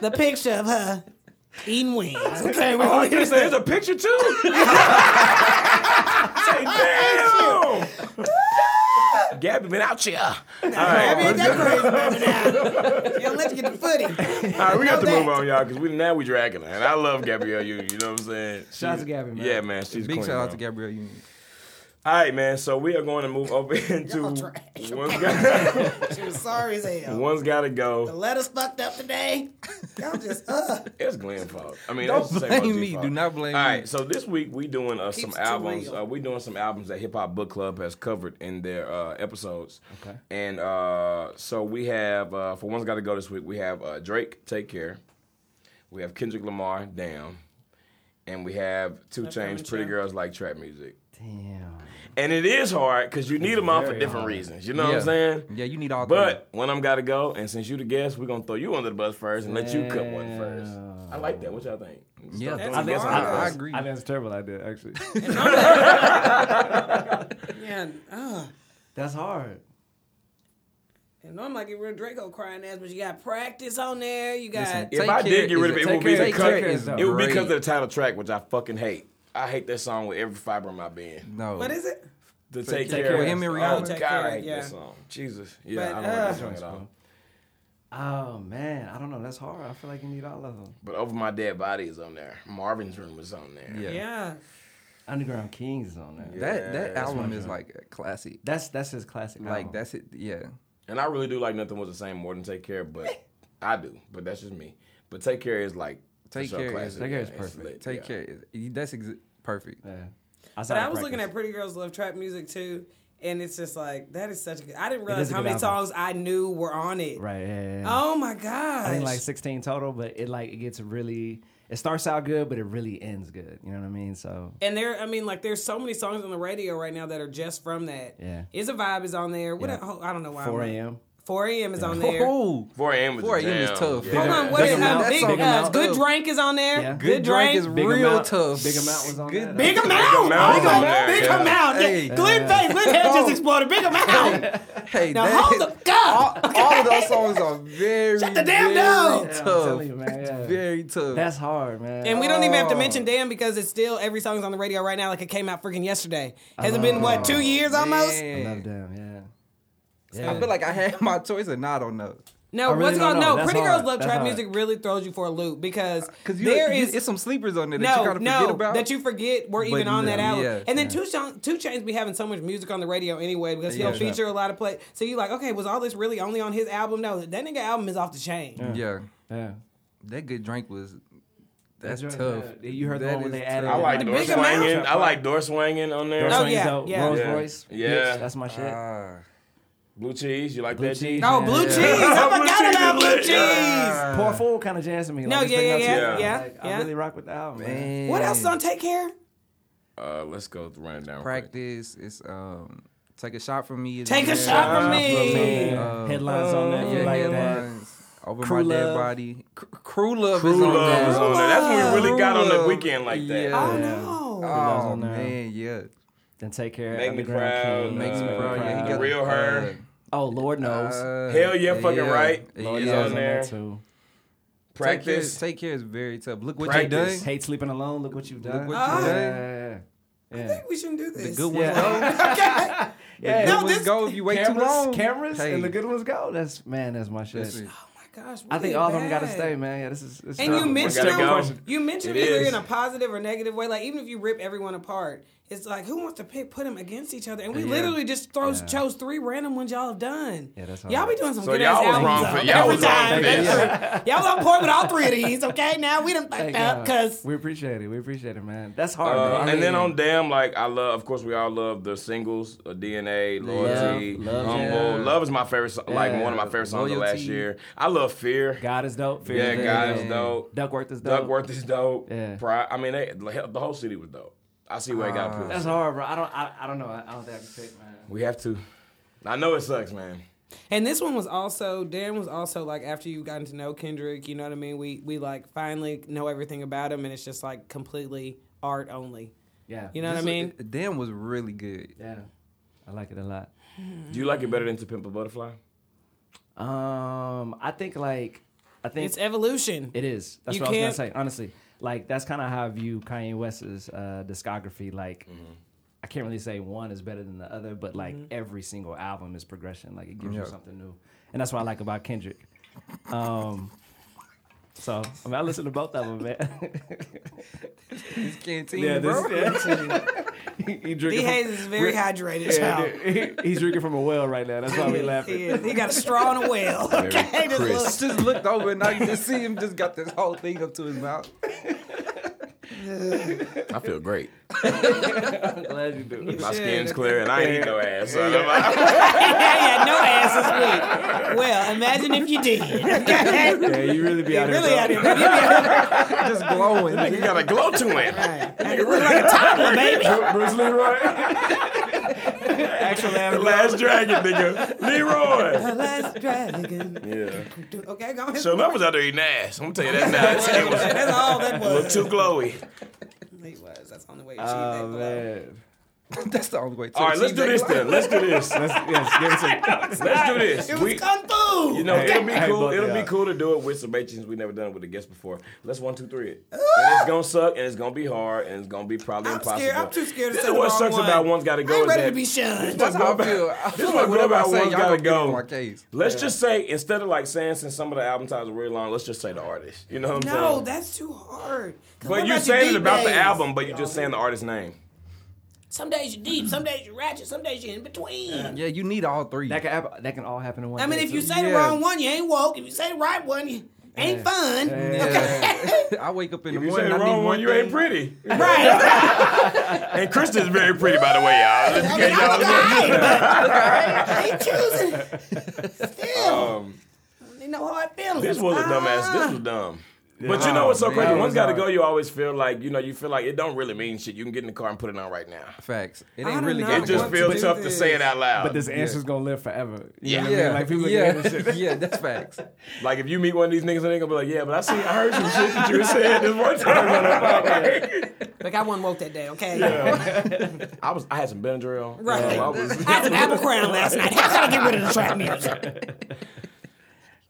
[SPEAKER 2] the picture of her eating wings. Okay, we
[SPEAKER 3] Oh, you said there's a picture too. Say, damn. Gabby been out here. All
[SPEAKER 1] Oh,
[SPEAKER 3] right,
[SPEAKER 2] that crazy baby now. Yo, let's get the footy.
[SPEAKER 3] all right, we got to
[SPEAKER 2] know
[SPEAKER 3] move
[SPEAKER 2] that.
[SPEAKER 3] on, y'all, because we now we dragging her, and I love Gabrielle Union. You know what I'm saying?
[SPEAKER 1] Shout out to Gabby, man.
[SPEAKER 3] Yeah, man, she's
[SPEAKER 4] Big
[SPEAKER 3] queen,
[SPEAKER 4] shout out
[SPEAKER 3] bro.
[SPEAKER 4] to Gabrielle Union.
[SPEAKER 3] All right, man. So we are going to move over into
[SPEAKER 2] Y'all trash.
[SPEAKER 3] one's got
[SPEAKER 2] She was sorry as hell.
[SPEAKER 3] one's got to
[SPEAKER 2] The
[SPEAKER 3] go.
[SPEAKER 2] letter's fucked up today. Y'all just uh.
[SPEAKER 3] It's Glenn fault. I mean,
[SPEAKER 4] Don't
[SPEAKER 3] that's Saint
[SPEAKER 4] blame
[SPEAKER 3] Martin's
[SPEAKER 4] me.
[SPEAKER 3] fault.
[SPEAKER 4] Do not blame
[SPEAKER 3] All
[SPEAKER 4] me.
[SPEAKER 3] right. So this week we doing uh, some
[SPEAKER 2] Keeps it
[SPEAKER 3] albums.
[SPEAKER 2] real.
[SPEAKER 3] Uh, we doing some albums that Hip Hop Book Club has covered in their uh, episodes. Okay. And uh, so we have uh, for one's got to go this week. We have uh, Drake, Take Care. We have Kendrick Lamar, Damn. And we have Two Chains, Pretty
[SPEAKER 2] Child.
[SPEAKER 3] Girls Like Trap Music.
[SPEAKER 1] Damn.
[SPEAKER 3] And it is hard because you need them all for different reasons. You know what I'm saying?
[SPEAKER 4] Yeah, you need all
[SPEAKER 3] But when I'm gotta go, and since you the guest, we're gonna throw you under the bus first and let you cut one first. I like that. What y'all think?
[SPEAKER 4] three. Yeah,
[SPEAKER 2] That's
[SPEAKER 4] I,
[SPEAKER 2] guess
[SPEAKER 4] I,
[SPEAKER 2] hard.
[SPEAKER 4] I agree.
[SPEAKER 1] I think it's a terrible idea, actually.
[SPEAKER 2] Yeah, and, uh.
[SPEAKER 1] That's hard.
[SPEAKER 2] And normally I get rid of Draco crying ass, but you got practice on there. You got
[SPEAKER 3] If
[SPEAKER 4] Take
[SPEAKER 3] I
[SPEAKER 4] Care
[SPEAKER 3] did get rid of
[SPEAKER 4] is
[SPEAKER 3] it,
[SPEAKER 4] a-
[SPEAKER 3] it would
[SPEAKER 4] Take
[SPEAKER 3] be
[SPEAKER 4] Care-
[SPEAKER 3] the
[SPEAKER 4] Take
[SPEAKER 3] cut.
[SPEAKER 4] Care is
[SPEAKER 3] It would be because of
[SPEAKER 4] great.
[SPEAKER 3] the title track, which I fucking hate. I hate that song with every fiber of my being.
[SPEAKER 4] no.
[SPEAKER 2] what is it?
[SPEAKER 3] The take,
[SPEAKER 4] Care.
[SPEAKER 3] care.
[SPEAKER 4] With him and Rihanna?
[SPEAKER 3] Oh,
[SPEAKER 2] Take
[SPEAKER 3] God,
[SPEAKER 2] Care,
[SPEAKER 3] I hate
[SPEAKER 2] yeah.
[SPEAKER 3] that song. Jesus. Yeah,
[SPEAKER 2] But,
[SPEAKER 3] I don't like that
[SPEAKER 2] uh,
[SPEAKER 3] song at all.
[SPEAKER 1] Oh man, I don't know. That's hard. I feel like you need all of them.
[SPEAKER 3] But Over My Dead Body is on there. Marvin's Room is on there.
[SPEAKER 4] Yeah.
[SPEAKER 2] Yeah.
[SPEAKER 1] Underground Kings is on there.
[SPEAKER 4] That
[SPEAKER 3] Yeah,
[SPEAKER 4] that
[SPEAKER 3] that's
[SPEAKER 4] album is like a classic.
[SPEAKER 1] That's that's his classic.
[SPEAKER 4] Like
[SPEAKER 1] album.
[SPEAKER 4] that's it. Yeah.
[SPEAKER 3] And I really do like Nothing Was the Same more than Take Care, but I do. But that's just me. But Take Care is like for
[SPEAKER 4] Take
[SPEAKER 3] sure
[SPEAKER 4] Care is-
[SPEAKER 3] classic.
[SPEAKER 1] Take Care
[SPEAKER 3] Yeah,
[SPEAKER 1] is
[SPEAKER 3] it's
[SPEAKER 1] perfect.
[SPEAKER 3] lit,
[SPEAKER 4] Take
[SPEAKER 3] yeah.
[SPEAKER 4] care. That's exa- perfect.
[SPEAKER 1] Yeah.
[SPEAKER 2] But I was looking at Pretty Girls Love Trap Music too, and it's just like that is such a good. I didn't realize
[SPEAKER 1] a
[SPEAKER 2] how
[SPEAKER 1] good
[SPEAKER 2] many
[SPEAKER 1] album.
[SPEAKER 2] songs I knew were on it.
[SPEAKER 1] Right. Yeah. yeah, yeah.
[SPEAKER 2] Oh my god.
[SPEAKER 1] I think like 16 total, but it like it gets really. It starts out good, but it really ends good. You know what I mean? So
[SPEAKER 2] And there, I mean, like, there's so many songs on the radio right now that are just from that.
[SPEAKER 1] Yeah.
[SPEAKER 2] Is a vibe is on there. What
[SPEAKER 1] Yeah.
[SPEAKER 2] a- oh, I don't know why. I'm
[SPEAKER 1] 4
[SPEAKER 2] like-
[SPEAKER 1] a.m.
[SPEAKER 2] 4 a.m. is on there.
[SPEAKER 4] Oh,
[SPEAKER 3] 4 a.m. was
[SPEAKER 4] 4
[SPEAKER 3] the
[SPEAKER 4] a.m. is
[SPEAKER 3] jam.
[SPEAKER 4] tough.
[SPEAKER 3] Yeah.
[SPEAKER 2] Hold on,
[SPEAKER 4] Big
[SPEAKER 2] what is
[SPEAKER 4] Amount,
[SPEAKER 2] uh,
[SPEAKER 4] that
[SPEAKER 2] big,
[SPEAKER 4] song
[SPEAKER 2] uh,
[SPEAKER 4] Big Amount.
[SPEAKER 2] Good Drink is on there.
[SPEAKER 1] Yeah.
[SPEAKER 2] Good,
[SPEAKER 4] Good
[SPEAKER 2] Drink.
[SPEAKER 4] Drink is
[SPEAKER 1] Big
[SPEAKER 4] real
[SPEAKER 1] Amount-
[SPEAKER 4] tough.
[SPEAKER 1] Big Amount was on
[SPEAKER 4] Good-
[SPEAKER 1] there.
[SPEAKER 2] Big amount, big
[SPEAKER 3] Amount
[SPEAKER 2] amount,
[SPEAKER 3] is on there,
[SPEAKER 2] big
[SPEAKER 3] yeah.
[SPEAKER 2] amount. Yeah.
[SPEAKER 4] Hey.
[SPEAKER 2] Glenn Face, Glenn head just exploded. Big amount.
[SPEAKER 4] Hey,
[SPEAKER 2] Now
[SPEAKER 4] that,
[SPEAKER 2] hold the- God,
[SPEAKER 4] All, all of those songs are very
[SPEAKER 2] Shut the damn
[SPEAKER 4] very
[SPEAKER 2] door.
[SPEAKER 1] Yeah, I'm
[SPEAKER 4] Tough.
[SPEAKER 1] telling you, man, yeah.
[SPEAKER 4] Very tough.
[SPEAKER 1] that's hard, man.
[SPEAKER 2] And we don't even
[SPEAKER 4] Oh.
[SPEAKER 2] have to mention damn because it's still every song's on the radio right now. Like it came out freaking yesterday. Has
[SPEAKER 1] Oh.
[SPEAKER 2] it been what two years almost?
[SPEAKER 4] Man.
[SPEAKER 1] I love them. Yeah.
[SPEAKER 4] I feel like I had my choice or not on those.
[SPEAKER 2] No,
[SPEAKER 1] I really
[SPEAKER 2] what's
[SPEAKER 1] don't
[SPEAKER 2] going
[SPEAKER 1] know.
[SPEAKER 2] no?
[SPEAKER 1] That's
[SPEAKER 2] Pretty
[SPEAKER 1] hard.
[SPEAKER 2] girls love
[SPEAKER 1] That's
[SPEAKER 2] trap
[SPEAKER 1] hard.
[SPEAKER 2] music. Really throws you for a loop because
[SPEAKER 4] Because
[SPEAKER 2] there is
[SPEAKER 4] it's some sleepers on there that you
[SPEAKER 2] no,
[SPEAKER 4] gotta forget
[SPEAKER 2] no,
[SPEAKER 4] about.
[SPEAKER 2] that you forget were even
[SPEAKER 4] But
[SPEAKER 2] on that
[SPEAKER 4] no,
[SPEAKER 2] album.
[SPEAKER 4] yeah,
[SPEAKER 2] and then two, Shon- two Chains be having so much music on the radio anyway because he'll
[SPEAKER 4] Yeah.
[SPEAKER 2] feature a lot of play. So you like, okay, was all this really only on his album? No, that nigga album is off the chain.
[SPEAKER 4] yeah,
[SPEAKER 1] Yeah.
[SPEAKER 4] that good drink was. That's
[SPEAKER 1] Good Drink,
[SPEAKER 4] tough.
[SPEAKER 1] yeah. You heard the
[SPEAKER 4] That
[SPEAKER 1] one where
[SPEAKER 4] is
[SPEAKER 1] they
[SPEAKER 4] tough.
[SPEAKER 1] added-
[SPEAKER 3] I like
[SPEAKER 2] The
[SPEAKER 3] door
[SPEAKER 2] big
[SPEAKER 3] swinging.
[SPEAKER 2] amount.
[SPEAKER 3] I like door swinging on there.
[SPEAKER 2] Oh,
[SPEAKER 1] Swings
[SPEAKER 2] yeah,
[SPEAKER 1] out,
[SPEAKER 2] yeah.
[SPEAKER 1] Rolls
[SPEAKER 3] Yeah.
[SPEAKER 1] Royce.
[SPEAKER 3] Yeah.
[SPEAKER 1] bitch, that's my shit.
[SPEAKER 4] Ah,
[SPEAKER 3] Blue cheese. You like that?
[SPEAKER 1] cheese.
[SPEAKER 3] G? Uh,
[SPEAKER 2] Oh, blue cheese! I
[SPEAKER 3] Blue
[SPEAKER 2] forgot
[SPEAKER 3] cheese
[SPEAKER 2] about
[SPEAKER 3] is
[SPEAKER 2] blue
[SPEAKER 3] lit.
[SPEAKER 2] cheese.
[SPEAKER 3] Yeah.
[SPEAKER 4] Ah,
[SPEAKER 1] Poor fool kind of jazz to me.
[SPEAKER 2] No,
[SPEAKER 1] like,
[SPEAKER 2] yeah, yeah, yeah,
[SPEAKER 3] yeah,
[SPEAKER 2] yeah,
[SPEAKER 1] Like,
[SPEAKER 2] yeah.
[SPEAKER 1] I really rock with the album, man.
[SPEAKER 4] man.
[SPEAKER 2] What else on Take Care?
[SPEAKER 3] Uh, let's go run it down. quick.
[SPEAKER 4] Practice. It's um, take a shot from me. is
[SPEAKER 2] Take
[SPEAKER 4] on
[SPEAKER 2] a
[SPEAKER 4] there. Um,
[SPEAKER 2] shot from
[SPEAKER 1] Yeah.
[SPEAKER 2] me.
[SPEAKER 1] uh, headlines on that,
[SPEAKER 4] Oh, Yeah,
[SPEAKER 1] like that.
[SPEAKER 4] headlines. Over
[SPEAKER 1] Crew
[SPEAKER 4] my dead
[SPEAKER 1] Love.
[SPEAKER 4] body. Cr- crew love
[SPEAKER 3] True
[SPEAKER 4] is
[SPEAKER 3] love
[SPEAKER 4] on there.
[SPEAKER 3] was on there. That's when we really got on the
[SPEAKER 4] Love.
[SPEAKER 3] weekend like that.
[SPEAKER 4] Yeah.
[SPEAKER 2] Oh
[SPEAKER 1] Yeah.
[SPEAKER 2] no!
[SPEAKER 1] Love's
[SPEAKER 4] Oh
[SPEAKER 1] on there.
[SPEAKER 4] man, yeah.
[SPEAKER 1] Then take care.
[SPEAKER 3] Make me
[SPEAKER 1] Underground
[SPEAKER 3] proud,
[SPEAKER 1] King,
[SPEAKER 3] uh,
[SPEAKER 4] Makes
[SPEAKER 1] Make
[SPEAKER 4] me
[SPEAKER 1] Me
[SPEAKER 4] proud. Yeah, he
[SPEAKER 3] The
[SPEAKER 4] got
[SPEAKER 3] real her.
[SPEAKER 1] Oh, Lord knows.
[SPEAKER 4] Uh,
[SPEAKER 3] Hell yeah, fucking right.
[SPEAKER 1] Lord
[SPEAKER 3] He's
[SPEAKER 1] knows
[SPEAKER 3] on
[SPEAKER 1] on
[SPEAKER 3] there.
[SPEAKER 1] there too.
[SPEAKER 3] Practice.
[SPEAKER 4] Take care, take care is very tough. Look what you done.
[SPEAKER 3] Practice.
[SPEAKER 1] Hate sleeping alone. Look what you've done.
[SPEAKER 4] what you've
[SPEAKER 1] yeah,
[SPEAKER 4] done.
[SPEAKER 1] yeah, yeah,
[SPEAKER 2] I
[SPEAKER 1] yeah.
[SPEAKER 2] think we shouldn't do this.
[SPEAKER 4] The good ones go.
[SPEAKER 1] yeah.
[SPEAKER 4] The
[SPEAKER 2] No,
[SPEAKER 4] good ones
[SPEAKER 2] this-
[SPEAKER 4] go if you wait too
[SPEAKER 1] cameras,
[SPEAKER 4] long.
[SPEAKER 1] cameras,
[SPEAKER 4] Hey,
[SPEAKER 1] and the good ones go. That's man, that's my shit.
[SPEAKER 4] listen,
[SPEAKER 2] Oh my gosh!
[SPEAKER 1] I think
[SPEAKER 2] really
[SPEAKER 1] all of them got to
[SPEAKER 2] bad.
[SPEAKER 1] stay, man. Yeah, this is. This is
[SPEAKER 2] And you
[SPEAKER 1] terrible.
[SPEAKER 2] mentioned
[SPEAKER 3] gotta
[SPEAKER 2] them-
[SPEAKER 3] go.
[SPEAKER 2] you mentioned
[SPEAKER 3] It
[SPEAKER 2] either
[SPEAKER 3] is.
[SPEAKER 2] in a positive or negative way. Like even if you rip everyone apart, it's like who wants to pick put them against each other? And we literally just throws, chose three random ones y'all have done.
[SPEAKER 1] Yeah, that's
[SPEAKER 2] y'all be
[SPEAKER 1] hard.
[SPEAKER 2] doing some
[SPEAKER 3] So
[SPEAKER 2] good
[SPEAKER 3] y'all
[SPEAKER 2] ass
[SPEAKER 3] was
[SPEAKER 2] albums.
[SPEAKER 3] wrong for
[SPEAKER 2] though.
[SPEAKER 3] y'all
[SPEAKER 2] Every
[SPEAKER 3] was wrong for
[SPEAKER 2] time.
[SPEAKER 3] that.
[SPEAKER 2] y'all was on point with all three of these. Okay, now we done fucked
[SPEAKER 1] Thank
[SPEAKER 2] up
[SPEAKER 1] God.
[SPEAKER 2] because
[SPEAKER 1] we appreciate it. We appreciate it, man. That's hard.
[SPEAKER 3] Uh,
[SPEAKER 1] man. I
[SPEAKER 3] and then
[SPEAKER 1] mean,
[SPEAKER 3] on Damn, like I love, of course, we all love the singles, uh, DNA, Loyalty,
[SPEAKER 1] Love, Love,
[SPEAKER 3] Humble.
[SPEAKER 4] yeah.
[SPEAKER 3] Love is my favorite, so- like
[SPEAKER 1] Yeah.
[SPEAKER 3] one of my favorite songs of last
[SPEAKER 4] Loyalty.
[SPEAKER 3] year. I love Fear.
[SPEAKER 1] God is dope. Fear
[SPEAKER 3] yeah,
[SPEAKER 1] is
[SPEAKER 3] God is
[SPEAKER 1] dope.
[SPEAKER 3] dope.
[SPEAKER 1] Duckworth is dope.
[SPEAKER 3] Duckworth is dope.
[SPEAKER 1] Yeah.
[SPEAKER 3] Pri- I mean, they, the whole city was dope. I see where it got
[SPEAKER 1] That's
[SPEAKER 3] put.
[SPEAKER 1] hard, bro. I don't. I, I don't know. I, I don't think I can pick, man.
[SPEAKER 3] We have to. I know it sucks, man.
[SPEAKER 2] And this one was also Darren was also like after you've gotten to know Kendrick, you know what I mean? We we like finally know everything about him and it's just like completely art only.
[SPEAKER 1] Yeah.
[SPEAKER 2] You know what I
[SPEAKER 4] this-
[SPEAKER 2] mean?
[SPEAKER 4] Damn was really good.
[SPEAKER 1] Yeah. I like it a lot.
[SPEAKER 3] Do you like it better than To Pimp a Butterfly?
[SPEAKER 1] Um, I think like I think
[SPEAKER 2] It's evolution.
[SPEAKER 1] It is. That's
[SPEAKER 2] You
[SPEAKER 1] what I
[SPEAKER 2] can't-
[SPEAKER 1] was gonna say. Honestly, like that's kind of how I view Kanye West's uh, discography. Like,
[SPEAKER 3] Mm-hmm.
[SPEAKER 1] I can't really say one is better than the other, but like
[SPEAKER 2] Mm-hmm.
[SPEAKER 1] every single album is progression. Like it gives you something new, and that's what I like about Kendrick. Um, so I mean, I listen to both of them, man.
[SPEAKER 4] This canteen,
[SPEAKER 1] yeah,
[SPEAKER 4] bro.
[SPEAKER 1] this, he
[SPEAKER 2] D
[SPEAKER 1] drinking from-
[SPEAKER 2] Hayes is very hydrated,
[SPEAKER 1] Yeah,
[SPEAKER 2] child.
[SPEAKER 1] dude. he's drinking from a well right now. That's why we laughing.
[SPEAKER 2] He, is. He got a straw and a well. Okay, just
[SPEAKER 3] crisp.
[SPEAKER 2] look.
[SPEAKER 4] I just looked over and now you just see him just got this whole thing up to his mouth.
[SPEAKER 3] I feel great.
[SPEAKER 1] Glad you do.
[SPEAKER 3] My skin's clear and I ain't eat no ass. So I'm-
[SPEAKER 2] I had no ass this week. Well, imagine if you did. Okay?
[SPEAKER 1] Yeah, you really be out here.
[SPEAKER 2] Really
[SPEAKER 1] dog.
[SPEAKER 2] out here. Really out
[SPEAKER 4] Just glowing.
[SPEAKER 3] you got a glow to it.
[SPEAKER 2] here. Look like a toddler, baby.
[SPEAKER 1] Bruce Leroy. Actual
[SPEAKER 3] The
[SPEAKER 1] ass.
[SPEAKER 3] last dragon, nigga. Leroy.
[SPEAKER 2] Let's try it again.
[SPEAKER 3] Yeah.
[SPEAKER 2] Okay, go ahead.
[SPEAKER 3] So love was out there eating ass. I'm gonna tell you that now. His skin was
[SPEAKER 2] That's all that
[SPEAKER 3] a little
[SPEAKER 2] was.
[SPEAKER 3] too glowy.
[SPEAKER 2] He was. That's the only way she
[SPEAKER 1] Oh man.
[SPEAKER 4] That's the only way. to
[SPEAKER 3] All right, let's
[SPEAKER 4] achieve
[SPEAKER 3] do
[SPEAKER 4] that
[SPEAKER 3] this
[SPEAKER 4] glow.
[SPEAKER 3] then. Let's do this.
[SPEAKER 1] Let's, yes, give us
[SPEAKER 3] Let's do this.
[SPEAKER 2] It was
[SPEAKER 3] We-
[SPEAKER 2] kung fu.
[SPEAKER 3] You know, it'll be
[SPEAKER 1] hey,
[SPEAKER 3] cool.
[SPEAKER 1] both
[SPEAKER 3] It'll be
[SPEAKER 1] y'all.
[SPEAKER 3] cool to do it with submissions we never done it with a guest before. Let's one, two, three it. and it's gonna suck, and it's gonna be hard, and it's gonna be probably
[SPEAKER 2] Ah! I'm
[SPEAKER 3] impossible.
[SPEAKER 2] scared. I'm too scared to
[SPEAKER 3] This
[SPEAKER 2] say
[SPEAKER 3] is
[SPEAKER 2] the
[SPEAKER 3] what
[SPEAKER 2] wrong
[SPEAKER 3] sucks
[SPEAKER 2] one.
[SPEAKER 3] about one's gotta
[SPEAKER 2] I
[SPEAKER 3] go.
[SPEAKER 2] ain't
[SPEAKER 3] is
[SPEAKER 2] ready
[SPEAKER 3] that
[SPEAKER 2] to be shunned.
[SPEAKER 4] That's how I
[SPEAKER 3] Go back.
[SPEAKER 4] feel. I
[SPEAKER 3] This
[SPEAKER 4] feel
[SPEAKER 3] is
[SPEAKER 4] like
[SPEAKER 3] what
[SPEAKER 4] whatever I
[SPEAKER 3] about
[SPEAKER 4] say,
[SPEAKER 3] one's
[SPEAKER 4] y'all
[SPEAKER 3] gotta
[SPEAKER 4] gonna get
[SPEAKER 3] go.
[SPEAKER 4] on my case.
[SPEAKER 3] Let's just say instead of like saying since some of the album titles are really long, let's just say the artist. You know what I'm
[SPEAKER 2] No,
[SPEAKER 3] saying?
[SPEAKER 2] that's too hard. 'Cause what
[SPEAKER 3] but you
[SPEAKER 2] about
[SPEAKER 3] saying
[SPEAKER 2] deep
[SPEAKER 3] it about the
[SPEAKER 2] days?
[SPEAKER 3] album, but you just saying the artist's name.
[SPEAKER 2] Some days you're deep, some days you're ratchet, some days you're in between.
[SPEAKER 4] Yeah, you need all three.
[SPEAKER 1] that can happen, that can all happen in one.
[SPEAKER 2] I mean,
[SPEAKER 1] day,
[SPEAKER 2] if you
[SPEAKER 1] too.
[SPEAKER 2] say the
[SPEAKER 4] Yeah.
[SPEAKER 2] wrong one, you ain't woke. If you say the right one, you ain't fun.
[SPEAKER 4] I wake up in
[SPEAKER 3] If
[SPEAKER 4] the
[SPEAKER 3] you say
[SPEAKER 4] morning.
[SPEAKER 3] the
[SPEAKER 4] I need
[SPEAKER 3] wrong one,
[SPEAKER 4] one.
[SPEAKER 3] you ain't pretty.
[SPEAKER 2] Right.
[SPEAKER 3] And Kristen's very pretty, by the way, y'all. Just in
[SPEAKER 2] I mean,
[SPEAKER 3] case y'all
[SPEAKER 2] I'm
[SPEAKER 3] was
[SPEAKER 2] right, but I ain't choosing. Still, you know how I feel.
[SPEAKER 3] Um,
[SPEAKER 2] Ah.
[SPEAKER 3] This was a dumbass. This was dumb. But you know what's so
[SPEAKER 4] man,
[SPEAKER 3] crazy?
[SPEAKER 4] that
[SPEAKER 3] One's
[SPEAKER 4] was
[SPEAKER 3] got to
[SPEAKER 4] hard.
[SPEAKER 3] go. You always feel like you know. You feel like it don't really mean shit. You can get in the car and put it on right now.
[SPEAKER 4] Facts. It
[SPEAKER 2] I
[SPEAKER 4] ain't
[SPEAKER 2] don't
[SPEAKER 4] really.
[SPEAKER 2] know.
[SPEAKER 4] got
[SPEAKER 3] It just
[SPEAKER 2] want
[SPEAKER 4] one-
[SPEAKER 2] to
[SPEAKER 3] feels
[SPEAKER 2] do
[SPEAKER 3] tough to
[SPEAKER 2] this.
[SPEAKER 3] say it out loud.
[SPEAKER 1] but this answer's gonna live forever. You
[SPEAKER 3] Yeah.
[SPEAKER 1] know what I
[SPEAKER 4] Yeah,
[SPEAKER 1] mean? like people
[SPEAKER 4] yeah,
[SPEAKER 1] can hear this shit.
[SPEAKER 4] yeah, that's facts.
[SPEAKER 3] like if you meet one of these niggas, they gonna be like, "Yeah, but I see, I heard some shit that you were saying this one time."
[SPEAKER 2] Like I wasn't woke that day, okay?
[SPEAKER 3] I was, I had some Benadryl.
[SPEAKER 2] Right.
[SPEAKER 3] Um, I was,
[SPEAKER 2] I had some apple crown last night. How can I get rid of the trap music?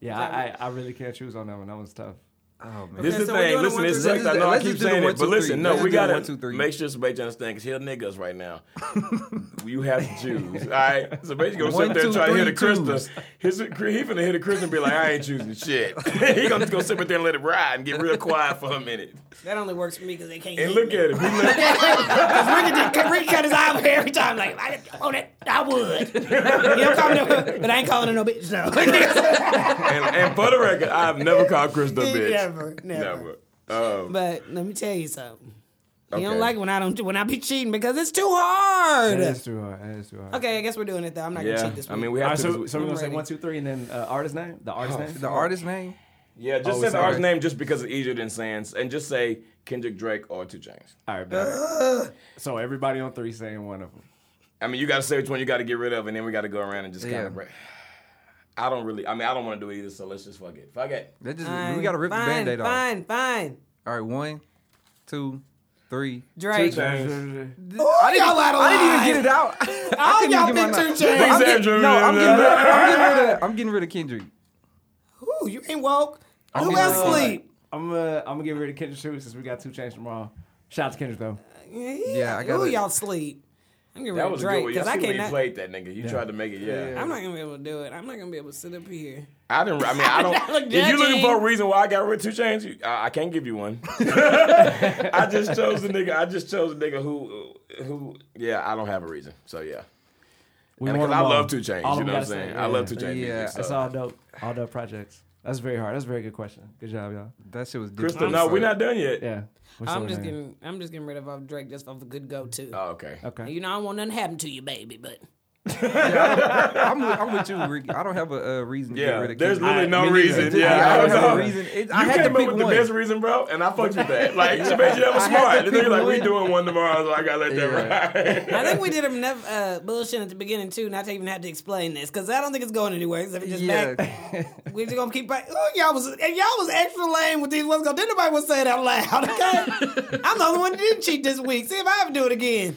[SPEAKER 1] Yeah, I, I, I really can't choose on that one. That one's tough.
[SPEAKER 3] this is the
[SPEAKER 2] Okay,
[SPEAKER 3] thing.
[SPEAKER 2] so we're
[SPEAKER 3] Listen,
[SPEAKER 2] doing one,
[SPEAKER 3] it
[SPEAKER 2] two,
[SPEAKER 3] sucks.
[SPEAKER 4] three.
[SPEAKER 3] I know I
[SPEAKER 4] Let's
[SPEAKER 3] keep
[SPEAKER 4] just do the
[SPEAKER 3] saying
[SPEAKER 4] one,
[SPEAKER 3] it,
[SPEAKER 4] two,
[SPEAKER 3] but listen,
[SPEAKER 4] three.
[SPEAKER 3] no,
[SPEAKER 4] Let's
[SPEAKER 3] we
[SPEAKER 4] do the
[SPEAKER 3] gotta
[SPEAKER 4] one, two, three.
[SPEAKER 3] make sure Sebastian understands because he'll nigga us right now. you have to choose. All right, Sebastian gonna sit
[SPEAKER 4] One,
[SPEAKER 3] there and
[SPEAKER 4] two,
[SPEAKER 3] try to hit
[SPEAKER 4] three,
[SPEAKER 3] a Christmas. His, he finna hit a Christmas and be like, "I ain't choosing shit." he gonna just go sit back there and let it ride and get real quiet for a minute
[SPEAKER 2] That only works for me because they can't.
[SPEAKER 3] and
[SPEAKER 2] hit
[SPEAKER 3] look
[SPEAKER 2] me.
[SPEAKER 3] at him. He look-
[SPEAKER 2] Rick, did, Rick cut his eye open every time. Like, if I didn't own it, I would. You don't call me no, but I ain't calling her no bitch. No,
[SPEAKER 3] and, and for the record, I've never called Chris the bitch.
[SPEAKER 2] never, never.
[SPEAKER 3] Never. Um,
[SPEAKER 2] But let me tell you something. You
[SPEAKER 3] Okay.
[SPEAKER 2] don't like when I don't when I be cheating because it's too hard.
[SPEAKER 1] That is too hard. That is too hard.
[SPEAKER 2] Okay, I guess we're doing it though. I'm not gonna
[SPEAKER 3] yeah,
[SPEAKER 2] cheat this
[SPEAKER 3] I
[SPEAKER 2] week.
[SPEAKER 3] mean, we
[SPEAKER 1] All
[SPEAKER 3] have
[SPEAKER 1] right,
[SPEAKER 3] to.
[SPEAKER 1] so, so we're gonna say
[SPEAKER 2] ready.
[SPEAKER 1] one, two, three, and then uh, artist name. The
[SPEAKER 3] Oh,
[SPEAKER 1] artist name.
[SPEAKER 4] The artist name?
[SPEAKER 3] yeah,
[SPEAKER 1] Oh,
[SPEAKER 3] just say the
[SPEAKER 1] sorry.
[SPEAKER 3] artist name just because it's easier than saying, and just say Kendrick Drake or Two Chainz.
[SPEAKER 1] All right, bet. So everybody on three saying one of them.
[SPEAKER 3] I mean, you got to say which one you got to get rid of, and then we got to go around and just kind
[SPEAKER 4] Yeah.
[SPEAKER 3] of. I don't really. I mean, I don't want to do it either. So let's just fuck it. Fuck it.
[SPEAKER 4] That just
[SPEAKER 2] Fine,
[SPEAKER 4] we gotta rip
[SPEAKER 2] fine,
[SPEAKER 4] the band-aid off.
[SPEAKER 2] Fine, fine.
[SPEAKER 4] All right, one, two, three.
[SPEAKER 2] Drake.
[SPEAKER 3] Two Chainz.
[SPEAKER 2] Ooh, I didn't, y'all out of
[SPEAKER 4] I didn't
[SPEAKER 2] line.
[SPEAKER 4] even get it out.
[SPEAKER 2] All
[SPEAKER 4] I couldn't even
[SPEAKER 2] y'all
[SPEAKER 4] get my
[SPEAKER 2] been too
[SPEAKER 4] name. But I'm
[SPEAKER 2] changed.
[SPEAKER 4] getting-
[SPEAKER 3] Alexander.
[SPEAKER 4] No, I'm getting rid of- I'm getting rid of. I'm getting rid of Kendrick.
[SPEAKER 2] Ooh, you ain't woke. Who
[SPEAKER 4] getting
[SPEAKER 2] else
[SPEAKER 4] it.
[SPEAKER 2] sleep?
[SPEAKER 1] I'm uh, I'm gonna get rid of Kendrick too since we got two chains tomorrow. Shout out to Kendrick though.
[SPEAKER 2] Yeah,
[SPEAKER 4] I
[SPEAKER 2] Who
[SPEAKER 4] gotta-
[SPEAKER 2] y'all sleep? I'm getting
[SPEAKER 3] That
[SPEAKER 2] rid of
[SPEAKER 3] was a good
[SPEAKER 2] Drake
[SPEAKER 3] one.
[SPEAKER 2] because
[SPEAKER 3] Y'all
[SPEAKER 2] I
[SPEAKER 3] see where you
[SPEAKER 2] cannot.
[SPEAKER 3] played that nigga. You tried to make it. Yeah.
[SPEAKER 2] I'm not gonna be able to do it. I'm not gonna be able to sit up here.
[SPEAKER 3] I didn't. I mean, I
[SPEAKER 2] That look
[SPEAKER 3] don't. if you're looking
[SPEAKER 2] judgy.
[SPEAKER 3] for a reason why I got rid of two chains, you, I, I can't give you one. I just chose the nigga. I just chose the nigga who, who. Yeah, I don't have a reason. So yeah,
[SPEAKER 1] We
[SPEAKER 3] And
[SPEAKER 1] want
[SPEAKER 3] 'cause
[SPEAKER 1] them
[SPEAKER 3] I
[SPEAKER 1] all.
[SPEAKER 3] love two chains.
[SPEAKER 1] All
[SPEAKER 3] You
[SPEAKER 1] of them
[SPEAKER 3] know what I'm
[SPEAKER 1] gotta
[SPEAKER 3] saying?
[SPEAKER 1] say,
[SPEAKER 3] I
[SPEAKER 1] yeah.
[SPEAKER 3] love two chains.
[SPEAKER 4] Yeah,
[SPEAKER 3] music,
[SPEAKER 1] That's
[SPEAKER 3] so.
[SPEAKER 1] all dope. All dope projects. That's very hard. That's a very good question. Good job, y'all.
[SPEAKER 4] That shit was different.
[SPEAKER 3] Crystal, no, we're not done yet.
[SPEAKER 1] Yeah. What's
[SPEAKER 2] I'm
[SPEAKER 1] up,
[SPEAKER 2] just
[SPEAKER 1] man?
[SPEAKER 2] getting. I'm just getting rid of off Drake just off a good go too.
[SPEAKER 3] Oh, okay.
[SPEAKER 1] Okay.
[SPEAKER 2] You know, I don't want nothing happen to you, baby. But
[SPEAKER 4] I'm with, I'm with you, Ricky. I don't have a, uh reason to get
[SPEAKER 3] Yeah,
[SPEAKER 4] rid of
[SPEAKER 3] there's literally
[SPEAKER 4] Kendrick.
[SPEAKER 3] no
[SPEAKER 1] me neither.
[SPEAKER 3] reason.
[SPEAKER 1] I-
[SPEAKER 3] Yeah,
[SPEAKER 4] I don't have
[SPEAKER 3] know.
[SPEAKER 4] a reason. It,
[SPEAKER 3] You
[SPEAKER 4] I had to
[SPEAKER 3] came up
[SPEAKER 4] pick
[SPEAKER 3] with
[SPEAKER 4] one.
[SPEAKER 3] the best reason, bro, and I fucked with that. Like, yeah. Sebastian, that was
[SPEAKER 4] I had
[SPEAKER 3] smart.
[SPEAKER 4] to
[SPEAKER 3] And then you're
[SPEAKER 4] pick
[SPEAKER 3] like, we
[SPEAKER 4] one.
[SPEAKER 3] doing one tomorrow, so I gotta let that ride.
[SPEAKER 2] I think we did enough uh, bullshit at the beginning too, not to even have to explain this because I don't think it's going anywhere. Except it's just
[SPEAKER 4] Yeah.
[SPEAKER 2] back. We're just gonna keep. Back. Oh, y'all was and y'all was extra lame with these ones. Go, didn't nobody was saying out loud. Okay, I'm the only one that didn't cheat this week. See if I ever do it again.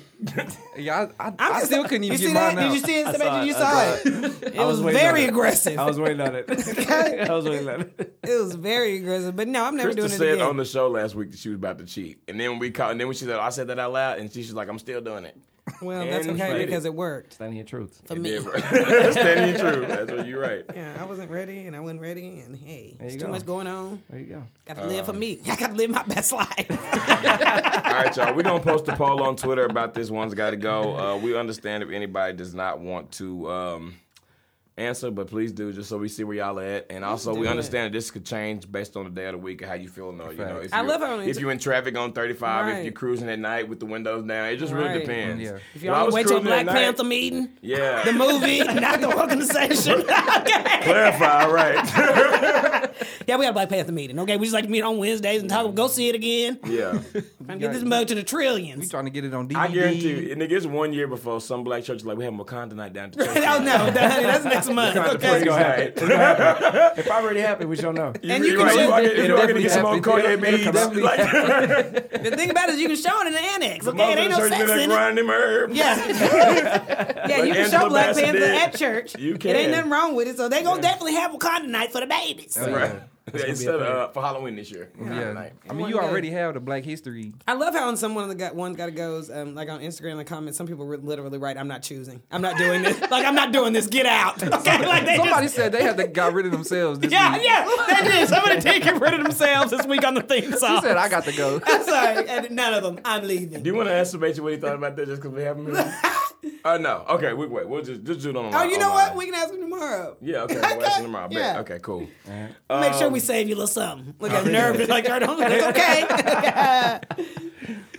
[SPEAKER 4] yeah, I, I,
[SPEAKER 2] I'm
[SPEAKER 4] I
[SPEAKER 2] just-
[SPEAKER 4] still couldn't even
[SPEAKER 2] you
[SPEAKER 4] get
[SPEAKER 2] see
[SPEAKER 4] mine
[SPEAKER 2] that?
[SPEAKER 4] out.
[SPEAKER 2] Did you see it?
[SPEAKER 1] I
[SPEAKER 2] Sebastian?
[SPEAKER 1] saw it.
[SPEAKER 2] You
[SPEAKER 1] I
[SPEAKER 2] saw
[SPEAKER 1] saw
[SPEAKER 2] it.
[SPEAKER 1] it.
[SPEAKER 2] It
[SPEAKER 1] I was
[SPEAKER 2] was
[SPEAKER 1] waiting on
[SPEAKER 2] very
[SPEAKER 1] it.
[SPEAKER 2] aggressive.
[SPEAKER 1] I was waiting on it. I was waiting on it.
[SPEAKER 2] It was very aggressive. But no, I'm never
[SPEAKER 3] Krista
[SPEAKER 2] doing it
[SPEAKER 3] said
[SPEAKER 2] again.
[SPEAKER 3] on
[SPEAKER 4] "Oh,
[SPEAKER 3] the show last week that she was about to cheat, and then we caught. And then when she said, "I said that out loud," and she, she's like, "I'm still doing it."
[SPEAKER 2] Well, that's
[SPEAKER 3] And
[SPEAKER 2] okay
[SPEAKER 3] faded.
[SPEAKER 2] because it worked
[SPEAKER 1] Standing in truth.
[SPEAKER 2] for me.
[SPEAKER 3] That's standing true. That's what you're right.
[SPEAKER 2] Yeah, I wasn't ready, and I wasn't ready, and hey, there's
[SPEAKER 1] you
[SPEAKER 2] too
[SPEAKER 1] go.
[SPEAKER 2] much going on.
[SPEAKER 1] There you go.
[SPEAKER 2] Got to live for me. I got to live my best life.
[SPEAKER 3] All right, y'all. We're gonna post a poll on Twitter about this. One's got to go. Uh, we understand if anybody does not want to um, answer, but please do just so we see where y'all are at. And also, we
[SPEAKER 2] do
[SPEAKER 3] understand that this could change based on the day of the week and how you feeling. Or, you know, if
[SPEAKER 2] I
[SPEAKER 3] you-
[SPEAKER 2] love how it's-
[SPEAKER 3] if you're in traffic on 35,
[SPEAKER 2] Right.
[SPEAKER 3] if you're cruising at night with the windows down, it just
[SPEAKER 2] Right.
[SPEAKER 3] really depends.
[SPEAKER 4] Yeah.
[SPEAKER 2] If
[SPEAKER 3] When I
[SPEAKER 2] y'all
[SPEAKER 3] was
[SPEAKER 2] went to a
[SPEAKER 3] cruising at
[SPEAKER 2] Black
[SPEAKER 3] night-
[SPEAKER 2] Panther meeting,
[SPEAKER 3] yeah,
[SPEAKER 2] the movie, not the organization. okay.
[SPEAKER 3] clarify, right?
[SPEAKER 2] Yeah, we got a Black Panther meeting. Okay, we just like to meet on Wednesdays and talk. Go see it again.
[SPEAKER 3] yeah.
[SPEAKER 2] Trying to get this mug to the
[SPEAKER 4] You
[SPEAKER 2] trillions.
[SPEAKER 4] trying to get it on DVD?
[SPEAKER 3] I guarantee you, and it gets one year before some black church is like, we have Wakanda night down at the church.
[SPEAKER 2] oh no, that- honey, that's next month.
[SPEAKER 3] Wakanda
[SPEAKER 2] Okay.
[SPEAKER 3] praise night.
[SPEAKER 1] If I already happened, we don't know.
[SPEAKER 2] And you
[SPEAKER 3] You're
[SPEAKER 2] can
[SPEAKER 3] right,
[SPEAKER 2] show-
[SPEAKER 3] you are gonna- you are gonna
[SPEAKER 4] definitely
[SPEAKER 3] get some more
[SPEAKER 4] happened.
[SPEAKER 3] Kodak
[SPEAKER 4] It'll- it'll
[SPEAKER 3] beads.
[SPEAKER 4] definitely
[SPEAKER 3] Like,
[SPEAKER 2] The thing about it is you can show it in the annex. Okay, it ain't no
[SPEAKER 3] Mother church
[SPEAKER 2] sex
[SPEAKER 3] been
[SPEAKER 2] in
[SPEAKER 3] there
[SPEAKER 2] it.
[SPEAKER 3] grinding herb.
[SPEAKER 2] Yeah, yeah, you
[SPEAKER 3] Like
[SPEAKER 2] can show
[SPEAKER 3] Angela
[SPEAKER 2] Black
[SPEAKER 3] Bassett
[SPEAKER 2] Panther
[SPEAKER 3] did.
[SPEAKER 2] at church.
[SPEAKER 3] You
[SPEAKER 2] It
[SPEAKER 3] can.
[SPEAKER 2] ain't nothing wrong with it. So they gonna definitely have Wakanda night for the babies.
[SPEAKER 3] Right. Instead of uh, for Halloween this year.
[SPEAKER 4] Yeah.
[SPEAKER 3] Night.
[SPEAKER 4] I mean, you
[SPEAKER 2] One day.
[SPEAKER 4] already have the Black History.
[SPEAKER 2] I love how on some one of the got one gotta goes um, like on Instagram the comments. Some people re- literally write, "I'm not choosing. I'm not doing this. like I'm not doing this. Get out." Okay, like they
[SPEAKER 4] Somebody
[SPEAKER 2] just,
[SPEAKER 4] said they had to got rid of themselves. This
[SPEAKER 2] yeah,
[SPEAKER 4] week.
[SPEAKER 2] yeah, they did. Somebody did get rid of themselves this week on the theme song.
[SPEAKER 4] He said I got to go.
[SPEAKER 2] I'm sorry, and none of them. I'm leaving.
[SPEAKER 3] Do you want to ask Sebastian what he thought about that just because we have him here? uh, no. Okay, we, wait. We'll just, just do it online.
[SPEAKER 2] oh, you know
[SPEAKER 3] online.
[SPEAKER 2] what? We can ask them tomorrow.
[SPEAKER 3] yeah, okay. We'll ask him tomorrow.
[SPEAKER 2] Yeah.
[SPEAKER 3] Yeah. Okay, cool.
[SPEAKER 2] Make
[SPEAKER 3] Um,
[SPEAKER 2] sure we save you a little something. Look,
[SPEAKER 3] oh,
[SPEAKER 2] I'm nervous. Like, I don't. It's okay.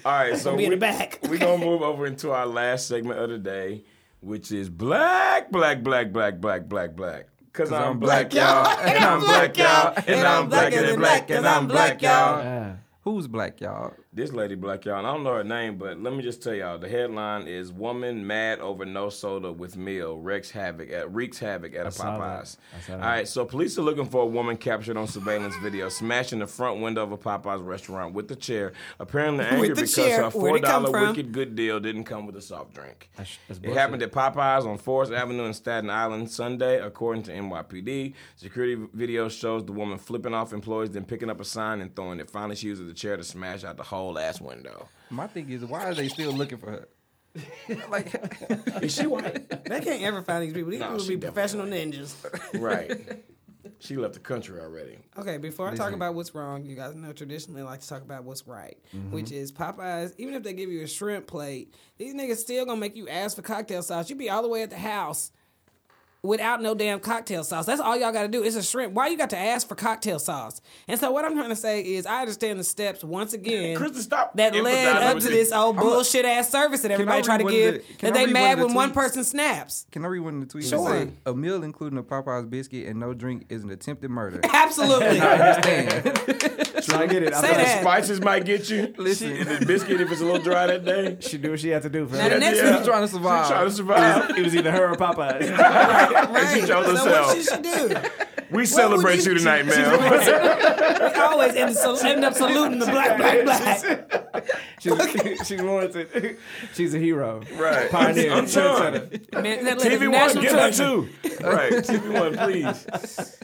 [SPEAKER 3] All right, so
[SPEAKER 2] Be in
[SPEAKER 3] we,
[SPEAKER 2] the back.
[SPEAKER 3] we're going to move over into our last segment of the day, which is black, black, black, black, black, black, black. Because I'm black, y'all. And I'm black, y'all. And I'm black, and black, and I'm black, y'all.
[SPEAKER 4] Who's black, y'all?
[SPEAKER 3] This lady black y'all, and I don't know her name, but let me just tell y'all. The headline is "Woman Mad Over No Soda with Meal Wreaks Havoc at Wreaks Havoc at a Popeyes." All right, so police are looking for a woman captured on surveillance video smashing the front window of a Popeyes restaurant with a chair. Apparently angry
[SPEAKER 2] the
[SPEAKER 3] because
[SPEAKER 2] chair.
[SPEAKER 3] her four
[SPEAKER 2] Where'd it come
[SPEAKER 3] dollar
[SPEAKER 2] from?
[SPEAKER 3] wicked good deal didn't come with a soft drink.
[SPEAKER 1] that's
[SPEAKER 3] it happened at Popeyes on Forest Avenue in Staten Island Sunday, according to NYPD. Security video shows the woman flipping off employees, then picking up a sign and throwing it. Finally, she uses the chair to smash out the whole ass window.
[SPEAKER 4] My thing is, why are they still looking for her? like,
[SPEAKER 3] Is she white?
[SPEAKER 2] they can't ever find these people. These
[SPEAKER 3] No,
[SPEAKER 2] people
[SPEAKER 3] she
[SPEAKER 2] be professional ninjas.
[SPEAKER 3] right. She left the country already.
[SPEAKER 2] Okay, before I talk about what's wrong, you guys know traditionally I like to talk about what's right,
[SPEAKER 4] Mm-hmm.
[SPEAKER 2] which is Popeyes. Even if they give you a shrimp plate, these niggas still gonna make you ask for cocktail sauce. You be all the way at the house without no damn cocktail sauce. That's all y'all got to do. It's a shrimp. Why you got to ask for cocktail sauce? And so what I'm trying to say is, I understand the steps once again.
[SPEAKER 3] Kristen, stop
[SPEAKER 2] That led
[SPEAKER 3] emphasizing
[SPEAKER 2] up
[SPEAKER 3] what
[SPEAKER 2] to
[SPEAKER 3] you-
[SPEAKER 2] this old bullshit ass service that everybody
[SPEAKER 4] read
[SPEAKER 2] try to
[SPEAKER 4] one of
[SPEAKER 2] give.
[SPEAKER 4] the- can
[SPEAKER 2] that
[SPEAKER 4] I
[SPEAKER 2] they
[SPEAKER 4] read
[SPEAKER 2] mad
[SPEAKER 4] one of the
[SPEAKER 2] when one
[SPEAKER 4] tweets?
[SPEAKER 2] person snaps.
[SPEAKER 4] can I read one of the tweets?
[SPEAKER 2] Sure.
[SPEAKER 4] It say, a meal including a Popeye's biscuit and no drink is an attempted murder.
[SPEAKER 2] Absolutely.
[SPEAKER 4] Damn.
[SPEAKER 1] I get it. I
[SPEAKER 2] Say
[SPEAKER 1] thought
[SPEAKER 2] that.
[SPEAKER 3] Spices might get you.
[SPEAKER 4] Listen.
[SPEAKER 3] She- the biscuit if it's a little dry that day.
[SPEAKER 1] She do what she had to do. For
[SPEAKER 2] Now the
[SPEAKER 1] her.
[SPEAKER 2] next
[SPEAKER 3] Yeah.
[SPEAKER 2] one,
[SPEAKER 4] She's trying to survive.
[SPEAKER 3] She trying to survive.
[SPEAKER 1] It was either her or Popeye.
[SPEAKER 2] right?
[SPEAKER 3] chose
[SPEAKER 2] So
[SPEAKER 3] herself.
[SPEAKER 2] what she should do?
[SPEAKER 3] We celebrate
[SPEAKER 2] you-
[SPEAKER 3] you tonight, man.
[SPEAKER 2] We always end, so, end up saluting the black, black, black.
[SPEAKER 1] She's, she's warranted. She's a hero.
[SPEAKER 3] Right.
[SPEAKER 1] Pioneer.
[SPEAKER 3] I'm telling
[SPEAKER 1] trendsetter.
[SPEAKER 2] Man, that lady,
[SPEAKER 3] TV One,
[SPEAKER 2] national
[SPEAKER 3] get her
[SPEAKER 2] treasure.
[SPEAKER 3] too. Right, TV One, please.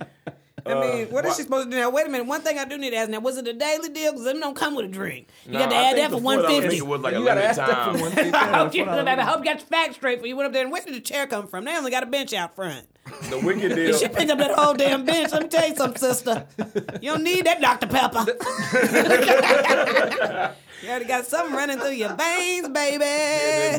[SPEAKER 2] I mean, what is
[SPEAKER 3] wha-
[SPEAKER 2] she supposed to do now? Wait a minute. One thing I do need to ask now: was it a daily deal? Because them don't come with a drink. You got to
[SPEAKER 3] I
[SPEAKER 2] add
[SPEAKER 3] think
[SPEAKER 2] that for
[SPEAKER 3] before
[SPEAKER 2] one
[SPEAKER 3] that, I think
[SPEAKER 2] fifty.
[SPEAKER 3] It was like a
[SPEAKER 4] You gotta
[SPEAKER 3] limited
[SPEAKER 4] ask that for
[SPEAKER 3] time.
[SPEAKER 4] one thing.
[SPEAKER 2] Oh, you know, baby, I hope you got your facts straight. For you went up there and where did the chair come from? They only got a bench out front.
[SPEAKER 3] The wicked deal.
[SPEAKER 2] She picked up that whole damn bench. Let me tell you something, sister. You don't need that Dr. Pepper. you already got something running through your veins,
[SPEAKER 3] That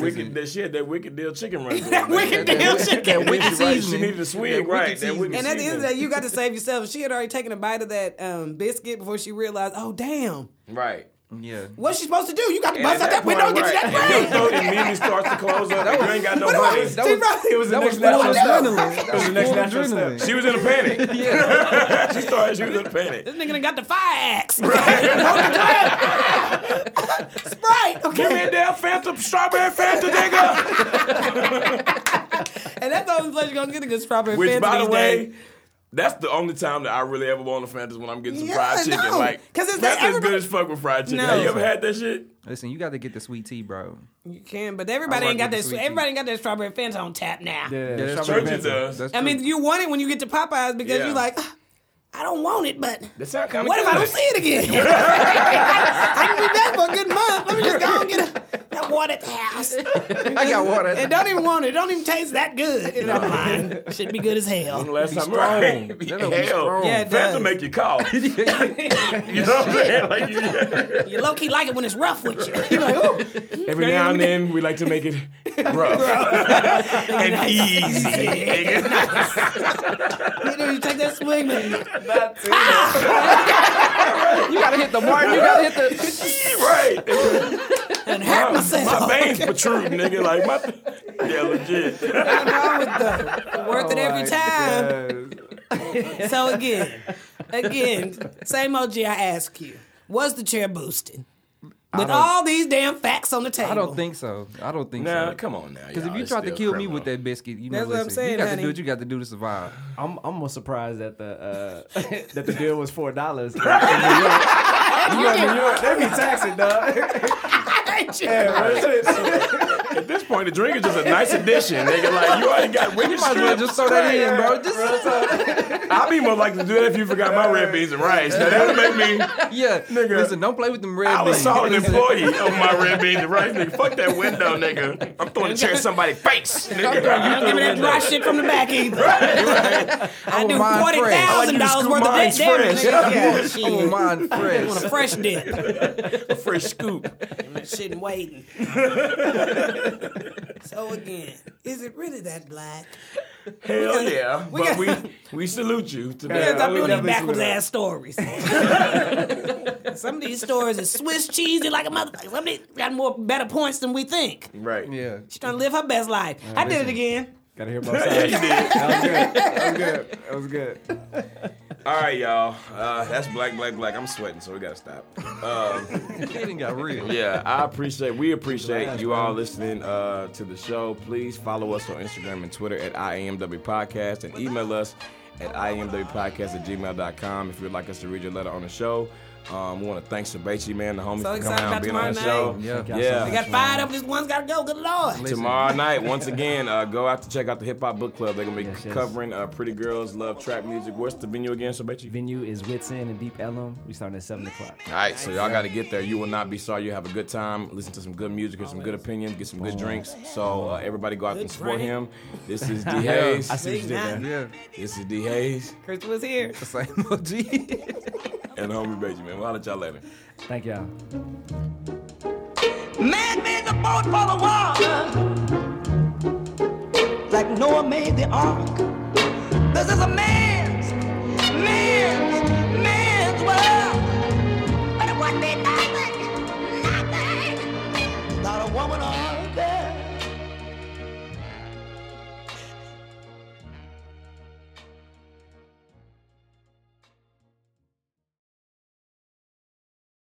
[SPEAKER 2] baby.
[SPEAKER 3] wicked, that she had that wicked deal chicken run.
[SPEAKER 2] That wicked deal chicken.
[SPEAKER 3] She, right, she needed a swig, right? That wicked
[SPEAKER 2] And at the end of the
[SPEAKER 3] seasoning.
[SPEAKER 2] day, you got to save yourself. She had already taken a bite of that um, biscuit before she realized, oh, damn.
[SPEAKER 3] right.
[SPEAKER 4] Yeah.
[SPEAKER 2] What's she supposed to do? You got to
[SPEAKER 3] And at
[SPEAKER 2] bust out that
[SPEAKER 3] point,
[SPEAKER 2] window and get you
[SPEAKER 3] right,
[SPEAKER 2] that
[SPEAKER 3] Your
[SPEAKER 2] brain.
[SPEAKER 3] throat immediately starts to close up. and you ain't got no
[SPEAKER 2] What do I-
[SPEAKER 3] money.
[SPEAKER 2] She probably-
[SPEAKER 4] that was
[SPEAKER 2] natural
[SPEAKER 4] full
[SPEAKER 2] step.
[SPEAKER 4] adrenaline. That was
[SPEAKER 1] the next
[SPEAKER 4] full
[SPEAKER 1] natural step.
[SPEAKER 4] adrenaline.
[SPEAKER 3] She was in a panic. she started. She was in a panic.
[SPEAKER 2] This nigga done got the fire axe. Sprite.
[SPEAKER 3] Give
[SPEAKER 2] Okay.
[SPEAKER 3] me a damn Fanta, strawberry Fanta, nigga.
[SPEAKER 2] And that's the only place you're going to get a good strawberry
[SPEAKER 3] Which,
[SPEAKER 2] Fanta
[SPEAKER 3] by the
[SPEAKER 2] these
[SPEAKER 3] way.
[SPEAKER 2] days.
[SPEAKER 3] That's the only time that I really ever want a Fanta is when I'm getting some
[SPEAKER 2] Yeah,
[SPEAKER 3] fried chicken.
[SPEAKER 2] no.
[SPEAKER 3] Like,
[SPEAKER 2] 'Cause it's-
[SPEAKER 3] Fanta's
[SPEAKER 2] everybody-
[SPEAKER 3] good as fuck with fried chicken.
[SPEAKER 2] No.
[SPEAKER 3] Have you ever had that shit?
[SPEAKER 4] Listen, you got to get the sweet tea, bro.
[SPEAKER 2] You can, but everybody
[SPEAKER 4] I
[SPEAKER 2] ain't got
[SPEAKER 4] like
[SPEAKER 2] that.
[SPEAKER 4] the sweet
[SPEAKER 2] Everybody ain't got that strawberry Fanta on tap now.
[SPEAKER 1] Yeah,
[SPEAKER 4] Yeah, that's
[SPEAKER 1] strawberry
[SPEAKER 4] true.
[SPEAKER 3] Churches
[SPEAKER 1] Fanta.
[SPEAKER 3] does.
[SPEAKER 4] That's
[SPEAKER 2] I
[SPEAKER 4] true.
[SPEAKER 2] mean, you want it when you get to Popeyes because
[SPEAKER 3] Yeah.
[SPEAKER 2] you're like, "Ah, I don't want it, but
[SPEAKER 3] That sound kind of
[SPEAKER 2] what if I don't see it again? I can be back for a good month. Let me just go and get a, that got water at the house.
[SPEAKER 4] I got
[SPEAKER 2] It
[SPEAKER 4] water.
[SPEAKER 2] don't even want it. It don't even taste that good. And I'm lying. Should be good as hell.
[SPEAKER 3] Last time,
[SPEAKER 4] strong.
[SPEAKER 3] right?
[SPEAKER 4] That'll be
[SPEAKER 3] Hell,
[SPEAKER 4] strong.
[SPEAKER 2] Yeah, it
[SPEAKER 3] Phantom
[SPEAKER 2] does.
[SPEAKER 3] make you cough. you know what I'm saying? Like, you-
[SPEAKER 2] You low key like it when it's rough with you. You're like, oh,
[SPEAKER 3] Every
[SPEAKER 2] Right,
[SPEAKER 3] now
[SPEAKER 2] I'm
[SPEAKER 3] and then, we like to make it rough and easy. nigga.
[SPEAKER 2] you know, you take that swing. man. Ah!
[SPEAKER 4] You gotta hit the mark. You gotta hit the.
[SPEAKER 3] right.
[SPEAKER 2] And hurt
[SPEAKER 3] My
[SPEAKER 2] myself.
[SPEAKER 3] veins protruding, nigga. Like my, yeah, legit.
[SPEAKER 2] Nothing wrong with them. Worth it every time. So again, again, same OG. I ask you, was the chair boosting? With
[SPEAKER 4] don't-
[SPEAKER 2] all these damn facts on the table,
[SPEAKER 4] I don't think so. I don't think
[SPEAKER 3] Nah,
[SPEAKER 4] so.
[SPEAKER 3] come on now.
[SPEAKER 4] Because if you tried to kill me with that biscuit, you know,
[SPEAKER 2] That's what I'm
[SPEAKER 4] listen,
[SPEAKER 2] saying,
[SPEAKER 4] you got
[SPEAKER 2] honey.
[SPEAKER 4] to do what you got to do to survive.
[SPEAKER 1] I'm I'm almost surprised that the uh, that the deal was four dollars. you know, in New York, they be taxing, dog.
[SPEAKER 3] At this point, the drink is just a nice addition, nigga. Like you already got
[SPEAKER 4] You
[SPEAKER 3] wicked
[SPEAKER 4] might as well
[SPEAKER 3] strips.
[SPEAKER 4] just throw that in, bro. Just
[SPEAKER 3] I'd be more likely to do that if you forgot my red beans and rice. Now that would make me.
[SPEAKER 4] yeah,
[SPEAKER 3] Nigga.
[SPEAKER 4] Listen, don't play with them red
[SPEAKER 3] I was
[SPEAKER 4] beans.
[SPEAKER 3] solid employee on my red beans and rice, nigga. Fuck that window, nigga. I'm throwing the chair in somebody's face, nigga.
[SPEAKER 2] I don't give me that dry shit from the back either. I do
[SPEAKER 4] mine
[SPEAKER 2] forty
[SPEAKER 4] fresh. I
[SPEAKER 3] like you
[SPEAKER 2] thousand
[SPEAKER 3] to
[SPEAKER 2] dollars
[SPEAKER 3] scoop
[SPEAKER 2] worth of
[SPEAKER 3] mine's
[SPEAKER 2] that damage.
[SPEAKER 3] fresh.
[SPEAKER 2] Yeah,
[SPEAKER 4] I want
[SPEAKER 2] shit.
[SPEAKER 4] mine
[SPEAKER 2] Want
[SPEAKER 4] fresh.
[SPEAKER 2] a fresh dip?
[SPEAKER 3] Fresh scoop.
[SPEAKER 2] shit, and waiting. so again, is it really that black?
[SPEAKER 3] Hell yeah.
[SPEAKER 2] We
[SPEAKER 3] but
[SPEAKER 2] got-
[SPEAKER 3] we we salute you to
[SPEAKER 2] Yeah,
[SPEAKER 3] that.
[SPEAKER 2] stop doing these
[SPEAKER 1] definitely
[SPEAKER 2] backwards
[SPEAKER 1] see that.
[SPEAKER 2] ass stories. Some of these stories is Swiss cheesy like a motherfucker. Some of these got more better points than we think.
[SPEAKER 3] Right. Yeah.
[SPEAKER 4] Yeah.
[SPEAKER 2] She's trying to live her best life. I did it again.
[SPEAKER 1] Gotta hear both
[SPEAKER 3] yeah,
[SPEAKER 1] sides.
[SPEAKER 3] you did.
[SPEAKER 1] That was good. That was good. That was good.
[SPEAKER 3] All right, y'all. Uh, that's black, black, black. I'm sweating, so we gotta stop.
[SPEAKER 4] Kidding got real.
[SPEAKER 3] yeah, I appreciate. We appreciate you all listening uh, to the show. Please follow us on Instagram and Twitter at IAMW Podcast and email us at IAMWpodcast at gmail.com if you'd like us to read your letter on the show. Um, we want to thank Sabachi, man, the homie,
[SPEAKER 2] So
[SPEAKER 3] for coming
[SPEAKER 2] excited
[SPEAKER 3] out
[SPEAKER 2] about
[SPEAKER 3] and being on the
[SPEAKER 2] tomorrow
[SPEAKER 3] show.
[SPEAKER 4] night. Yeah. Thank
[SPEAKER 1] y'all so
[SPEAKER 3] yeah.
[SPEAKER 2] I got fired up. This one's got to go. Good lord.
[SPEAKER 3] Tomorrow night, once again, uh, go out to check out the Hip Hop Book Club. They're gonna be
[SPEAKER 1] Yes, yes.
[SPEAKER 3] covering uh, Pretty Girls Love Trap Music. What's the venue again, Sabachi?
[SPEAKER 1] Venue is Wits End and Deep Ellum. We starting at seven o'clock.
[SPEAKER 3] All right, so y'all got to get there. You will not be sorry. You have a good time. Listen to some good music, hear some good opinions, get some good drinks. So uh, everybody go out and support
[SPEAKER 2] drink.
[SPEAKER 3] him. This is D Hayes.
[SPEAKER 1] I see what you did there.
[SPEAKER 4] Yeah.
[SPEAKER 3] This is D Hayes
[SPEAKER 2] Crystal was here.
[SPEAKER 4] Same OG.
[SPEAKER 3] and homie Benjamin. We'll holler at y'all later.
[SPEAKER 1] Thank y'all.
[SPEAKER 7] Man made the boat for the water, like Noah made the ark.